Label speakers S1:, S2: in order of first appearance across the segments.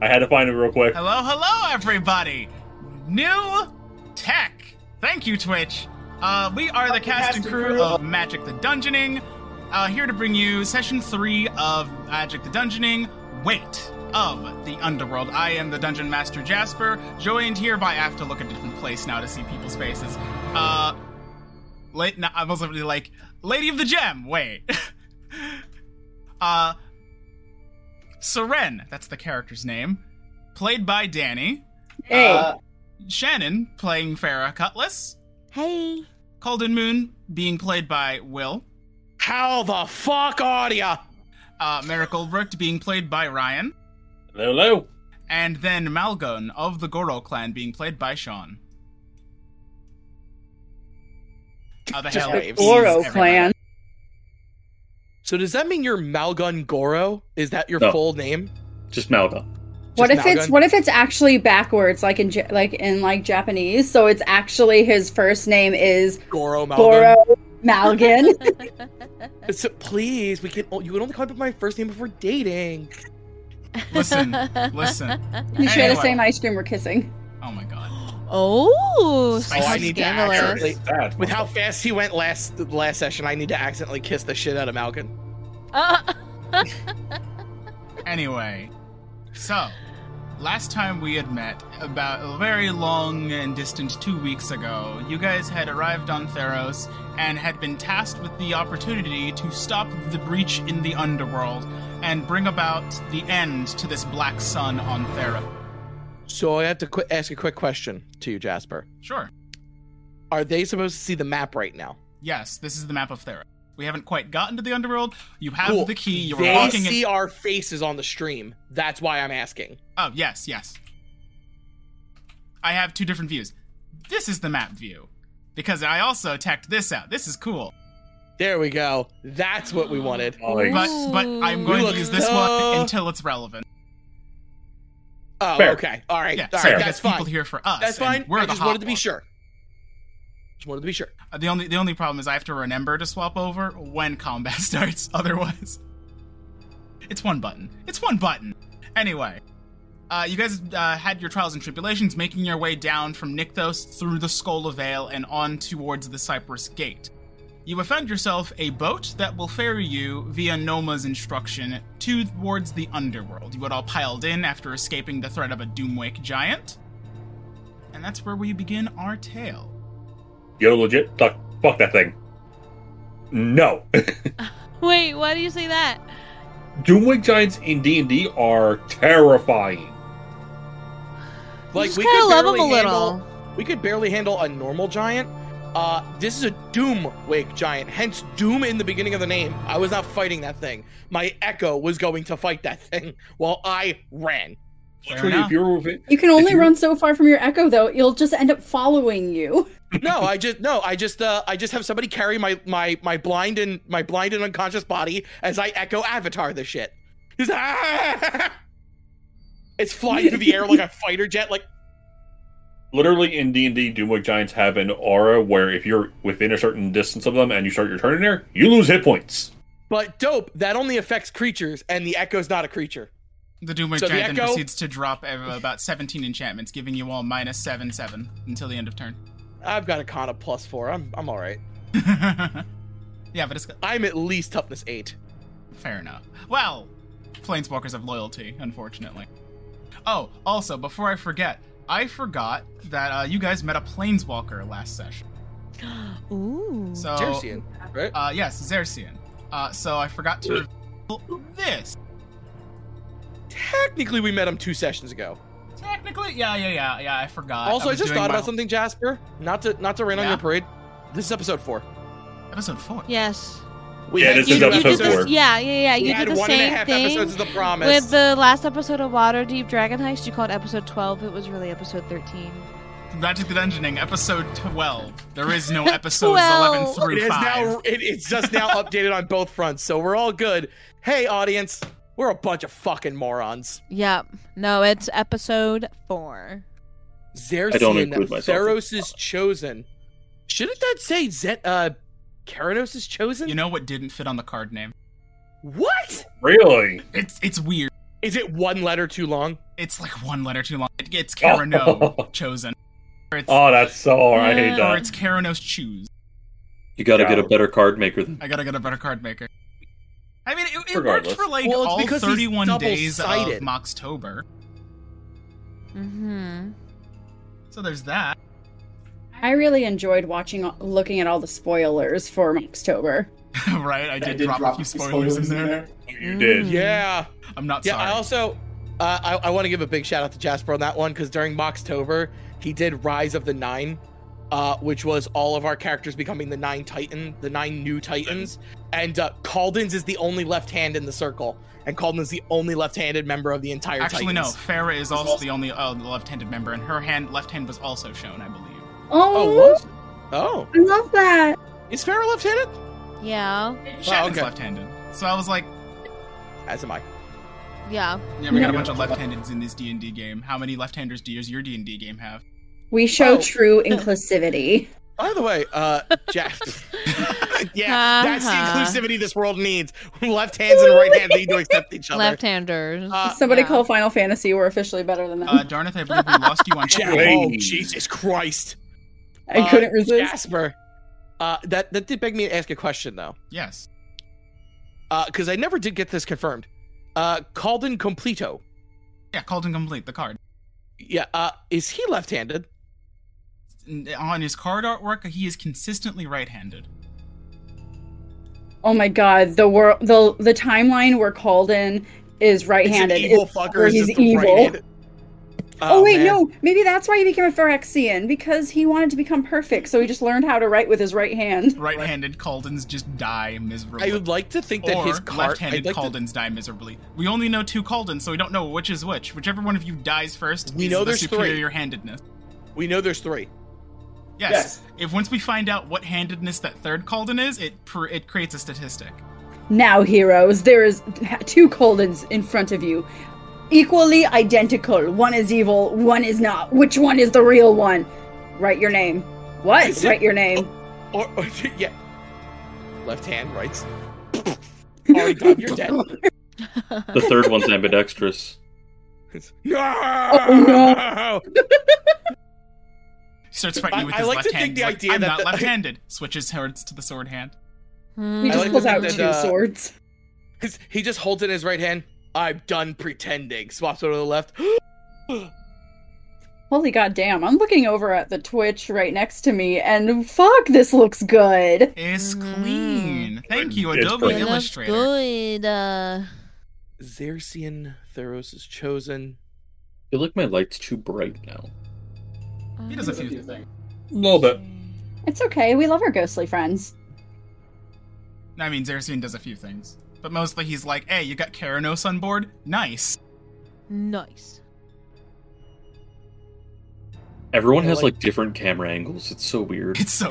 S1: I had to find it real quick.
S2: Hello, hello, everybody. New tech. Thank you, Twitch. Uh, we are the cast and crew of Magic the Dungeoning, uh, here to bring you session three of Magic the Dungeoning. Wait of the Underworld. I am the Dungeon Master Jasper, joined here by I have to look at a different place now to see people's faces. Uh, late. No, I was literally like Lady of the Gem. Wait. uh, Seren. That's the character's name, played by Danny.
S3: Hey.
S2: Uh, Shannon playing Farah Cutlass.
S3: Hey.
S2: Calden Moon being played by Will.
S4: How the fuck are ya?
S2: Uh, Miracle Richt being played by Ryan.
S1: Hello, hello.
S2: And then Malgon of the Goro clan being played by Sean. How Uh, the
S4: Just
S2: hell?
S4: waves.
S2: is
S3: Goro
S2: everybody?
S3: clan.
S4: So does that mean you're Malgun Goro? Is that your
S1: No.
S4: full name?
S1: Just Malga.
S3: What if
S4: Just
S3: it's
S4: Malgun?
S3: what if it's actually backwards, like in Ja- like in like Japanese? So it's actually his first name is
S4: Goro Malgun?
S3: Goro Malgin.
S4: So please, we can. oh, You would only call me by my first name before dating.
S2: Listen, listen.
S3: you share the
S2: Anyway.
S3: same ice cream we're kissing.
S2: Oh my god.
S5: Oh,
S2: Spicy
S5: so
S4: I need to
S5: scandalous.
S4: actually-
S1: That.
S4: With how fast he went last last session, I need to accidentally kiss the shit out of Malgun.
S5: Uh,
S2: Anyway, so last time we had met, about a very long and distant two weeks ago, you guys had arrived on Theros and had been tasked with the opportunity to stop the breach in the underworld and bring about the end to this black sun on Theros.
S4: So I have to qu- ask a quick question to you, Jasper.
S2: Sure.
S4: Are they supposed to see the map right now?
S2: Yes, this is the map of Theros. We haven't quite gotten to the underworld. You have
S4: Cool.
S2: the key. You were
S4: They
S2: walking.
S4: see
S2: in-
S4: our faces on the stream. That's why I'm asking.
S2: Oh yes, yes. I have two different views. This is the map view because I also teched this out. This is cool.
S4: There we go. That's what we wanted.
S1: Like,
S2: But but I'm going
S4: Look,
S2: to use this
S4: uh,
S2: one until it's relevant.
S4: Oh,
S1: Fair.
S4: okay. All right.
S2: Yeah,
S4: All
S2: so
S4: right.
S2: because
S4: That's
S2: people
S4: fine.
S2: here for us.
S4: That's
S2: and
S4: fine.
S2: We're
S4: I
S2: the
S4: just
S2: hot
S4: wanted to be
S2: ones.
S4: sure. Just wanted to be sure.
S2: Uh, The only the only problem is I have to remember to swap over when combat starts. Otherwise, it's one button. It's one button. Anyway, uh, you guys uh, had your trials and tribulations, making your way down from Nykthos through the Skull of Vale and on towards the Cypress Gate. You have found yourself a boat that will ferry you via Noma's instruction towards the underworld. You had all piled in after escaping the threat of a Doomwake giant, and that's where we begin our tale.
S1: Yo, legit. Fuck, fuck that thing. No.
S5: wait, why do you say that?
S1: Doomwing giants in D and D are terrifying.
S5: Like,
S4: Like
S5: just
S4: we
S5: gotta
S4: could
S5: love
S4: barely
S5: him a
S4: handle.
S5: little.
S4: We could barely handle a normal giant. Uh, this is a Doom Wake giant, hence Doom in the beginning of the name. I was not fighting that thing. My Echo was going to fight that thing while I ran.
S2: Fair
S1: Actually,
S2: enough.
S1: if you're with it,
S3: You can only
S1: you-
S3: run so far from your echo, though. You'll just end up following you.
S4: No, I just no, I just uh, I just have somebody carry my my my blind and my blind and unconscious body as I Echo Avatar this shit. Just, "Ah!" It's flying through the air like a fighter jet. Like
S1: literally in D and D, Doomwing giants have an aura where if you're within a certain distance of them and you start your turn in there, you lose hit points.
S4: But dope, that only affects creatures, and the echo's not a creature.
S2: The Doomwake
S4: So the
S2: Giant then
S4: Echo-
S2: proceeds to drop uh, about 17 enchantments, giving you all minus 7 7 until the end of turn.
S4: I've got a con of plus four. I'm I'm all right.
S2: yeah, but it's
S4: I'm at least toughness eight.
S2: fair enough. Well, Planeswalkers have loyalty, unfortunately. Oh, also, before I forget, I forgot that uh, you guys met a Planeswalker last session.
S5: Ooh.
S2: So,
S4: Jersian, right?
S2: Uh, yes, Xerxian. Uh, so I forgot to reveal this.
S4: Technically, we met him two sessions ago.
S2: Technically, yeah, yeah, yeah, yeah, I forgot.
S4: also, I,
S2: was
S4: just
S2: doing
S4: thought
S2: my
S4: about something, Jasper. Not to not to rain on
S2: Yeah?
S4: your parade. This is episode four.
S2: Episode 4.
S5: yes.
S4: We
S1: Yeah,
S4: had
S1: this
S4: two
S1: is
S5: you,
S1: episode
S5: you did this-
S1: four.
S5: Yeah, yeah, yeah. You
S4: We
S5: did
S4: had
S5: the
S4: one and a
S5: same
S4: half
S5: thing
S4: episodes of the promise.
S5: with the last episode of Waterdeep Dragon Heist. You called episode twelve. It was really episode thirteen.
S2: Magic the Dungeoning, episode 12. There is no episodes 11
S5: Twelve.
S2: through
S4: it is
S2: 5.
S4: now it, it's just now updated on both fronts, so we're all good. Hey, audience, we're a bunch of fucking morons.
S5: Yep. No, it's episode four.
S4: Xerxian,
S1: include myself in
S4: Theros is chosen. Shouldn't that say Zet, uh, Keranos is chosen?
S2: You know what didn't fit on the card name?
S4: what?
S1: Really?
S2: It's it's weird.
S4: Is it one letter too long?
S2: It's like one letter too long. It, it's Karano chosen. Or it's,
S6: Oh, that's so hard. I hate
S2: or
S6: that.
S2: it's Karano's choose.
S1: You gotta get a
S6: Yeah.
S1: better card maker than
S2: I gotta get a better card maker. I mean, it, it worked
S6: Regardless.
S2: for like
S4: Well, it's
S2: all
S4: because he's
S2: 31 days of
S4: double-sided.
S2: Moxtober.
S5: Mm-hmm.
S2: So there's that.
S7: I really enjoyed watching,
S3: uh,
S7: looking at all the spoilers for Moxtober.
S2: right? I did, drop, a few spoilers, in there.
S6: You did.
S5: Mm.
S4: Yeah.
S2: I'm not
S4: Yeah,
S2: Hmm. sorry.
S4: I also uh, I, I want to give a big shout out to Jasper on that one because during Moxtober he did Rise of the Nine, uh, which was all of our characters becoming the Nine Titan, the Nine New Titans, and uh, Calden's is the only left hand in the circle, and Calden's the only left-handed member of the entire.
S2: Actually, no.
S4: Titans.
S2: Farah is also the only oh, the left-handed member, and her hand left hand was also shown, I believe.
S4: Oh,
S7: Oh,
S4: what? Oh,
S7: I love that.
S4: is Pharaoh left-handed?
S5: Yeah.
S2: Shannon's
S4: okay.
S2: left-handed. So I was like,
S4: As am I.
S5: Yeah.
S2: yeah, we got a bunch of left-handeds in this D&D game. How many left-handers does your D&D game have?
S7: We show
S4: Oh.
S7: true inclusivity.
S4: By the way, uh, Jasper. yeah,
S5: Ha
S4: that's the
S5: ha.
S4: inclusivity this world needs. Left hands and right hands need to accept each other.
S5: Left-handers.
S4: Uh,
S7: Somebody
S5: yeah.
S7: call Final Fantasy. We're officially better than them.
S2: Uh, Darnith, I believe we lost you on
S4: Ja-
S2: Twitter.
S4: oh,
S6: Wait.
S4: Jesus Christ.
S7: I
S4: uh,
S7: couldn't resist.
S4: Jasper. Uh, that that did beg me to ask a question though,
S2: Yes.
S4: because I never did get this confirmed. Uh, Calden Completo,
S2: Yeah, Calden complete the card.
S4: yeah, uh, is he left-handed?
S2: N- On his card artwork, he is consistently right-handed.
S7: Oh my god, the world, the the timeline we're called in is right-handed.
S4: It's an evil
S7: It's-
S4: fucker. is
S7: he's
S4: just
S7: evil.
S4: right-handed.
S7: Oh, wait,
S4: man.
S7: no, maybe that's why he became a Phyrexian because he wanted to become perfect. So he just learned how to write with his right hand.
S2: Right-handed Caldens just die miserably.
S4: I would like to think that
S2: or
S4: his card.
S2: left-handed
S4: I'd like to-
S2: Caldens die miserably. We only know two Caldens, so we don't know which is which. Whichever one of you dies first
S4: We
S2: is
S4: know
S2: the
S4: there's three.
S2: superior handedness.
S4: we know there's three.
S2: Yes.
S8: Yes.
S2: If once we find out what handedness that third Calden is, it pr- it creates a statistic.
S7: Now, heroes, there is two Coldens in front of you, equally identical. One is evil, one is not. Which one is the real one? Write your name. What?
S4: Is it-
S7: Write your name.
S4: Or, or yeah, left hand, right. Already done. Oh, You're dead.
S1: the third one's ambidextrous.
S4: no.
S7: Oh,
S2: He starts fighting
S4: I-
S2: you with
S4: I
S2: his
S4: like
S2: left
S4: to think
S2: hand.
S4: the
S2: He's like,
S4: idea
S2: I'm
S4: that
S2: not
S4: the-
S2: left-handed. Switches swords to the sword hand.
S5: Hmm.
S7: He just
S4: like to
S7: pulls out
S4: think
S7: two
S4: that, uh,
S7: swords.
S4: His- He just holds it in his right hand. I'm done pretending. Swaps over to the left.
S7: Holy goddamn! I'm looking over at the Twitch right next to me, and fuck, this looks good.
S2: It's
S4: Mm.
S5: Mhm.
S2: clean. Thank you,
S6: It's
S2: Adobe
S6: great.
S5: It looks
S2: Illustrator.
S5: good. Uh,
S4: Xerxian Theros is chosen.
S1: I feel like my light's too bright now.
S2: He does a few
S5: um,
S2: things.
S6: A little bit.
S7: It's okay. We love our ghostly friends.
S2: I mean, Xerxian does a few things, but mostly he's like, "Hey, you got Keranos on board? Nice."
S5: Nice.
S1: Everyone
S4: Yeah,
S1: has
S4: like-
S1: like different camera angles. It's so weird.
S2: It's so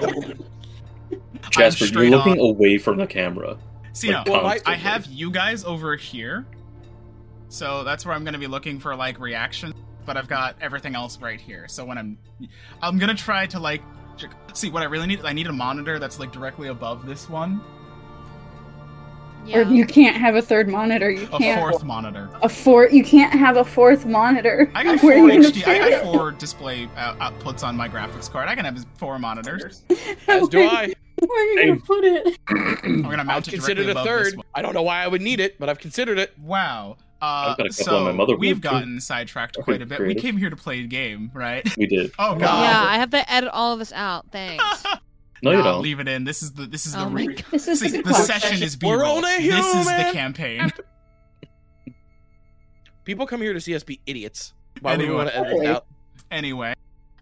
S1: Jasper, you're
S2: straight
S1: looking
S2: on.
S1: away from the camera.
S2: See, no,
S1: Like,
S4: Well, my-
S1: constantly.
S2: I have you guys over here, so that's where I'm gonna be looking for like reactions. But I've got everything else right here. So when I'm, I'm gonna try to like j- see what I really need. I need a monitor that's like directly above this one,
S7: Or you can't have a third monitor. You
S2: a
S7: can't.
S2: fourth monitor.
S7: a four you can't have a fourth monitor
S2: I got four
S7: Where are you gonna
S2: HD. I
S7: fit
S2: got four display uh, outputs on my graphics card. I can have four monitors.
S7: it?
S4: As do
S7: Where-
S4: I.
S7: where are you gonna
S6: Same.
S7: put it
S2: I'm gonna
S4: I've
S2: mount it
S4: considered
S2: directly
S4: a
S2: above this
S4: third.
S2: one.
S4: I don't know why I would need it, but I've considered it.
S2: Wow. Uh,
S1: I've got a couple
S2: so
S1: on my motherboard,
S2: we've
S1: too.
S2: gotten sidetracked
S1: Okay,
S2: quite a bit.
S1: creative.
S2: We came here to play a game, right?
S1: We did.
S2: Oh
S4: Wow.
S5: Yeah,
S2: god.
S5: I have to edit all of this out. Thanks.
S1: No, you
S2: Nah,
S1: don't.
S2: leave it in. This is the this is
S5: Oh
S2: the
S5: my
S2: re-
S7: this is
S2: See,
S7: the
S2: the
S7: question.
S2: session is
S4: We're
S2: B-roll.
S4: only
S2: This is the
S4: human.
S2: campaign.
S4: People come here to see us be idiots. Why would we
S2: Anyway.
S4: want to edit it out?
S2: Anyway,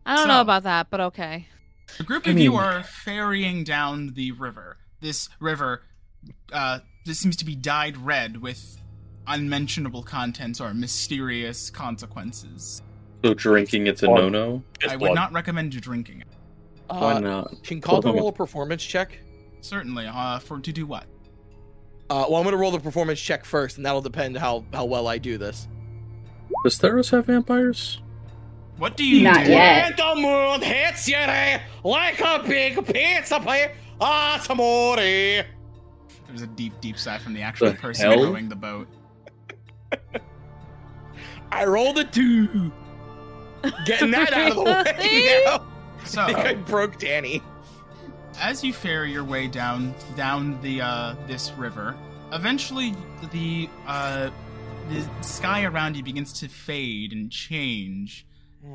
S5: I don't
S2: So-
S5: know about that, but okay.
S2: a group
S1: I
S2: of you
S1: mean-
S2: are ferrying down the river. This river, uh, this seems to be dyed red with unmentionable contents or mysterious consequences.
S1: So drinking, it's a
S6: Blood.
S1: no-no.
S6: It's
S2: I would
S6: blood.
S2: not recommend you drinking it.
S1: Why
S4: Uh,
S1: not?
S4: can Calder roll a performance check?
S2: Certainly, uh, for to do what?
S4: Uh, well, I'm going to roll the performance check first, and that'll depend how how well I do this.
S1: Does Theros have vampires?
S2: What do you
S7: Not
S2: do?
S7: yet.
S4: the moon hits you like a big pizza pie. Ah, tamori.
S2: There's a deep, deep sigh from the actual
S1: The
S2: person
S1: hell?
S2: rowing the boat.
S4: I rolled a two. Getting that out of the way
S5: Really?
S4: now. I think I
S2: So,
S4: broke Danny.
S2: as you ferry your way down down the uh, this river, eventually the uh, the sky around you begins to fade and change.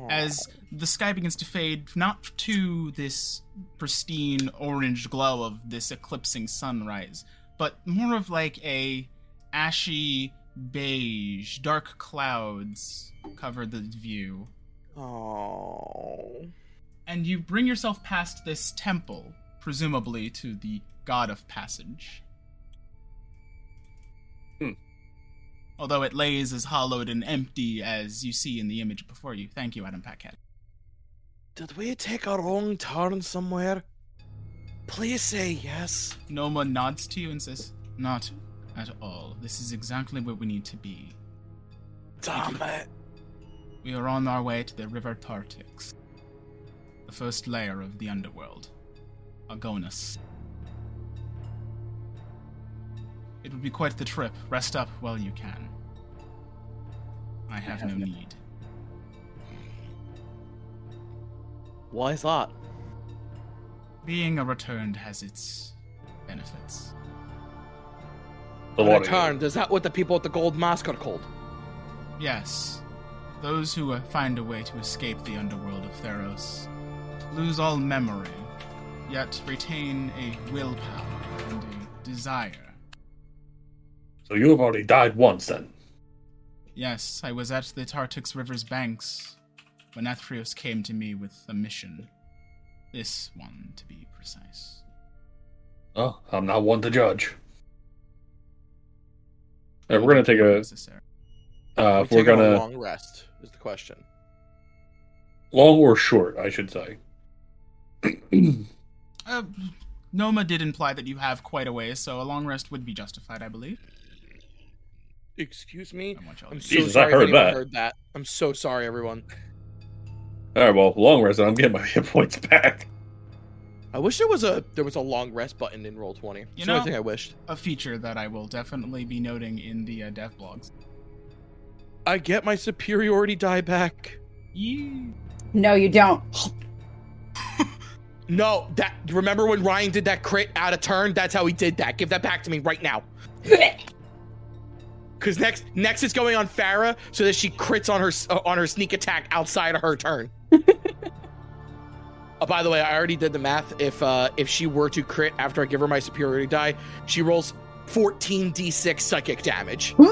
S2: as the sky begins to fade, not to this pristine orange glow of this eclipsing sunrise, but more of like a ashy beige, dark clouds cover the view.
S4: Oh.
S2: And you bring yourself past this temple, presumably to the god of passage.
S1: Hmm.
S2: Although it lays as hollowed and empty as you see in the image before you. Thank you, Adam Packhead.
S4: Did we take a wrong turn somewhere? Please say yes.
S2: Noma nods to you and says, Not at all. This is exactly where we need to be.
S4: Damn it.
S2: We are on our way to the River Tartix, the first layer of the underworld, Argonus. It would be quite the trip. Rest up while you can. I have no need.
S4: Why is that?
S2: Being a returned has its benefits.
S1: The
S4: When I
S1: water. Uh,
S4: turned, is that what the people with the gold mask are called?
S2: Yes, those who uh, find a way to escape the underworld of Theros lose all memory, yet retain a willpower and a desire.
S1: So you have already died once then.
S2: Yes, I was at the Tartix River's banks when Athreos came to me with a mission. This one, to be precise.
S1: Oh, I'm not one to judge. Alright, we're gonna take a.
S2: Necessary.
S1: Uh,
S4: We
S1: if we're
S4: taking a
S1: gonna long.
S4: long rest is the question.
S1: or short, I should say.
S2: Uh, Noma did imply that you have quite a ways, so a long rest would be justified, I believe.
S4: Excuse me.
S2: I want y'all
S4: I'm
S2: to-
S4: so
S1: Jesus, I
S4: sorry if
S1: heard
S4: anyone
S1: that.
S4: heard that. I'm so sorry, everyone.
S1: All right, well, long rest. and I'm getting my hit points back.
S4: I wish there was a there was a long rest button in roll twenty. It's
S2: You
S4: the
S2: know-
S4: only thing I wished.
S2: a feature that I will definitely be noting in the uh, dev blogs.
S4: I get my superiority die back.
S2: Yee.
S3: No, you don't.
S4: No, that remember when Ryan did that crit out of turn? That's how he did that. Give that back to me right now. Cause next next is going on Farah so that she crits on her s- uh, on her sneak attack outside of her turn. oh, by the way, I already did the math. If uh if she were to crit after I give her my superiority die, she rolls 14 d6 psychic damage.
S1: All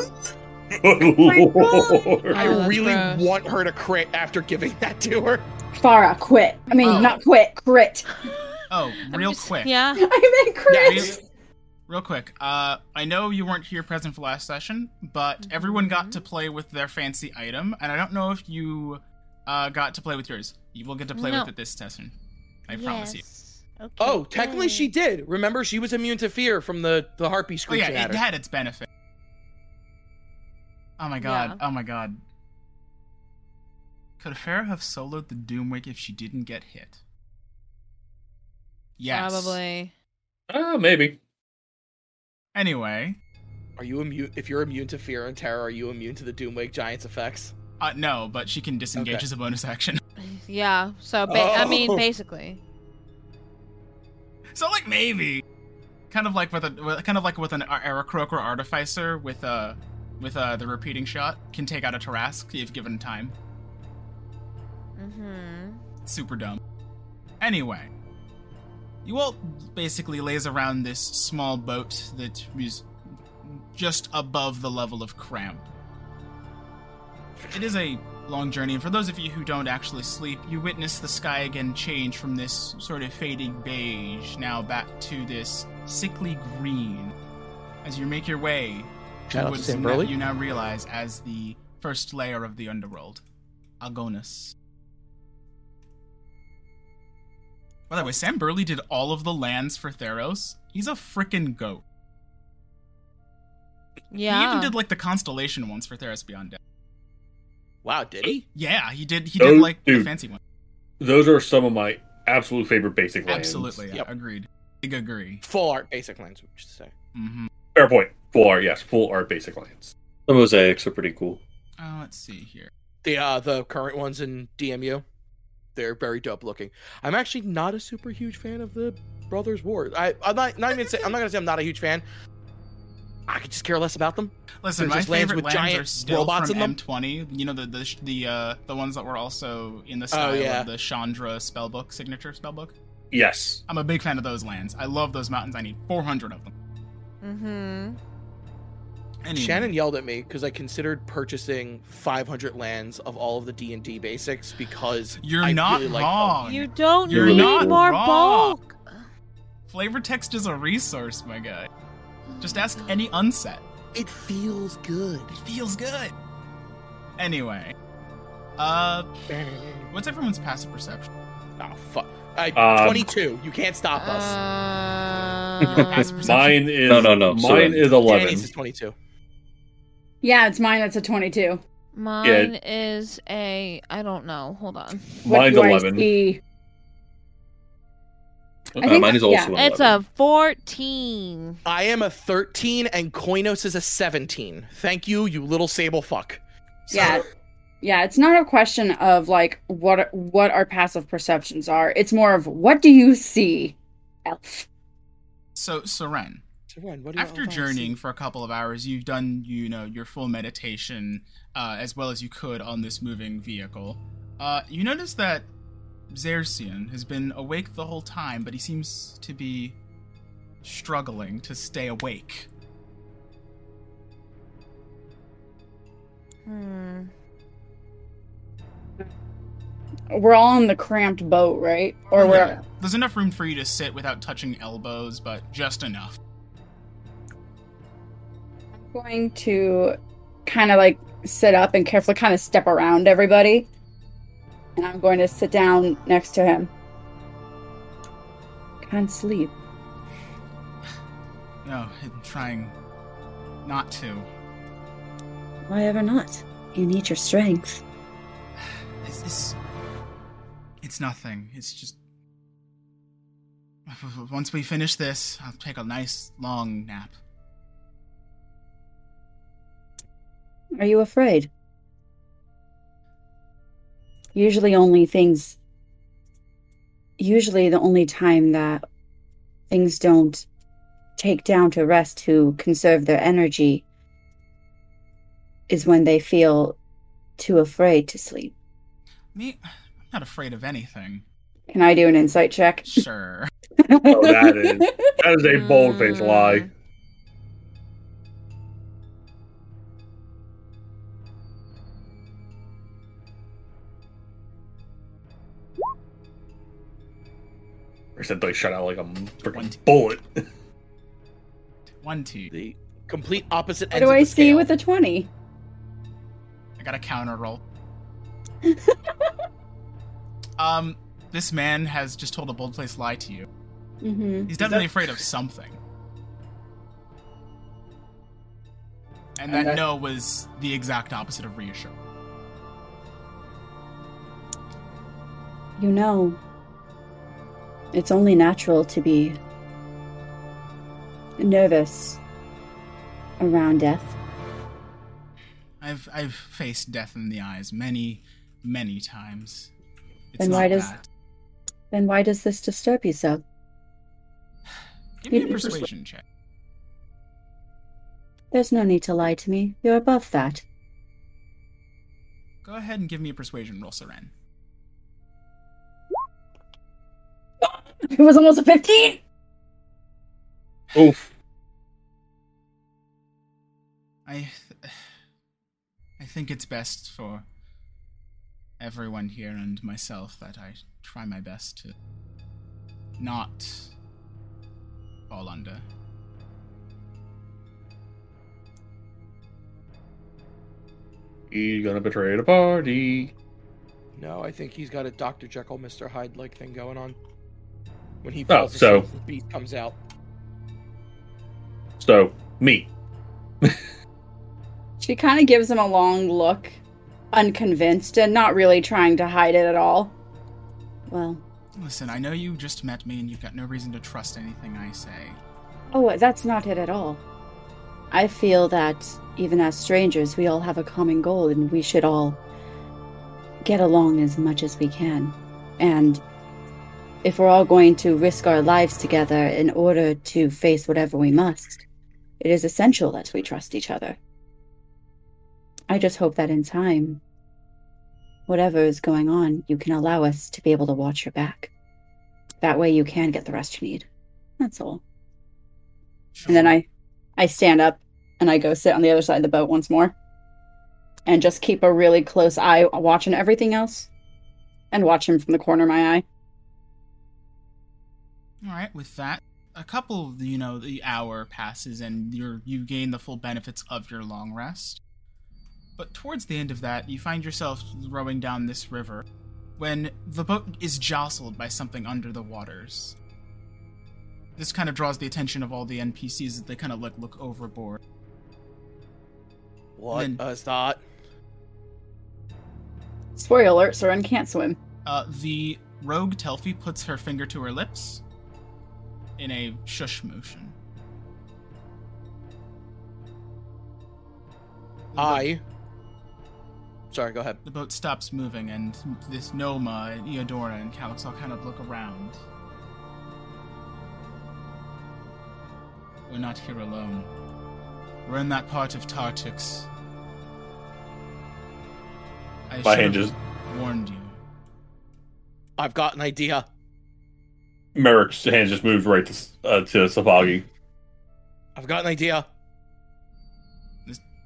S4: I
S5: Oh, that's
S4: really
S5: gross.
S4: want her to crit after giving that to her.
S3: Farah, quit. I mean,
S2: Oh.
S3: not quit, crit.
S2: Oh,
S5: I'm
S2: real
S5: just-
S2: quick.
S5: Yeah.
S3: I meant crit.
S2: Real, real quick. Uh, I know you weren't here present for last session, but
S5: Mm-hmm.
S2: everyone got to play with their fancy item, and I don't know if you uh, got to play with yours. You will get to play
S5: No.
S2: with it this session. I promise you.
S5: you.
S4: Oh, technically she
S5: Mm.
S4: did. Remember, she was immune to fear from the the harpy
S2: Oh
S4: screeching
S2: yeah,
S4: at
S2: it
S4: her.
S2: had its benefit. Oh my god. Oh my god. Could Farah have soloed the Doomwig if she didn't get hit? Yes.
S5: Probably.
S1: Ah, maybe.
S2: Anyway,
S4: Are you immune? If you're immune to fear and terror, are you immune to the Doomwake Giants effects?
S2: uh, no, but she can disengage
S4: Okay.
S2: as a bonus action.
S5: Yeah. So ba- I mean,
S4: Oh.
S5: basically.
S2: So like maybe, kind of like with a with- kind of like with an Aracroker artificer with a with uh the repeating shot can take out a Tarask if given time.
S5: Mm-hmm.
S2: Super dumb. Anyway, you all basically lays around this small boat that is just above the level of cramp. It is a long journey, and for those of you who don't actually sleep, you witness the sky again change from this sort of fading beige now back to this sickly green. As you make your way
S4: Shout
S2: to
S4: out
S2: what
S4: to Sam
S2: you now-
S4: Burley.
S2: you now realize as the first layer of the underworld, Agonis. By the way, Sam Burley did all of the lands for Theros. He's a freaking goat.
S5: Yeah.
S2: He even did like the constellation ones for Theros Beyond Death.
S4: Wow, did he?
S2: Yeah, he did. He
S1: Oh,
S2: did like the
S1: dude.
S2: fancy one.
S1: Those are some of my absolute favorite basic lands.
S2: Absolutely, yeah,
S4: Yep.
S2: agreed. Big agree.
S4: Full art basic lands, we should say.
S2: hmm
S1: Fair point. Full art, yes. Full art basic lands.
S9: The mosaics are pretty cool.
S2: Uh, Uh, let's see here.
S4: The uh the current ones in DMU, they're very dope looking. I'm actually not a super huge fan of the Brothers War. I I'm not not even say, I'm not gonna say I'm not a huge fan. I could just care less about them.
S2: Listen,
S4: They're
S2: my
S4: just lands
S2: favorite
S4: with
S2: lands
S4: giant
S2: are still
S4: robots
S2: from
S4: in them?
S2: M20. You know the the sh- the uh, the ones that were also in the style
S4: Oh, yeah.
S2: of the Chandra spellbook signature spellbook.
S1: Yes.
S2: I'm a big fan of those lands. I love those mountains. I need 400 of them.
S5: Mm-hmm.
S2: Anyway,
S4: Shannon yelled at me because I considered purchasing 500 lands of all of the D and D basics because
S2: you're
S4: I
S2: not
S4: really like them.
S2: wrong.
S5: You don't
S8: You're
S5: need
S8: not
S5: more
S2: wrong.
S5: bulk.
S2: Flavor text is a resource, my guy. Just ask any unset.
S4: it feels good.
S2: It feels good. Anyway, uh, what's everyone's passive perception?
S4: Oh fuck! I,
S1: Um,
S4: 22. You can't stop us.
S5: us.
S2: Passive
S1: Mine is
S8: No, no, no,
S1: Mine
S8: sorry.
S1: is eleven.
S4: Danny's is 22.
S7: Yeah, it's mine. That's a 22.
S5: Mine is a I don't know. Hold on.
S7: What
S1: Mine's
S7: do I
S1: eleven.
S7: see? I
S8: Uh,
S7: think-
S8: mine is also
S7: yeah.
S8: an
S5: It's
S8: 11.
S5: a fourteen.
S4: I am a 13 and Koinos is a 17. Thank you, you little sable fuck.
S7: Yeah. Yeah, it's not a question of like what what our passive perceptions are. It's more of what do you see, elf?
S2: So, Soren,
S4: So Ren, what do you-
S2: after
S4: oh, I see.
S2: journeying for a couple of hours, you've done, you know, your full meditation uh, as well as you could on this moving vehicle. Uh, you notice that Xerxian has been awake the whole time, but he seems to be struggling to stay awake.
S5: Hmm.
S7: We're all in the cramped boat, right? Or we're
S2: There's enough room for you to sit without touching elbows, but just enough.
S7: going to kind of like sit up and carefully kind of step around everybody. And I'm going to sit down next to him. Can't sleep.
S2: No, I'm trying not to.
S7: Why ever not? You need your strength.
S2: It's, it's, it's nothing. It's just. Once we finish this, I'll take a nice long nap.
S7: Are you afraid? Usually, only things. Usually, the only time that things don't take down to rest to conserve their energy is when they feel too afraid to sleep.
S2: Me, I'm not afraid of anything.
S7: Can I do an insight check?
S2: Sure.
S1: Oh, that is that is a bold faced
S5: Hmm.
S1: lie. Or said they shot out like a freaking bullet.
S2: One T.
S4: the complete opposite
S7: What
S4: ends
S7: do
S4: of
S7: I
S4: the
S7: see
S4: scale.
S7: with a 20?
S2: I got a counter roll. um, this man has just told a bold faced lie to you.
S7: Mm-hmm.
S2: He's definitely afraid of something. And that
S7: Okay.
S2: no was the exact opposite of reassurance.
S7: You know, it's only natural to be nervous around death.
S2: I've I've faced death in the eyes many, many times. It's
S7: Then
S2: not
S7: why does-
S2: that.
S7: Then why does this disturb you so?
S2: Give me a persuasion check.
S7: There's no need to lie to me. You're above that.
S2: Go ahead and give me a persuasion roll, Seren.
S7: It was almost a 15!
S8: Oof.
S2: I, th- I think it's best for everyone here and myself that I try my best to not fall under.
S1: He's gonna betray the party.
S4: No, I think he's got a Dr. Jekyll, Mr. Hyde like thing going on. When he
S1: Oh,
S4: falls
S1: so-
S4: asleep, the beast comes out.
S1: So me.
S7: She kind of gives him a long look, unconvinced and not really trying to hide it at all. Well,
S2: Listen, I know you just met me and you've got no reason to trust anything I say.
S7: Oh, that's not it at all. I feel that even as strangers, we all have a common goal and we should all get along as much as we can. And if we're all going to risk our lives together in order to face whatever we must, it is essential that we trust each other. I just hope that in time, whatever is going on, you can allow us to be able to watch your back. That way you can get the rest you need. That's all. And then I I stand up and I go sit on the other side of the boat once more and just keep a really close eye watching everything else and watch him from the corner of my eye.
S2: All right, with that, a couple, you know, the hour passes and you're you gain the full benefits of your long rest. But towards the end of that, you find yourself rowing down this river when the boat is jostled by something under the waters. This kind of draws the attention of all the NPCs as they kind of like look overboard.
S4: What
S2: Then-
S4: is that?
S7: Spoiler alert, Soren can't swim.
S2: Uh, the rogue Telfie puts her finger to her lips in a shush motion. The boat,
S4: I. Sorry, go ahead.
S2: the boat stops moving, and this Noma, and Eodora, and Calix all kind of look around. We're not here alone. We're in that part of Tartix.
S1: My
S2: I should've
S1: hand just-
S2: warned you.
S4: I've got an idea.
S1: Merrick's hand just moved right to uh, to Savagi.
S4: I've got an idea.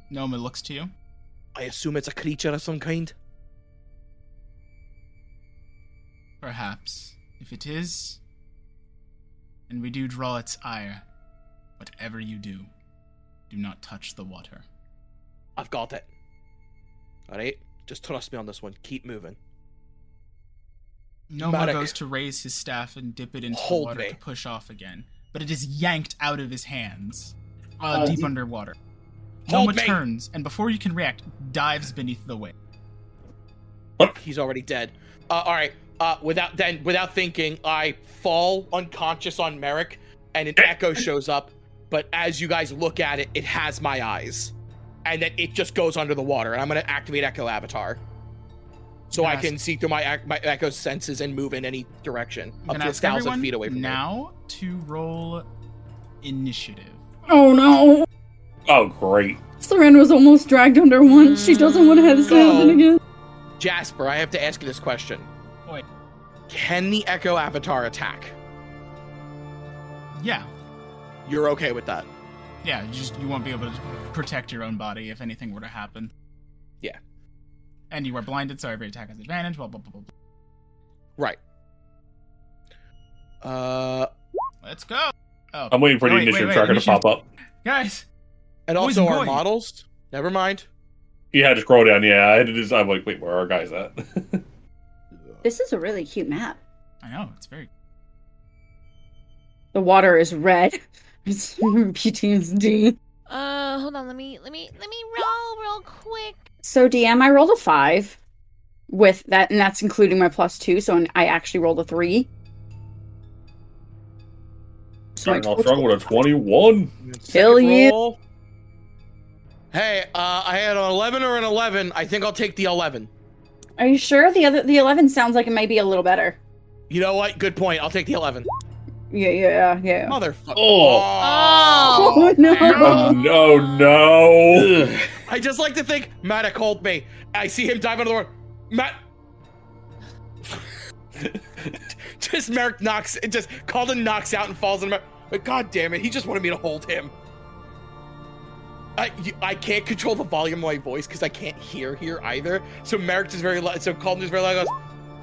S2: Noma looks to you.
S4: I assume it's a creature of some kind.
S2: Perhaps. If it is, and we do draw its ire, whatever you do, do not touch the water.
S4: I've got it. All right, just trust me on this one. Keep moving.
S2: Noma
S4: Marek.
S2: goes to raise his staff and dip it into
S4: Hold
S2: the water
S4: me.
S2: to push off again, but it is yanked out of his hands, uh,
S7: Uh,
S2: deep
S7: you-
S2: underwater.
S4: Hold
S2: Noma
S4: me.
S2: turns, and before you can react, dives beneath the wave.
S4: He's already dead. Uh, all right. Uh, without then, without thinking, I fall unconscious on Merrick, and an echo shows up. But as you guys look at it, it has my eyes, and then it just goes under the water. And I'm gonna activate Echo Avatar, so I
S2: Yes.
S4: can see through my ec- my Echo senses and move in any direction
S2: I'm
S4: up
S2: gonna
S4: to a
S2: ask
S4: thousand
S2: everyone
S4: feet away from me.
S2: now to roll initiative.
S7: Oh no!
S1: Oh, great.
S7: Soren was almost dragged under once. She doesn't want to have this
S4: No.
S7: happen again.
S4: Jasper, I have to ask you this question:
S2: Wait.
S4: Can the Echo Avatar attack?
S2: Yeah,
S4: You're okay with that?
S2: yeah. You just you won't be able to protect your own body if anything were to happen.
S4: Yeah.
S2: And you are blinded, so every attack has advantage. Blah blah blah blah. blah.
S4: Right. Uh,
S2: Let's go. Oh,
S1: I'm waiting for the
S2: Wait, wait,
S1: initiative
S2: wait,
S1: tracker to
S2: initiative-
S1: pop up.
S2: guys.
S4: And
S2: Who's
S4: also our
S2: going?
S4: models. Never mind.
S1: Yeah, just scroll down. Yeah, I had to just, I'm like, wait, where are our guys at?
S7: This is a really cute map.
S2: I know it's very.
S7: The water is red. It's PTSD.
S5: Uh, hold on. Let me let me let me roll real quick.
S7: So DM, I rolled a five with that, and that's including my plus two. So I actually rolled a three. So I
S1: Starting off
S7: total-
S1: strong with a 21.
S7: Hell
S4: Second
S7: yeah.
S4: roll. Hey, uh, I had an 11 or an 11. I think I'll take the 11.
S7: Are you sure the other the eleven sounds like it may be a little better?
S4: You know what? Good point. I'll take the 11.
S7: Yeah, yeah, yeah.
S4: Motherfucker.
S1: Oh.
S5: Oh.
S7: no!
S1: Oh, no, no.
S4: I just like to think Matt called me. I see him dive under the water. Matt. just Merrick knocks, it just Calden knocks out and falls in. Mer- But God damn it, he just wanted me to hold him. I, you- I can't control the volume of my voice because I can't hear here either. So Merrick is very loud. So Calden is very loud. Goes,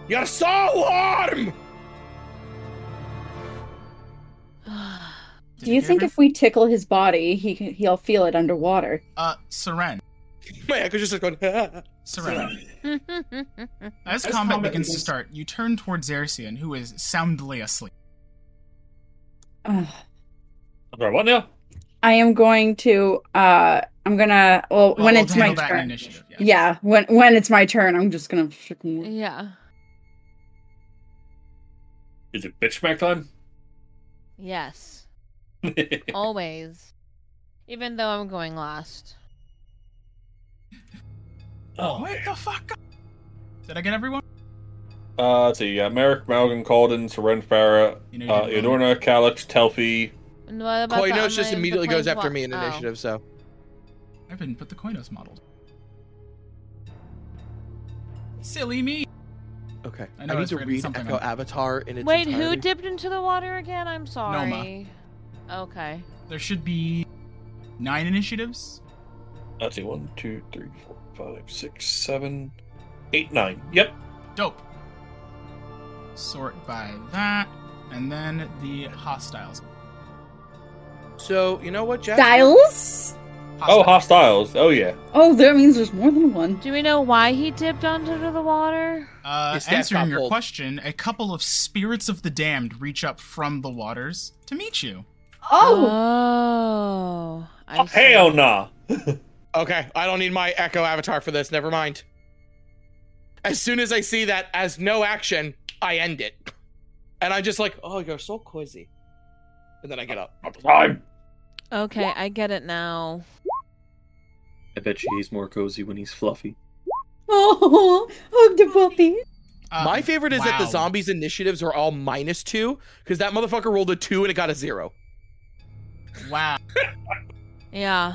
S4: You're so warm.
S2: Did
S7: Do you
S2: get
S7: think
S2: every-
S7: if we tickle his body, he can, he'll feel it underwater?
S2: uh Seren,
S4: My echo's just going.
S2: Seren, as
S10: As
S2: combat
S10: combat
S2: begins to
S10: begins-
S2: start, you turn towards Xerxian, who is soundly asleep.
S7: Ugh.
S1: I'm sorry, what now?
S7: I am going to. uh I'm gonna. Well,
S2: Well,
S7: when
S2: we'll
S7: it's my
S2: handle that in
S7: turn.
S2: initiative, yeah.
S7: Yeah, when when it's my turn, I'm just gonna. freaking-
S5: yeah.
S1: Is it bitch smack time?
S2: Oh.
S5: Yes. Always. Even though I'm going last.
S1: Oh.
S2: Wait the fuck up. Did I get everyone?
S1: Uh, let's see. Uh, Merrick, Malgan, Calden, Seren Farah,
S2: You know, you
S1: uh,
S2: did
S1: Eudorna, Kalix, Telfi.
S5: And what about the
S4: Koinos just
S5: online- the
S4: immediately goes after
S5: planeswal-
S4: me in
S5: oh.
S4: initiative, so.
S2: I didn't put the Koinos models. Silly me.
S4: Okay.
S2: I
S4: I,
S2: know I
S4: need
S2: was
S4: to
S2: reading
S4: read
S2: something
S4: Echo
S2: on-
S4: Avatar in its
S5: oh. Wait, who
S4: entirety.
S5: dipped into the water again? I'm sorry. Okay.
S2: There should be nine initiatives.
S1: Let's see. One, two, three, four, five, six, seven, eight, nine. Yep.
S2: Dope. Sort by that, and then the hostiles.
S4: So, you know what, Jasper?
S3: Styles?
S1: Oh,
S2: Hostile.
S1: hostiles. Oh, yeah.
S3: Oh, that means there's more than one.
S5: Do we know why he dipped onto the water?
S2: Uh,
S4: His staff
S2: answering
S4: got
S2: your
S4: pulled.
S2: question, a couple of spirits of the damned reach up from the waters to meet you.
S3: Oh,
S5: Oh. I
S1: Oh,
S5: see.
S1: hell nah.
S4: Okay, I don't need my Echo Avatar for this. Never mind. As soon as I see that as no action, I end it. And I'm just like, oh, you're so cozy. And then I get up.
S1: Time.
S5: Okay, I get it now.
S9: I bet you he's more cozy when he's fluffy.
S3: oh, hug the puppy.
S2: Uh,
S4: my favorite is that the
S2: wow.
S4: zombies' initiatives are all minus two, because that motherfucker rolled a two and it got a zero.
S2: Wow.
S5: Yeah.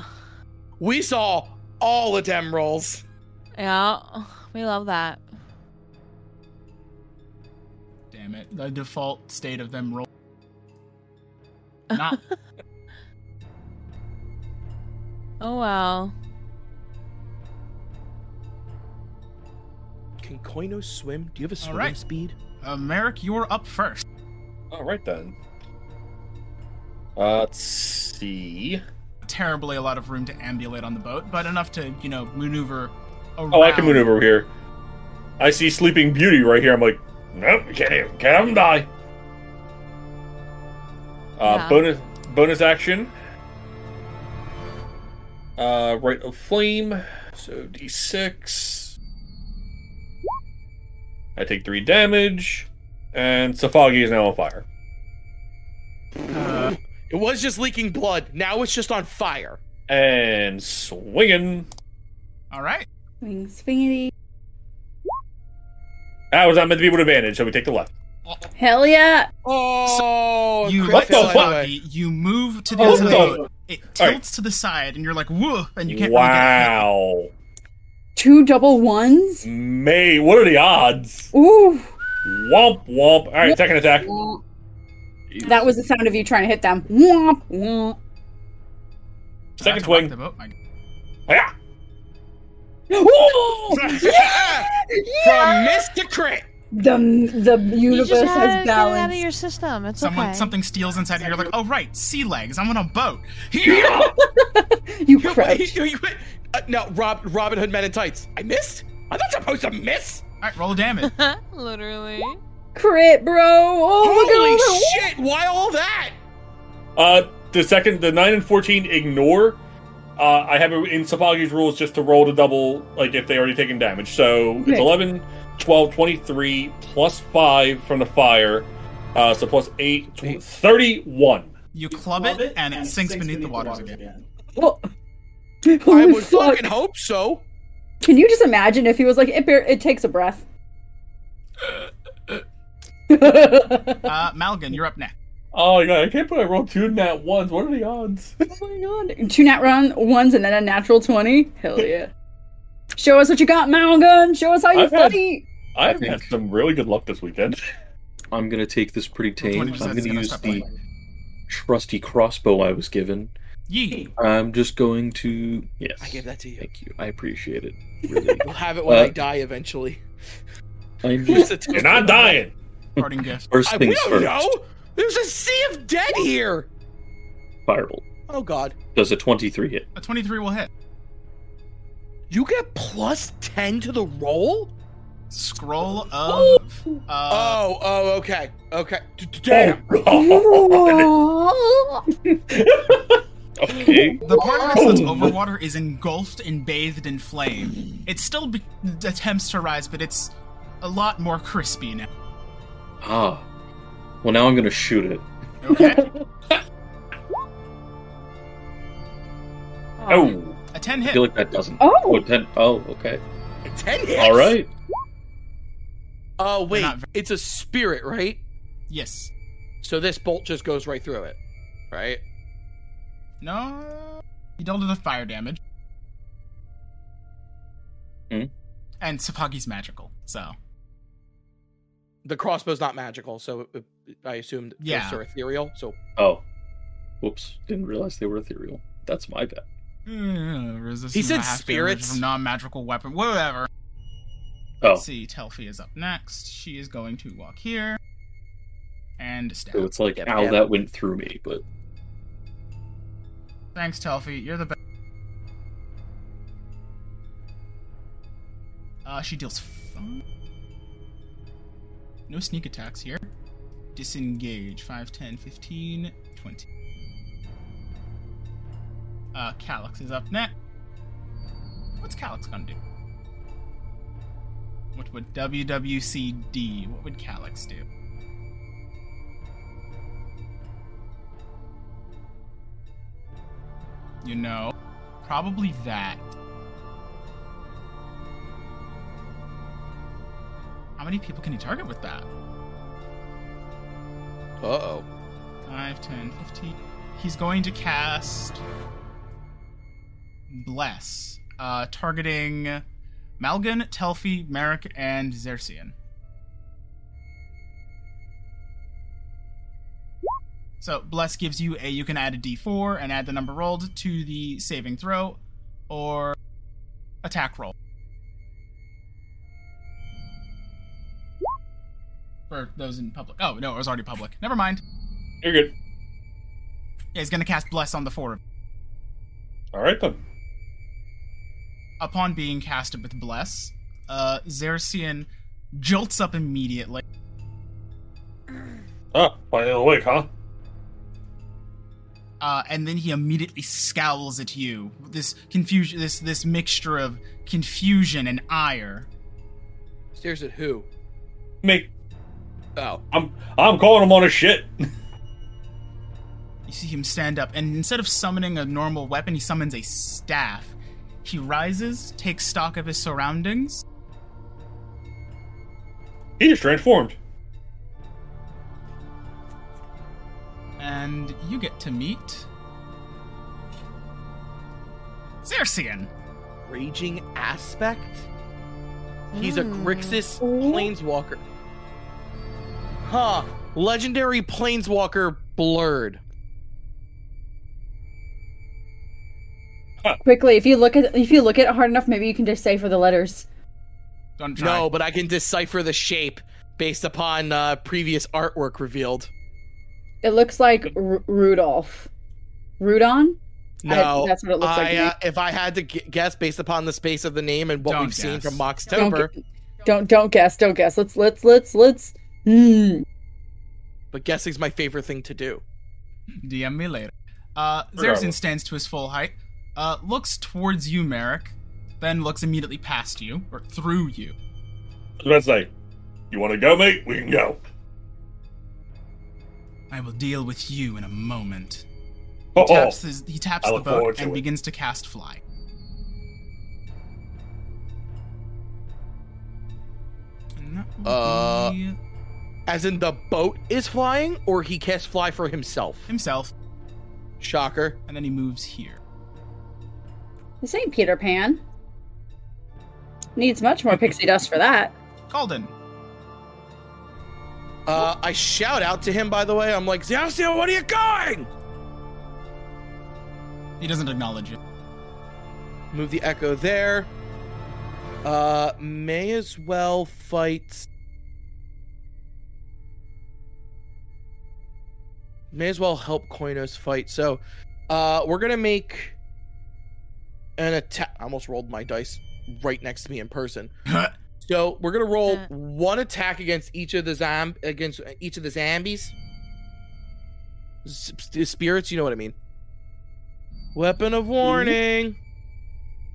S4: We saw all of them rolls.
S5: Yeah. We love that.
S2: Damn it. The default state of them roll. Not
S5: Oh well.
S4: Can Koino swim? Do you have a swimming
S2: right.
S4: speed?
S2: uh, Merrick, you're up first.
S1: All right, then. Uh, let's see.
S2: Terribly a lot of room to ambulate on the boat, but enough to, you know, maneuver around.
S1: Oh, I can maneuver over here. I see Sleeping Beauty right here. I'm like, nope, can't even, can't have him die. Uh,
S5: Yeah.
S1: Bonus bonus action. Uh, right of flame. So d6. I take three damage, and Safagi is now on fire.
S2: Uh,
S4: It was just leaking blood. Now it's just on fire.
S1: And swinging.
S2: all right.
S3: Swing, swingity.
S1: That was not meant to be with advantage, so we take the left.
S3: Hell yeah.
S4: Oh,
S2: you
S4: crit
S1: What the
S4: fail
S1: fuck?
S4: anyway.
S2: Foggy, you move to the
S1: Oh,
S2: other side of the
S1: no.
S2: boat. It tilts
S1: All right.
S2: to the side, and you're like, whoa, and you can't really get a hit.
S1: wow.
S3: Two double ones?
S1: May, what are the odds?
S3: Ooh.
S1: Womp womp. All right, second attack.
S3: That was the sound of you trying to hit them. Womp, womp.
S2: I have
S1: Second
S2: to rock
S1: swing.
S2: the boat, my-
S1: Yeah.
S3: Ooh!
S4: From miss to crit.
S3: The the
S5: You
S3: universe
S5: just had to
S3: has
S5: get it out of
S3: balance.
S5: your system. It's
S2: Someone,
S5: okay.
S2: Something steals inside, and you're like, oh, right, sea legs. I'm on a boat.
S3: You
S4: You-
S3: crouch.
S4: you- you- uh, no, Rob, Robin Hood Men in Tights. I missed? I'm not supposed to miss?
S2: All right, roll damage.
S5: Literally.
S3: Crit, bro. Oh, look at all
S4: Holy
S3: that-
S4: shit, why all that?
S1: Uh, the second, the nine and fourteen ignore. Uh, I have it in Sapagi's rules just to roll to double, like if they already taken damage. So it's
S3: Right.
S1: 11, 12, 23, plus 5 from the fire. Uh, so plus 8, tw-
S4: Eight.
S1: 31.
S2: You club it, and it sinks beneath the waters again.
S3: Whoa.
S4: I
S3: Holy
S4: would
S3: fuck.
S4: fucking hope so.
S3: Can you just imagine if he was like, it, bear- it takes a breath? oh
S2: Uh, Malgan, you're up next.
S1: Oh, yeah, I can't put I rolled two nat ones. What are the odds?
S3: my god. Two nat run ones and then a natural 20? Hell yeah. Show us what you got, Malgun. Show us how you
S1: I've had-
S3: study.
S1: I've
S9: think-
S1: had some really good luck this weekend.
S9: I'm gonna take this pretty tame. I'm
S2: 20%
S9: gonna
S2: is gonna
S9: use
S2: stop
S9: the
S2: playing.
S9: trusty crossbow I was given.
S2: Yee.
S9: I'm just going to yes.
S4: I gave that to you.
S9: Thank you. I appreciate it. Really.
S4: We'll have it when I
S9: Uh,
S4: die eventually.
S9: I'm
S4: There's
S9: just
S4: a toast
S1: You're
S4: in
S1: not
S4: the bowl.
S1: dying.
S2: Parting gift.
S9: first
S4: I, we
S9: things
S4: don't
S9: first.
S4: know. There's a sea of dead here.
S9: Firebolt
S4: Oh, God.
S9: does a 23 hit.
S2: A 23 will hit.
S4: You get plus 10 to the roll?
S2: Scroll of. Uh,
S4: oh, oh, okay. Okay. D- d- Damn.
S1: Oh, God. okay.
S2: the part of it that's
S1: Oh.
S2: over water is engulfed and bathed in flame. It still be- attempts to rise, but it's a lot more crispy now.
S9: Ah. Well, now I'm gonna shoot it.
S2: Okay?
S1: Oh.
S2: A 10
S9: I
S2: hit.
S9: feel like that doesn't.
S3: Oh.
S9: Oh, 10 oh, okay.
S4: Ten hits.
S9: All right.
S4: Oh wait,
S2: not very-
S4: it's a spirit, right?
S2: Yes.
S4: So this bolt just goes right through it, right?
S2: No. You dealt with the fire damage.
S9: Hmm.
S2: And Safagi's magical, so.
S4: The crossbow's not magical, so it, it- I assumed
S2: Yeah.
S4: ghosts are ethereal. So
S9: Oh. Whoops. Didn't realize they were ethereal. That's my bad.
S2: Mm, resistance
S4: He said
S2: to half damage
S4: spirits?
S2: from non-magical weapon. Whatever.
S9: Oh.
S2: Let's see. Telfie is up next. She is going to walk here and stab.
S9: So it's like,
S4: Yep,
S9: ow,
S4: yep.
S9: that went through me, but
S2: Thanks, Telfie. You're the best. Uh, she deals. F- no sneak attacks here. Disengage. 5, 10, 15, 20. Uh, Calyx is up next. What's Calyx gonna do? What would WWCD? What would Calyx do? You know, probably that. How many people can you target with that?
S4: uh oh.
S2: 5, 10, 15. He's going to cast Bless, uh, targeting Malgan, Telfi, Merrick, and Xerxian. So Bless gives you a you can add a D4 and add the number rolled to the saving throw or attack roll. For those in public. Oh no, it was already public. Never mind.
S1: You're good.
S2: Yeah, he's gonna cast Bless on the four. of-
S1: All right then.
S2: Upon being casted with Bless, uh, Xerxian jolts up immediately.
S1: Ah, finally awake, huh?
S2: uh, and then he immediately scowls at you. This confusion, this this mixture of confusion and ire.
S4: Stares at who?
S1: Me,
S4: Oh,
S1: I'm I'm calling him on his shit.
S2: You see him stand up, and instead of summoning a normal weapon, he summons a staff. He rises, takes stock of his surroundings.
S1: He just transformed.
S2: and you get to meet Xerxian.
S4: raging aspect. He's a
S7: Hmm.
S5: Mm.
S4: Grixis planeswalker. Huh. Legendary planeswalker blurred.
S7: Quickly, if you look at if you look at it hard enough, maybe you can decipher the letters.
S2: Don't try.
S4: No, but I can decipher the shape based upon uh, previous artwork revealed.
S7: It looks like R- Rudolph. Rudon? I-
S4: No,
S7: that's what it looks like
S4: I,
S7: to me.
S4: uh, if I had to gu- guess based upon the space of the name and what
S2: Don't
S4: we've seen
S2: guess.
S4: from
S7: Don't,
S4: Moxtober,
S7: gu- don't don't guess. Don't guess. Let's let's let's let's. Hmm.
S4: but guessing's my favorite thing to do.
S2: DM me later. Uh, Xerxian
S1: Regardless.
S2: stands to his full height, uh, looks towards you, Merrick, then looks immediately past you, or through you.
S1: I was about to say, you want to go, mate? We can go.
S2: I will deal with you in a moment.
S1: Oh,
S2: He taps, his, he taps
S1: I
S2: the
S1: look forward
S2: boat
S1: to
S2: and
S1: it.
S2: begins to cast Fly. And that will
S4: Uh,
S2: be
S4: As in the boat is flying, or he casts fly for himself.
S2: himself,
S4: Shocker.
S2: and then he moves here.
S7: This ain't Peter Pan. Needs much more pixie dust for that.
S2: Calden,
S4: Uh, I shout out to him, by the way. I'm like, Xerxio, what are you going?
S2: he doesn't acknowledge you.
S4: Move the echo there. Uh, may as well fight. May as well help Koinos fight. So, uh, we're gonna make an attack. I almost rolled my dice right next to me in person. So we're gonna roll
S5: Uh.
S4: one attack against each of the zomb against each of the zombies. S- s- spirits, you know what I mean. Weapon of warning.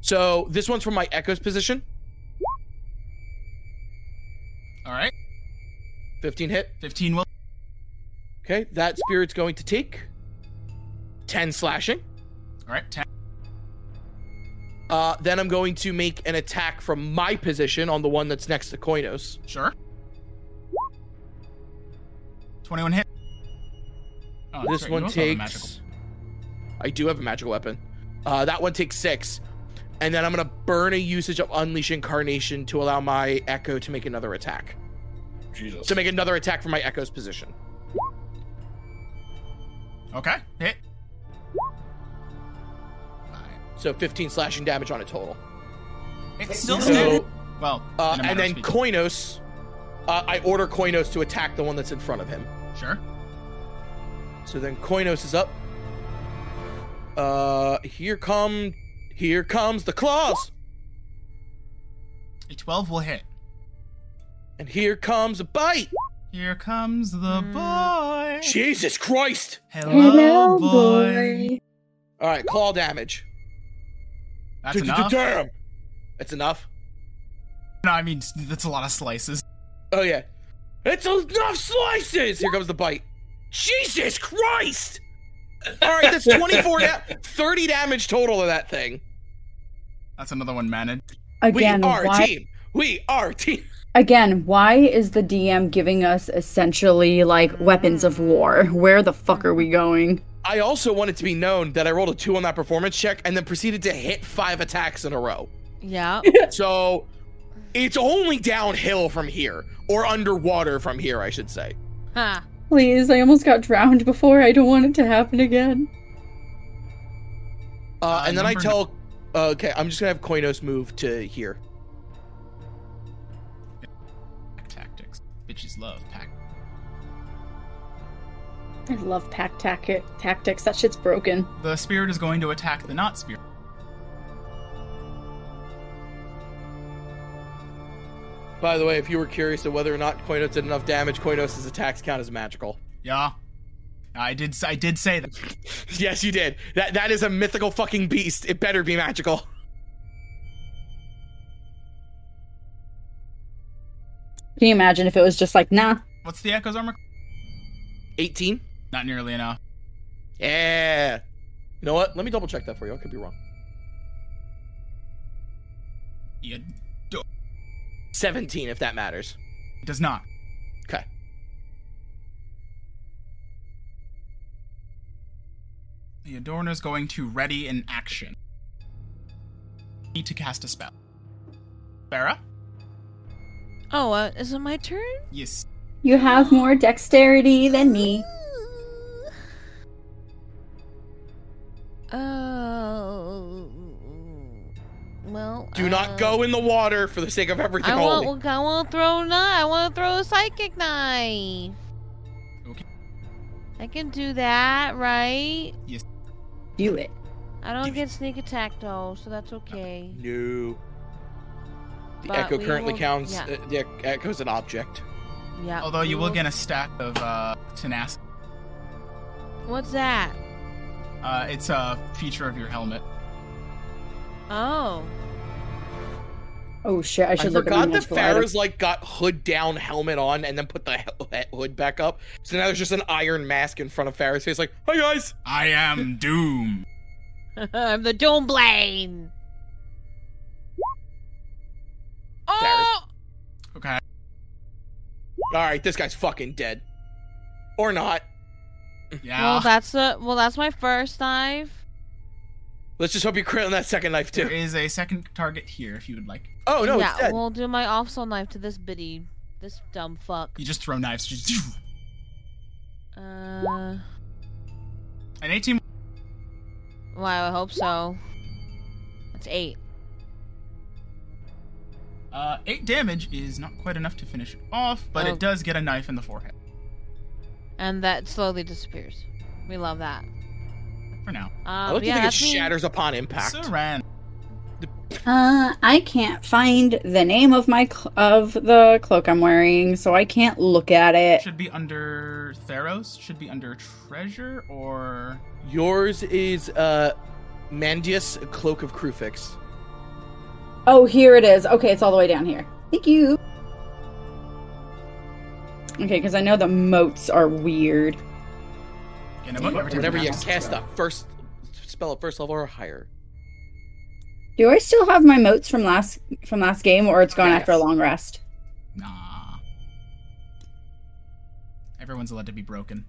S4: So this one's from my echo's position.
S2: All right,
S4: Fifteen hit.
S2: fifteen will.
S4: Okay, that spirit's going to take ten slashing.
S2: All right, ten.
S4: Uh, then I'm going to make an attack from my position on the one that's next to Koinos.
S2: Sure. 21 hit. Oh, that's
S4: this
S2: right, you
S4: one
S2: also have a magical-
S4: takes. I do have a magical weapon. Uh, that one takes six. And then I'm going to burn a usage of Unleash Incarnation to allow my Echo to make another attack.
S1: Jesus.
S4: To make another attack from my Echo's position.
S2: Okay, hit.
S4: So 15 slashing damage on it total.
S2: It's still standing.
S4: So,
S2: Well,
S4: uh,
S2: in a matter
S4: and
S2: of
S4: then
S2: speaking.
S4: Koinos. Uh, I order Koinos to attack the one that's in front of him.
S2: sure.
S4: So then Koinos is up. Uh, here come, here comes the claws,
S2: A 12 will hit.
S4: and here comes a bite.
S2: Here comes the boy.
S4: Jesus Christ!
S2: Hello, boy.
S4: All right, claw damage.
S2: That's enough.
S4: Damn. That's enough.
S2: No, I mean s- that's a lot of slices.
S4: Oh yeah, it's enough slices. Here comes the bite. Jesus Christ! All right, that's twenty-four, da- thirty damage total of that thing.
S2: That's another one managed.
S3: Again,
S4: we are a
S3: why?
S4: team. We are a team.
S3: Again, why is the DM giving us essentially like weapons of war? Where the fuck are we going?
S4: I also want it to be known that I rolled a two on that performance check and then proceeded to hit five attacks in a row.
S5: Yeah.
S4: So it's only downhill from here, or underwater from here, I should say.
S5: Huh.
S7: Please, I almost got drowned before. I don't want it to happen again.
S4: Uh,
S2: Uh,
S4: and then I
S2: number-
S4: tell. Uh, okay, I'm just gonna have Koinos move to here.
S2: Pack tactics. Bitches love pack.
S7: I love pack tac- tactics. That shit's broken.
S2: The spirit is going to attack the not spirit.
S4: By the way, if you were curious of whether or not Koinos did enough damage, Koinos' attacks count as magical.
S2: Yeah, I did. s- I did say that.
S4: yes, you did. That that is a mythical fucking beast. It better be magical.
S7: Can you imagine if it was just like, nah?
S2: What's the echo's armor?
S4: 18.
S2: Not nearly enough.
S4: Yeah. You know what? Let me double check that for you. I could be wrong.
S2: It
S4: 17, if that matters.
S2: does not.
S4: Okay.
S2: The Adorner's going to ready an action. Need to cast a spell. Farah?
S5: Oh, uh, is it my turn?
S2: Yes.
S7: You have more dexterity than me.
S5: Oh. Well.
S4: Do
S5: uh,
S4: not go in the water for the sake of everything
S5: I
S4: holy.
S2: oh.
S5: want. I want to throw. Knife. I want to throw a psychic knife.
S2: Okay.
S5: I can do that, right?
S3: Do it.
S5: I don't
S4: Give it-
S5: get sneak attack though, so that's okay.
S4: No. The
S5: But
S4: echo
S5: we
S4: currently
S5: will-
S4: counts.
S5: yeah.
S4: Uh, the ec- echo's an object.
S5: Yeah.
S2: Although you
S5: we
S2: will get a stack of uh, tenacity.
S5: What's that?
S2: Uh, it's a feature of your helmet.
S5: Oh.
S3: Oh shit! I
S4: I,
S3: should look at
S4: forgot
S3: my
S4: that
S3: magical item.
S4: Farrah's like got hood down, helmet on, and then put the he- hood back up. So now there's just an iron mask in front of Farrah's face. Like, hi guys.
S2: I am Doom.
S5: I'm the Doom Blade. Oh.
S2: Okay.
S4: All right, this guy's fucking dead, or not.
S2: Yeah.
S5: Well, that's a well. That's my first knife.
S4: Let's just hope you crit on that second knife
S2: there
S4: too.
S2: is a second target here if you would like.
S4: Oh no,
S5: yeah,
S4: it's dead.
S5: we'll do my offsoul knife to this biddy, this dumb fuck.
S2: You just throw knives. Just-
S5: Uh,
S2: An 18.
S5: well, I hope so. That's eight.
S2: Uh, 8 damage is not quite enough to finish it off, but
S5: Oh.
S2: it does get a knife in the forehead
S5: and that slowly disappears. We love that.
S2: for now.
S5: Um,
S4: I like to
S5: yeah,
S4: think it
S5: that's me.
S4: shatters upon impact.
S2: Saran.
S7: Uh, I can't find the name of my cl- of the cloak I'm wearing, so I can't look at it.
S2: Should be under Theros. Should be under treasure or.
S4: Yours is uh, Mandius Cloak of Crufix.
S7: Oh, here it is. Okay, it's all the way down here. Thank you. Okay, because I know the moats are weird.
S2: In a book, every time
S4: Whenever you
S2: cast a
S4: cast
S2: spell.
S4: a first spell at first level or higher.
S7: Do I still have my motes from last from last game, or it's gone after a
S4: Yes.
S7: long rest?
S2: Nah. Everyone's allowed to be broken.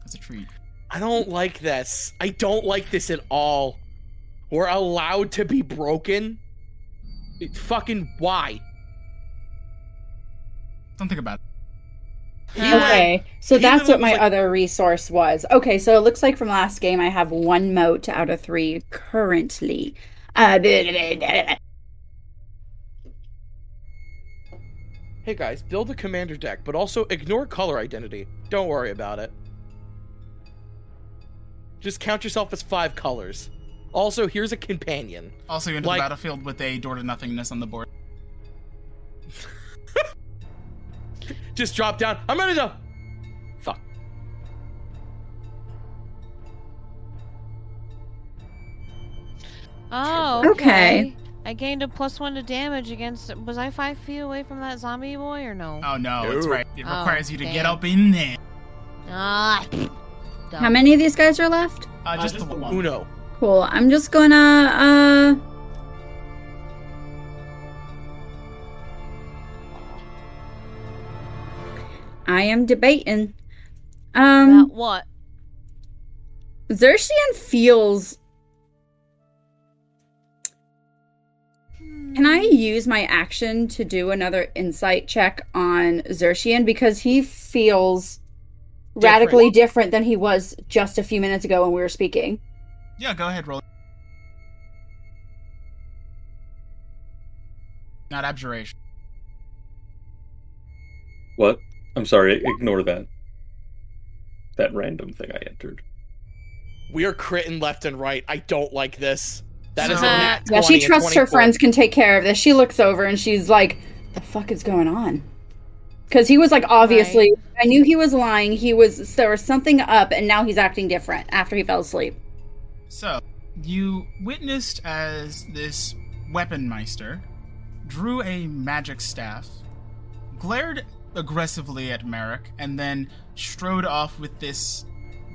S2: That's a treat.
S4: I don't like this. I don't like this at all. We're allowed to be broken. It- fucking why?
S2: Don't think about it.
S7: Okay, so
S4: Even
S7: that's
S4: when
S7: what
S4: it
S7: my
S4: was like-
S7: other resource was. Okay, so it looks like from last game I have one moat out of three currently. Uh, blah, blah, blah, blah, blah.
S4: Hey guys, build a commander deck, but also ignore color identity. Don't worry about it. Just count yourself as five colors. Also, here's a companion.
S2: Also, you enter
S4: Like-
S2: the battlefield with a door to nothingness on the board.
S4: Just drop down. I'm gonna go. Fuck.
S5: Oh,
S3: Okay.
S5: okay. I gained a plus one to damage against. Was I five feet away from that zombie boy or no?
S2: Oh no, it's
S4: Ew.
S2: right. It
S5: Oh,
S2: requires you to get
S5: damn.
S2: up in there.
S5: Ah. dumb.
S3: How many of these guys are left?
S2: Uh, just, the one.
S4: Uno.
S3: Cool. I'm just gonna uh
S7: I am debating.
S5: About
S7: Um,
S5: what?
S7: Xerxian feels. Can I use my action to do another insight check on Xerxian because he feels radically different than he was just a few minutes ago when we were speaking?
S2: Yeah, go ahead, roll. Not abjuration.
S9: What? I'm sorry, ignore that. That random thing I entered.
S4: We are critting left and right. I don't like this. That is
S2: So-
S4: a nat
S7: Uh, Yeah,
S4: 20
S7: she
S4: and
S7: trusts her
S4: 24.
S7: friends can take care of this. She looks over and she's like, "The fuck is going on?" Because he was like, obviously, I knew he was lying. He was there was something up, and now he's acting different after he fell asleep.
S2: So, you witnessed as this weapon meister drew a magic staff, glared aggressively at Merrick, and then strode off with this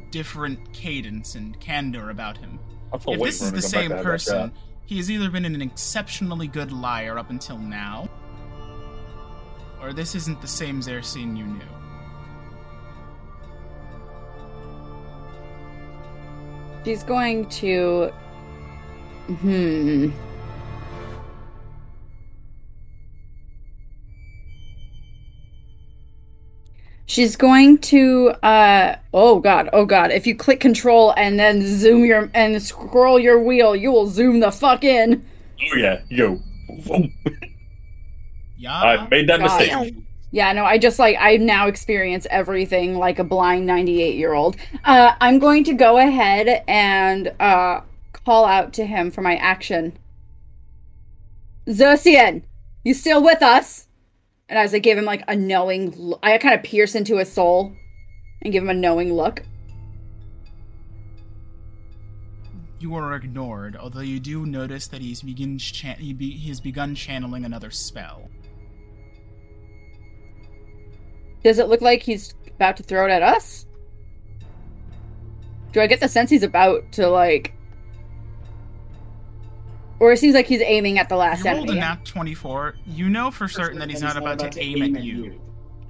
S2: different cadence and candor about him.
S1: I'm still
S2: if
S1: waiting
S2: this
S1: for
S2: is
S1: him
S2: the
S1: to come back
S2: same
S1: to have that
S2: person,
S1: shot.
S2: he has either been an exceptionally good liar up until now, or this isn't the same Xerxene you knew.
S7: She's going to. Hmm. She's going to uh oh god, oh god. If you click control and then zoom your and scroll your wheel, you will zoom the fuck in.
S1: Oh yeah, yo, Boom.
S2: Yeah.
S1: I made that
S7: God.
S1: mistake.
S7: Yeah, no, I just like I now experience everything like a blind 98 year old. Uh I'm going to go ahead and uh call out to him for my action. Xerxian, you still with us? And as I give him like a knowing l- I kind of pierce into his soul and give him a knowing look.
S2: You are ignored, although you do notice that he's begins chan- he, be- he has begun channeling another spell.
S7: Does it look like he's about to throw it at us? Do I get the sense he's about to like or it seems like he's aiming at the last
S2: You rolled a
S7: enemy.
S2: nat 24. You know for certain that he's not about to aim at you.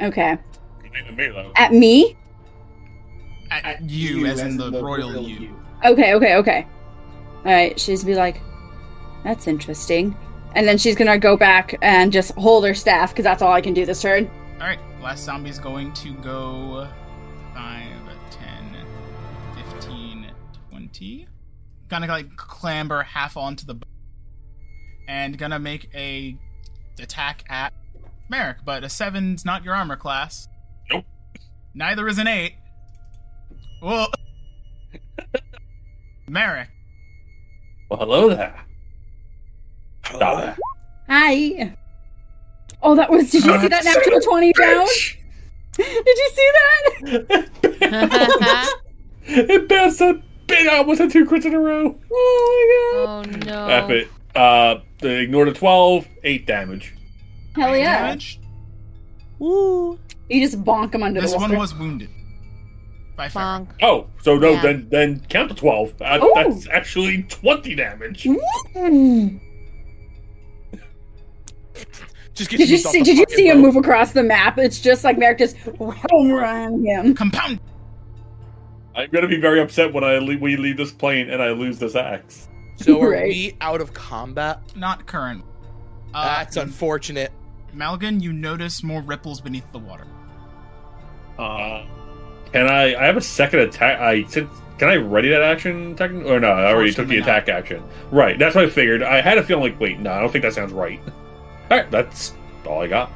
S7: Okay.
S1: Me, though.
S7: At me?
S2: At you, as in the royal you.
S7: Okay, okay, okay. Alright, she's be like, that's interesting. And then she's gonna go back and just hold her staff, because that's all I can do this turn.
S2: Alright, last zombie's going to go 5, 10, 15, 20. Gonna like clamber half onto the. b- And gonna make a attack at Merrick, but a 7's not your armor class.
S1: Nope.
S2: Neither is an 8. Well. Merrick,
S1: Well, hello there. Stop.
S7: Hi. Oh, that was. Did you see that natural 20 down? Did you see that?
S1: it bounced a big almost had two crits in a row. Oh
S5: oh no.
S1: Epic. Uh, they ignored a 12, 8 damage.
S7: Hell
S2: eight
S7: yeah.
S2: damage.
S5: Woo.
S7: You just bonk him under
S2: This
S7: the
S2: one
S7: water.
S2: was wounded. By fire.
S5: Bonk.
S1: Oh, so no,
S5: Yeah.
S1: then then count to 12. Uh,
S7: Ooh.
S1: that's actually 20 damage.
S7: Mm.
S4: Just get
S7: Did you
S4: yeast off
S7: see?
S4: the
S7: Did you
S4: fucking
S7: see him
S4: road.
S7: move across the map? It's just like Merrick just home run him.
S2: Compound.
S1: I'm gonna be very upset when I le- we leave this plane and I lose this axe.
S4: So are
S7: Right.
S4: we out of combat?
S2: Not current. Uh,
S4: That's unfortunate.
S2: Malgan, you notice more ripples beneath the water.
S1: Uh, can I? I have a second attack. I since can I ready that action? Technically, or no? I already took the
S2: Fortunately
S1: attack action. Right. That's what I figured. I had a feeling like, wait, no, I don't think that sounds right. All right, that's all I got.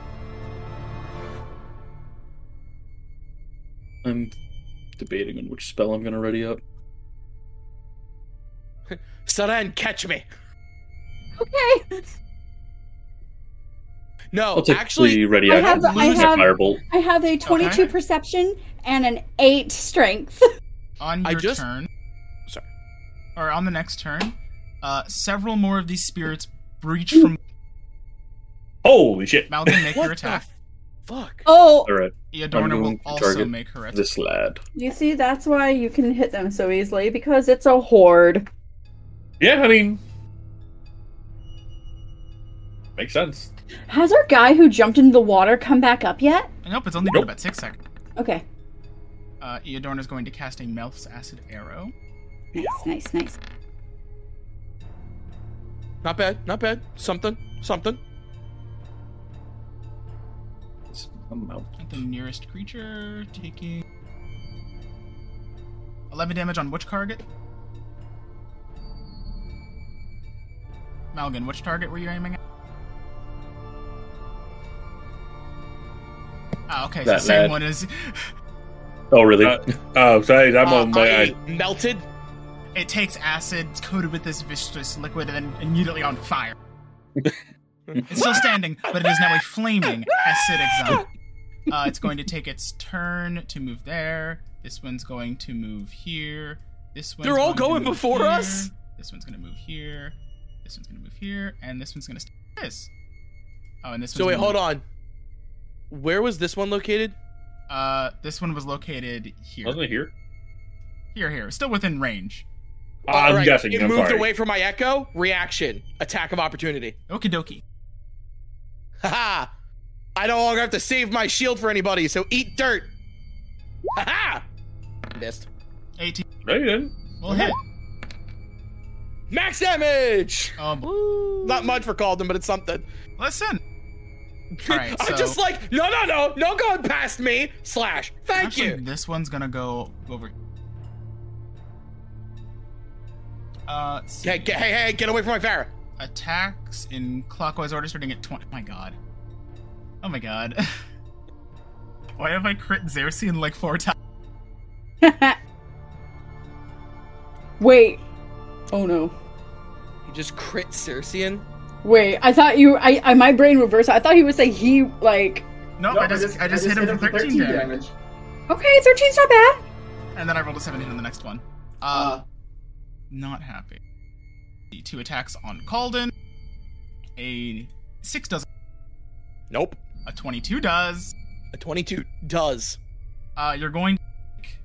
S9: I'm debating on which spell I'm gonna ready up.
S4: Saran, catch me.
S7: Okay,
S4: No,
S9: I'll take
S4: Oh, actually,
S9: three ready
S7: I
S9: actions.
S7: have- I
S9: Use my
S7: have-
S9: firebolt.
S7: I have a 22
S2: Okay.
S7: perception and an eight strength.
S2: On your
S4: I just-
S2: turn.
S4: Sorry.
S2: Or on the next turn, uh, several more of these spirits breach from
S1: Holy shit!
S2: Malgan. Make
S4: what
S2: your attack.
S4: the fuck?
S7: Oh,
S9: All right,
S2: Eodorna will
S9: going to
S2: also
S9: target
S2: make her attack.
S9: this lad.
S7: you see, that's why you can hit them so easily because it's a horde.
S1: Yeah, I mean, makes sense.
S7: Has our guy who jumped into the water come back up yet?
S2: Nope, it's only been
S1: Nope.
S2: about six seconds.
S7: Okay,
S2: Uh, Eodorna is going to cast a Melf's Acid Arrow.
S7: nice, nice, nice.
S4: Not bad, not bad. Something, something.
S9: It's- I'm out.
S2: at the nearest creature, taking 11 damage on which target? Malgan, which target were you aiming at? Ah, okay,
S9: That
S2: so same
S9: lad.
S2: one as
S9: Oh really?
S1: Uh, Oh, sorry, I'm
S4: Uh,
S1: on my.
S4: I
S1: I,
S4: melted.
S2: it takes acid, it's coated with this viscous liquid, and then immediately on fire. it's still standing, but it is now a flaming acidic zombie. Uh, it's going to take its turn to move there. This one's going to move here. This one's
S4: They're all
S2: to
S4: going
S2: move
S4: before
S2: here.
S4: us?
S2: This one's going to move here. This one's going to move here, and this one's going to stay like this. Oh, and this.
S4: So
S2: one's
S4: wait,
S2: gonna
S4: hold on. Where was this one located?
S2: Uh, this one was located here.
S1: wasn't it here?
S2: Here, here, still within range.
S1: Uh, I'm
S4: Alright,
S1: guessing.
S4: It
S1: I'm
S4: moved
S1: sorry.
S4: away from my echo. Reaction. Attack of opportunity.
S2: Okie dokie.
S4: Haha. I no longer have to save my shield for anybody, so eat dirt. Haha. Missed.
S2: 18.
S1: No, you didn't.
S2: Well hit.
S4: Max damage.
S2: Oh, boy.
S4: Not much for Calden, but it's something.
S2: listen. All right,
S4: I'm
S2: so-
S4: just like, no, no, no, no going past me. Slash. Thank
S2: Actually,
S4: you.
S2: This one's gonna go over. Uh, let's see.
S4: Hey, get, hey, hey, get away from my Farah.
S2: attacks in clockwise order starting at 20. Oh my god. Oh my god. Why have I crit Xerxian like four times?
S7: Wait. Oh no.
S4: You just crit Circean.
S7: Wait, I thought you. I, I my brain reversed. I thought he was saying he like.
S2: No, Oh, I, just, I, just hit him for 13, damage.
S7: Okay, 13's not bad.
S2: And then I rolled a 17 on the next one. Uh, not happy. The Two attacks on Calden. A 6 does.
S4: Nope.
S2: A 22 does.
S4: A 22 does.
S2: Uh, you're going to take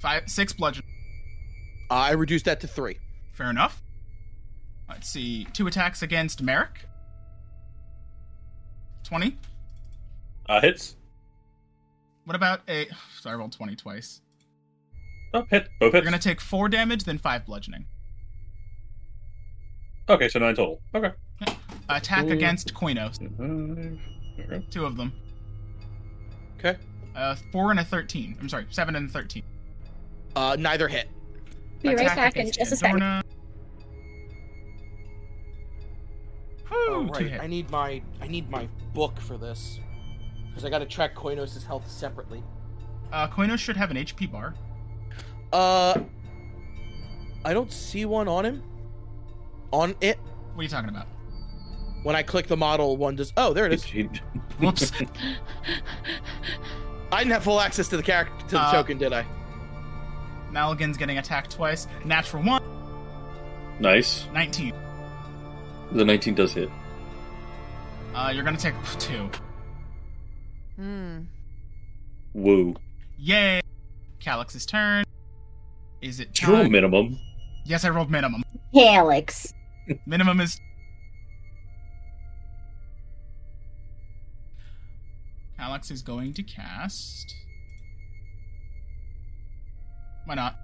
S2: five, six bludgeon.
S4: I reduced that to three.
S2: Fair enough. Let's see. Two attacks against Merrick. 20.
S1: Uh, hits.
S2: What about a. So I rolled 20 twice.
S1: Oh, hit. Both
S2: You're
S1: hits.
S2: going to take four damage, then five bludgeoning.
S1: Okay, so nine total. Okay.
S2: Attack
S4: Ooh.
S2: against Koinos.
S7: Mm-hmm.
S1: Okay.
S2: Two of them.
S4: Okay.
S2: Uh, four and a 13. I'm sorry, seven and a 13.
S4: Uh, neither hit.
S7: Be right
S2: Attack
S7: back in
S2: against
S7: just a second.
S2: Andorna. Whew, two hit.
S4: I need my I need my book for this because I got to track Koinos' health separately.
S2: Uh, Koinos should have an HP bar.
S4: Uh, I don't see one on him. On it.
S2: What are you talking about?
S4: When I click the model, one does. Oh, there it is.
S9: He- he-
S2: Whoops.
S4: I didn't have full access to the character to the
S2: Uh,
S4: token, did I?
S2: Maligan's getting attacked twice. Natural one,
S9: nice.
S2: 19.
S9: The 19 does hit.
S2: Uh, you're going to take two.
S5: Hmm.
S9: Woo.
S2: Yay! Calix's turn. Is it
S9: Did you roll
S2: time?
S9: minimum?
S2: Yes, I rolled minimum.
S3: Helix.
S2: Minimum is Alex is going to cast. Why not?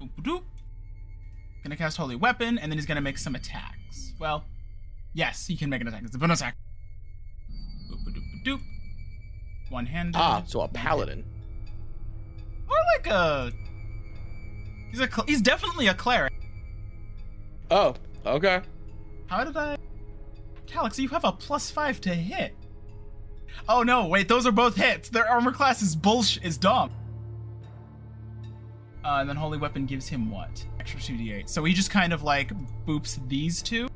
S2: Boop-a-doop. Gonna cast Holy Weapon, and then he's gonna make some attacks. Well, yes, he can make an attack. It's a bonus action. Boop-a-doop-a-doop. One-handed.
S4: Ah, so a paladin.
S2: More like a. He's a. Cl- he's definitely a cleric.
S4: Oh, okay.
S2: How did I? Calix, you have a plus five to hit. Oh no! Wait, those are both hits. Their armor class is bullsh is dumb. Uh, and then holy weapon gives him what? Extra two d8. So he just kind of like boops these two.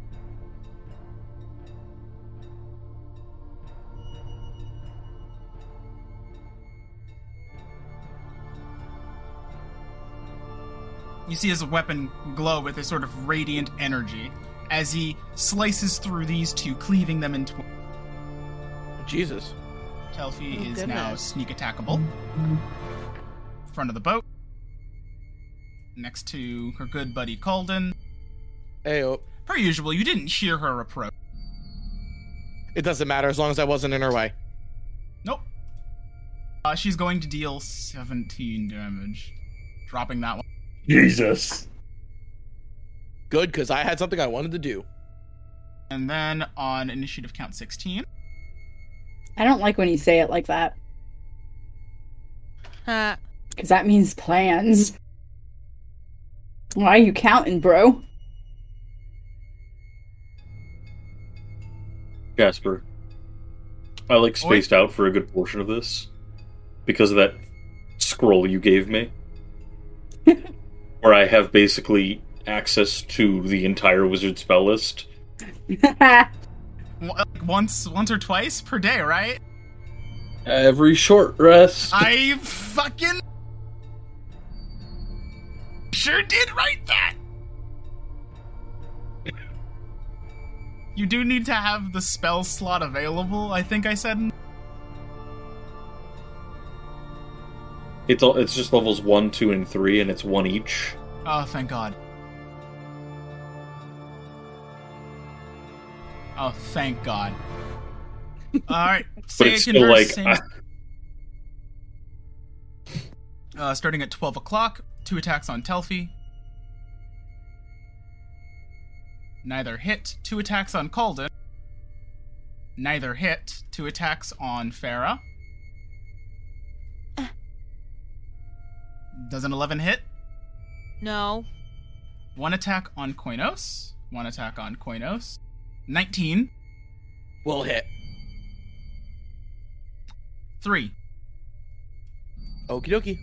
S2: You see his weapon glow with a sort of radiant energy as he slices through these two, cleaving them in twain.
S4: Jesus.
S2: Telfi
S5: Oh,
S2: is now
S5: goodness.
S2: sneak attackable. Front of the boat. Next to her good buddy Calden.
S4: Ayo.
S2: Per usual, you didn't hear her approach.
S4: It doesn't matter as long as I wasn't in her way.
S2: Nope. Uh, she's going to deal 17 damage. Dropping that one.
S1: Jesus.
S4: Good, because I had something I wanted to do.
S2: And then on initiative count 16.
S7: I don't like when you say it like that
S5: Ha.
S7: because that means plans. Why are you counting, bro?
S9: Jasper. I like spaced out for a good portion of this because of that scroll you gave me, where I have basically access to the entire wizard spell list.
S2: w- like, Once, once or twice per day, right?
S9: Every short rest.
S2: I fucking sure did write that. You do need to have the spell slot available. I think I said.
S9: It's all, it's just levels one, two, and three, and it's one each.
S2: Oh, thank God. Oh, thank God. All right,
S9: But
S2: say
S9: it's
S2: it
S9: still like
S2: converts. same- Uh, starting at twelve o'clock, two attacks on Telfi. Neither hit. Two attacks on Calden. Neither hit. Two attacks on Farah. Does an eleven hit?
S5: No.
S2: One attack on Koinos. One attack on Koinos. 19.
S4: Will hit.
S2: 3.
S4: Okie dokie.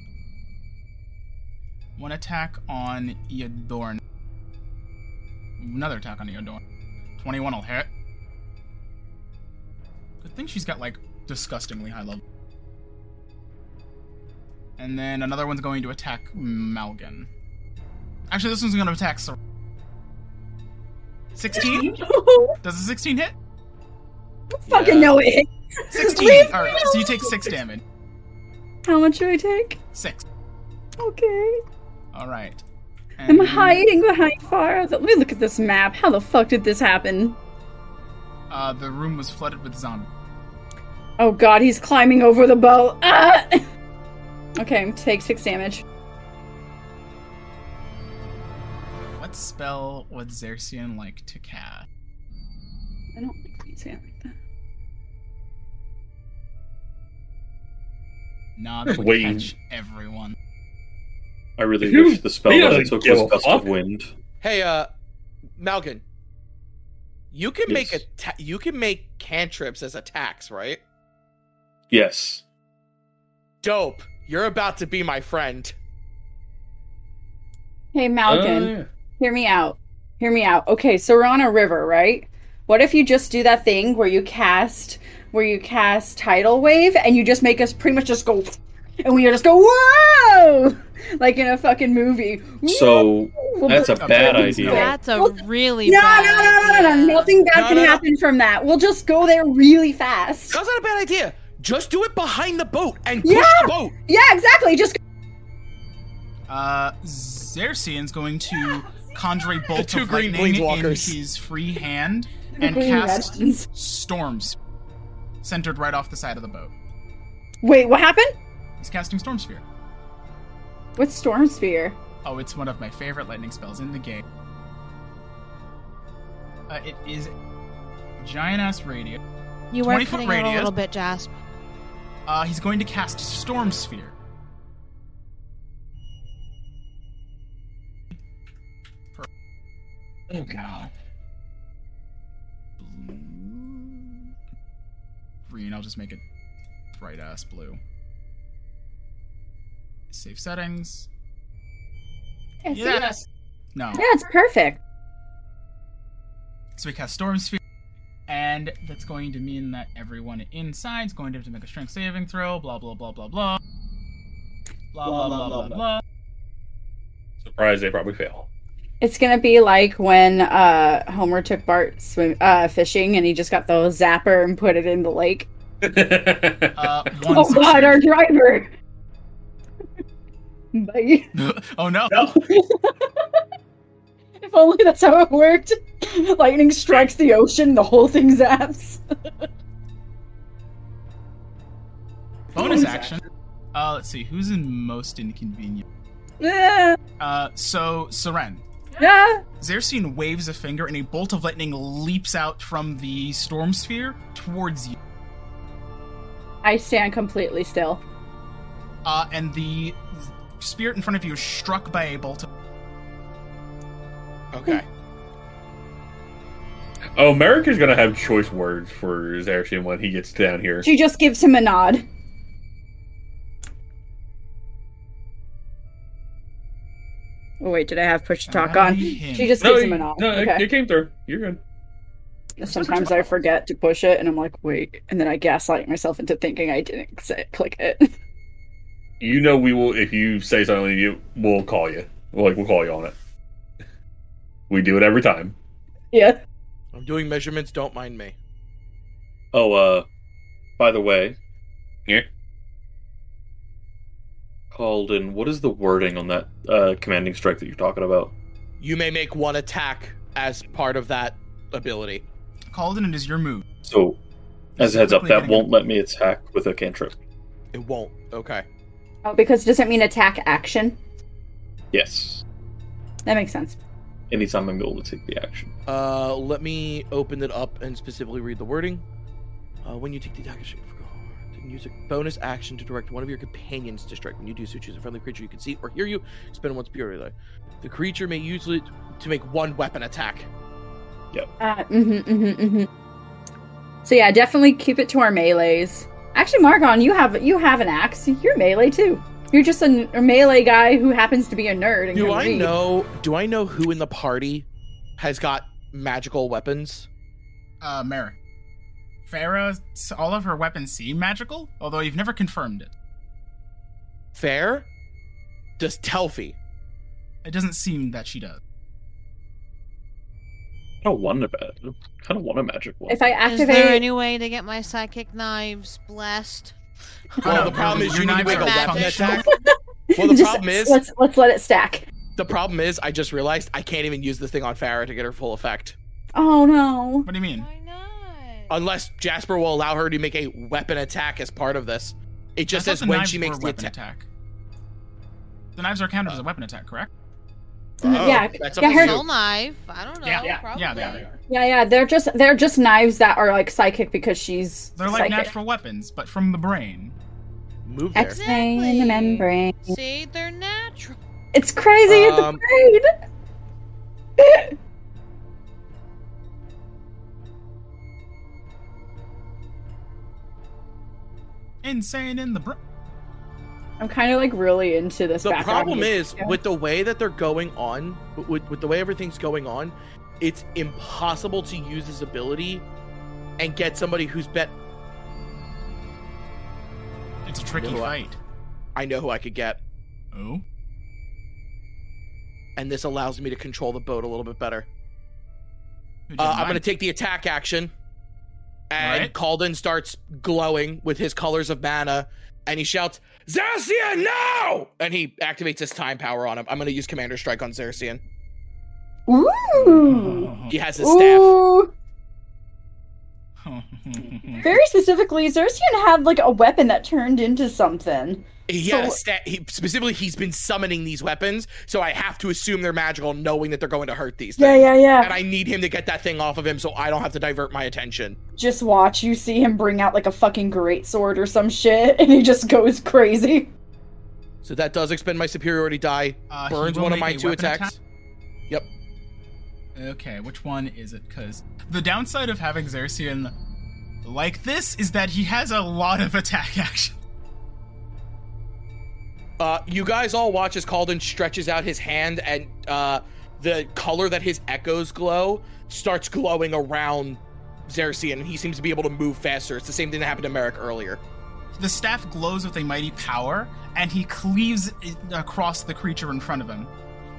S2: One attack on Eodorn. Another attack on Eodorn. 21 will hit. Good thing she's got, like, disgustingly high level. And then another one's going to attack Malgan. Actually, this one's going to attack Sor- 16? Does a 16 hit?
S7: Fucking
S4: Yeah.
S7: know it.
S2: 16! Alright, so you take 6 damage.
S7: How much do I take?
S2: 6.
S7: Okay.
S2: All right.
S7: I'm
S2: And,
S7: hiding behind Farah. Let me look at this map. How the fuck did this happen?
S2: Uh, the room was flooded with zombies.
S7: Oh god, he's climbing over the boat. Ah! Okay, take six damage.
S2: What spell would Xerxian like to cast?
S7: I don't like when you say it like that.
S2: Nah, that would
S1: Wayne.
S2: catch everyone.
S9: I really
S1: You-
S9: wish the spell
S1: he
S9: that I
S1: doesn't
S9: took
S1: give
S9: was
S1: a
S9: gust
S1: fuck.
S9: of wind.
S4: Hey, uh, Malkin. You can make
S9: Yes.
S4: atta- you can make cantrips as attacks, right?
S9: Yes.
S4: Dope. You're about to be my friend.
S7: Hey, Malkin,
S9: Uh.
S7: hear me out. Hear me out. Okay, so we're on a river, right? What if you just do that thing where you cast, where you cast tidal wave, and you just make us pretty much just go, and we just go whoa, like in a fucking movie.
S9: So
S7: Whoa!
S9: that's a bad
S2: No.
S9: idea.
S5: That's a
S7: Well,
S5: really
S7: No, no,
S5: bad
S7: no, no, no, no.
S5: idea.
S7: Nothing bad
S4: No,
S7: can
S4: no, no.
S7: happen from that. We'll just go there really fast.
S4: That's not a bad idea. Just do it behind the boat and push
S7: Yeah.
S4: the boat.
S7: Yeah, exactly. Just
S2: Uh, Xerxian's going to conjure a bolt
S4: two
S2: of
S4: green
S2: lightning in
S4: planeswalkers.
S2: his free hand and
S7: green
S2: cast
S7: redskins.
S2: storms centered right off the side of the boat.
S7: Wait, what happened?
S2: He's casting storm sphere.
S7: What's Storm Sphere?
S2: Oh, it's one of my favorite lightning spells in the game. Uh, it is giant ass radius.
S5: You were
S2: 20 foot
S5: cutting out a
S2: radius.
S5: little bit, Jasp.
S2: Uh, he's going to cast storm sphere.
S4: Oh god.
S2: Blue. Green. I'll just make it bright ass blue. Save settings.
S7: I see that.
S2: Yes. No.
S7: Yeah, it's perfect.
S2: So we cast Storm Sphere, and that's going to mean that everyone inside's going to have to make a strength saving throw, blah, blah, blah, blah, blah. Blah, blah, blah, blah, blah.
S1: Surprised they probably fail.
S7: It's gonna be like when uh, Homer took Bart swim uh, fishing, and he just got the zapper and put it in the lake.
S2: Uh, one
S7: Oh God, our
S2: succeed.
S7: driver! Bye.
S2: oh, no.
S7: if only that's how it worked. Lightning strikes the ocean, the whole thing zaps.
S2: Bonus action. Uh, let's see. Who's in most inconvenient?
S7: Ah,
S2: Uh, so, Seren.
S7: ah.
S2: Xerxene waves a finger, and a bolt of lightning leaps out from the Storm Sphere towards you.
S7: I stand completely still.
S2: Uh, and the spirit in front of you is struck by a bolt of
S4: Okay.
S1: oh, Merrick is gonna have choice words for Zarshian when he gets down here.
S7: She just gives him a nod. Oh wait, did I have push to talk
S2: Nod
S7: on?
S2: him.
S7: She just
S1: No,
S7: gives
S1: you-
S7: him a nod.
S1: no, it-
S7: okay.
S1: it came through. You're good.
S7: Sometimes I forget to push it, and I'm like, wait, and then I gaslight myself into thinking I didn't say, click it.
S1: You know we will if you say something you we'll call you. Like we'll call you on it. We do it every time.
S7: yeah.
S4: I'm doing measurements, don't mind me.
S9: Oh, uh, by the way.
S1: Yeah.
S9: Called in. What is the wording on that uh, commanding strike that you're talking about?
S4: You may make one attack as part of that ability.
S2: Called in, and it is your move.
S9: So, as a heads up,
S2: Quickly
S9: that
S2: getting-
S9: won't let me attack with a cantrip.
S4: It won't. Okay.
S7: Oh, because doesn't mean attack action.
S9: Yes.
S7: That makes sense.
S9: Anytime I'm able to take the action.
S4: Uh, let me open it up and specifically read the wording. Uh, when you take the attack, action, you can use a bonus action to direct one of your companions to strike. When you do so, choose a friendly creature you can see or hear you. Spend one superior life. The creature may use it to make one weapon attack.
S7: Uh, hmm hmm hmm So yeah, definitely keep it to our melee's. Actually, Margon, you have you have an axe. You're melee too. You're just a, n- a melee guy who happens to be a nerd. And
S4: Do
S7: can
S4: I
S7: read.
S4: know? Do I know who in the party has got magical weapons?
S2: uh, Merrick. Farah, all of her weapons seem magical, although you've never confirmed it.
S4: Fair. Does Telfi?
S2: It doesn't seem that she does.
S9: I don't want a bad. I kind of want a magic one.
S7: If I
S5: Is
S7: activate,
S5: there any way to get my psychic knives blessed?
S4: Well,
S2: Oh,
S4: the problem is
S2: your
S4: you need to
S2: knives
S4: make a
S2: are
S4: weapon
S2: functional.
S4: attack. Well, the
S7: Just-
S4: problem is-
S7: let's let's let it stack.
S4: The problem is, I just realized I can't even use this thing on Farah to get her full effect.
S7: Oh no.
S2: What do you mean?
S5: not?
S4: Unless Jasper will allow her to make a weapon attack as part of this. It just
S2: I thought
S4: says
S2: the
S4: when
S2: knives
S4: she
S2: were
S4: makes
S2: a
S4: the
S2: weapon
S4: attack.
S2: attack. The knives are counted as a weapon attack, correct?
S4: Oh.
S7: Mhm, yeah,
S4: that's up
S7: yeah,
S4: to
S7: her-
S4: you.
S5: Dull knife. I don't know.
S2: Yeah, yeah,
S5: probably.
S2: yeah, they are.
S7: Yeah, yeah, they're just they're just knives that are like psychic because she's
S2: They're like
S7: psychic.
S2: natural weapons, but from the brain.
S4: Move there.
S7: X ray in the membrane.
S5: See, they're natural.
S7: It's crazy at the
S4: Um,
S7: brain.
S2: Insane in the brain.
S7: I'm kind of like really into this.
S4: The
S7: background
S4: problem
S7: music.
S4: is with the way that they're going on, with, with the way everything's going on, it's impossible to use this ability and get somebody who's bet.
S2: It's a tricky
S4: Little-
S2: fight.
S4: I Uh, know who I could get,
S2: Oh?
S4: and this allows me to control the boat a little bit better.
S2: Who did
S4: Uh, I'm
S2: mine?
S4: gonna take the attack action, and
S2: Alright.
S4: Calden starts glowing with his colors of mana, and he shouts, "Xerxian, no!" And he activates his time power on him. I'm gonna use Commander Strike on Xerxian.
S3: Ooh.
S4: He has his staff.
S3: Ooh. Very specifically, Xerxian had like a weapon that turned into something.
S4: He had a sta- he, specifically, he's been summoning these weapons, so I have to assume they're magical, knowing that they're going to hurt these
S3: Yeah,
S4: things.
S3: yeah, yeah.
S4: And I need him to get that thing off of him so I don't have to divert my attention.
S3: Just watch. You see him bring out like a fucking great sword or some shit, and he just goes crazy.
S4: So that does expend my superiority die.
S2: Uh, he
S4: Burns
S2: will
S4: one of
S2: make
S4: my
S2: a
S4: two
S2: weapon
S4: attacks.
S2: attack. Okay, which one is it? Because the downside of having Xerxian like this is that he has a lot of attack action.
S4: Uh, you guys all watch as Calden stretches out his hand, and uh, the color that his echoes glow starts glowing around Xerxian, and he seems to be able to move faster. It's the same thing that happened to Merrick earlier.
S2: The staff glows with a mighty power, and he cleaves it across the creature in front of him.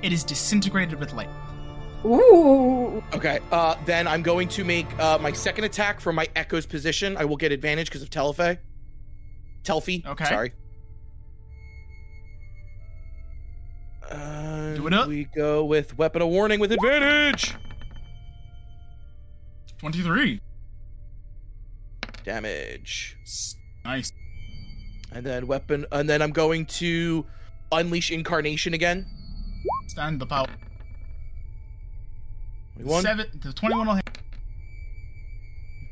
S2: It is disintegrated with light.
S3: Ooh.
S4: Okay, uh, then I'm going to make uh, my second attack from my echo's position. I will get advantage because of Telefe. Telfi.
S2: Okay.
S4: Sorry. Uh,
S2: Doing it.
S4: We go with weapon of warning with advantage.
S2: 23.
S4: Damage.
S2: Nice.
S4: And then weapon and then I'm going to unleash incarnation again.
S2: Stand the power.
S4: One
S2: Seven. The 21 will hit.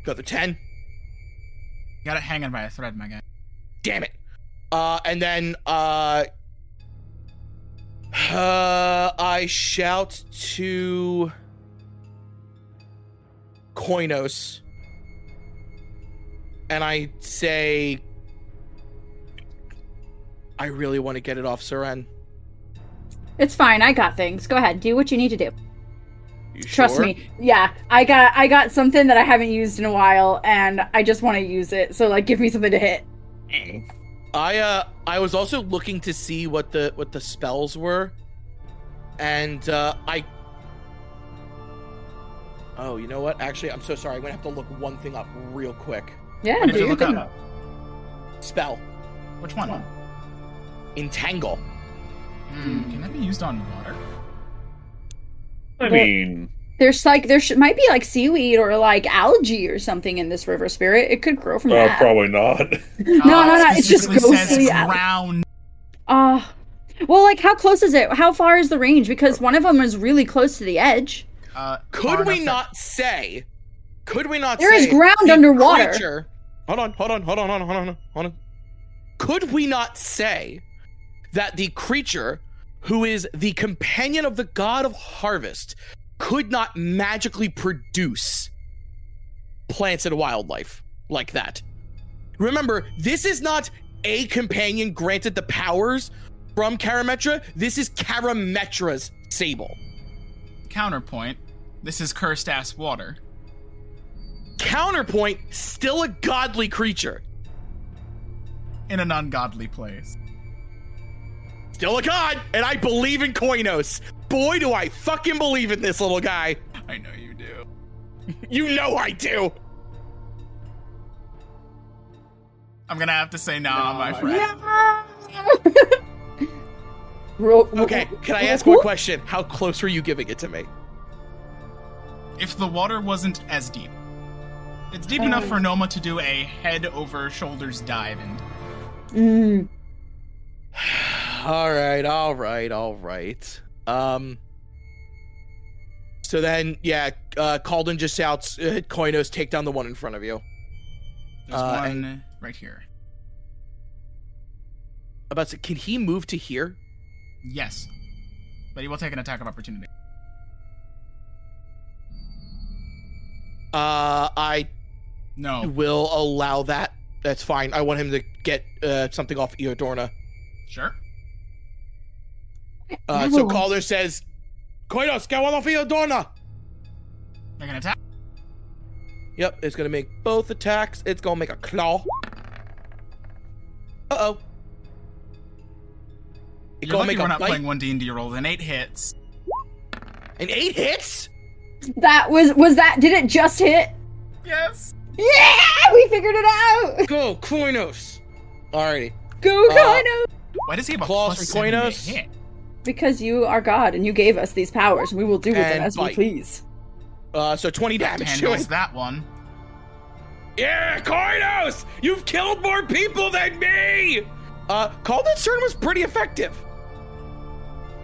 S4: another ten.
S2: Got it hanging by a thread, my guy.
S4: Damn it. Uh and then uh uh, I shout to Koinos and I say, I really want to get it off Seren.
S7: It's fine. I got things. Go ahead. Do what you need to do.
S4: You
S7: Trust
S4: sure?
S7: me. Yeah, I got I got something that I haven't used in a while, and I just want to use it. So like, give me something to hit.
S4: I uh I was also looking to see what the what the spells were. And uh I Oh, you know what? Actually, I'm so sorry. I'm going to have to look one thing up real quick.
S7: Yeah,
S2: What did
S7: do
S2: you
S7: your
S2: look
S7: thing.
S2: up?
S4: Spell
S2: Which one?
S4: entangle.
S2: Hmm, can that be used on water?
S1: I mean,
S7: There's like there should, might be like seaweed or like algae or something in this river spirit. It could grow from
S1: uh,
S7: that.
S1: probably not.
S7: no, no, no. It's just
S2: Uh, specifically says
S7: ghostly. al-
S2: ground.
S7: Ah, well, like how close is it? How far is the range? Because one of them is really close to the edge.
S2: Uh, far
S4: Could we
S2: enough that-
S4: not say? Could we not
S7: There
S4: say
S7: is ground
S4: the
S7: underwater.
S4: creature- Hold on, hold on, hold on, hold on, hold on, hold on. Could we not say that the creature who is the companion of the god of harvest could not magically produce plants and wildlife like that? Remember, this is not a companion granted the powers from Karametra. This is Karametra's sable.
S2: Counterpoint. This is cursed ass water.
S4: Counterpoint, still a godly creature.
S2: In an ungodly place.
S4: Still a god, and I believe in Koinos. Boy, do I fucking believe in this little guy.
S2: I know you do.
S4: You know I do.
S2: I'm gonna have to say nah, my friend.
S3: Yeah. Roll-
S4: Okay, can I ask one question? How close were you giving it to me?
S2: If the water wasn't as deep, it's
S7: Oh.
S2: deep enough for Noma to do a head over shoulders dive
S3: Mm,
S2: in.
S4: all right, all right, all right. Um. So then, yeah, uh, Calden just shouts, uh, "Koinos, take down the one in front of you."
S2: There's
S4: Uh,
S2: one right here.
S4: About to, can he move to here?
S2: Yes. But he will take an attack of opportunity.
S4: Uh, I
S2: No.
S4: will allow that. That's fine. I want him to get uh, something off Eodorna.
S2: Sure.
S4: Uh, so caller says, Koidos, get one off Eodorna.
S2: Make an attack.
S4: Yep, it's gonna make both attacks. It's gonna make a claw. Uh oh. It's
S2: You're
S4: gonna
S2: lucky
S4: make
S2: we're
S4: a
S2: not
S4: bite.
S2: playing one D and D rolls and eight hits.
S4: And eight hits.
S7: That was was that? Did it just hit?
S2: Yes.
S7: Yeah, we figured it out.
S4: Go, Koinos. Alrighty.
S7: Go,
S4: Uh,
S7: Kano.
S2: Why does he have a
S4: Claws
S2: plus
S4: from
S2: seven to
S4: Koinos?
S2: hit?
S7: because you are God and you gave us these powers. We will do with them
S4: And
S7: as
S4: bite.
S7: we please.
S4: Uh, so 20 damage to
S2: Handles
S4: it.
S2: that one.
S4: Yeah, Cardos! You've killed more people than me! Uh, Calden Cern was pretty effective.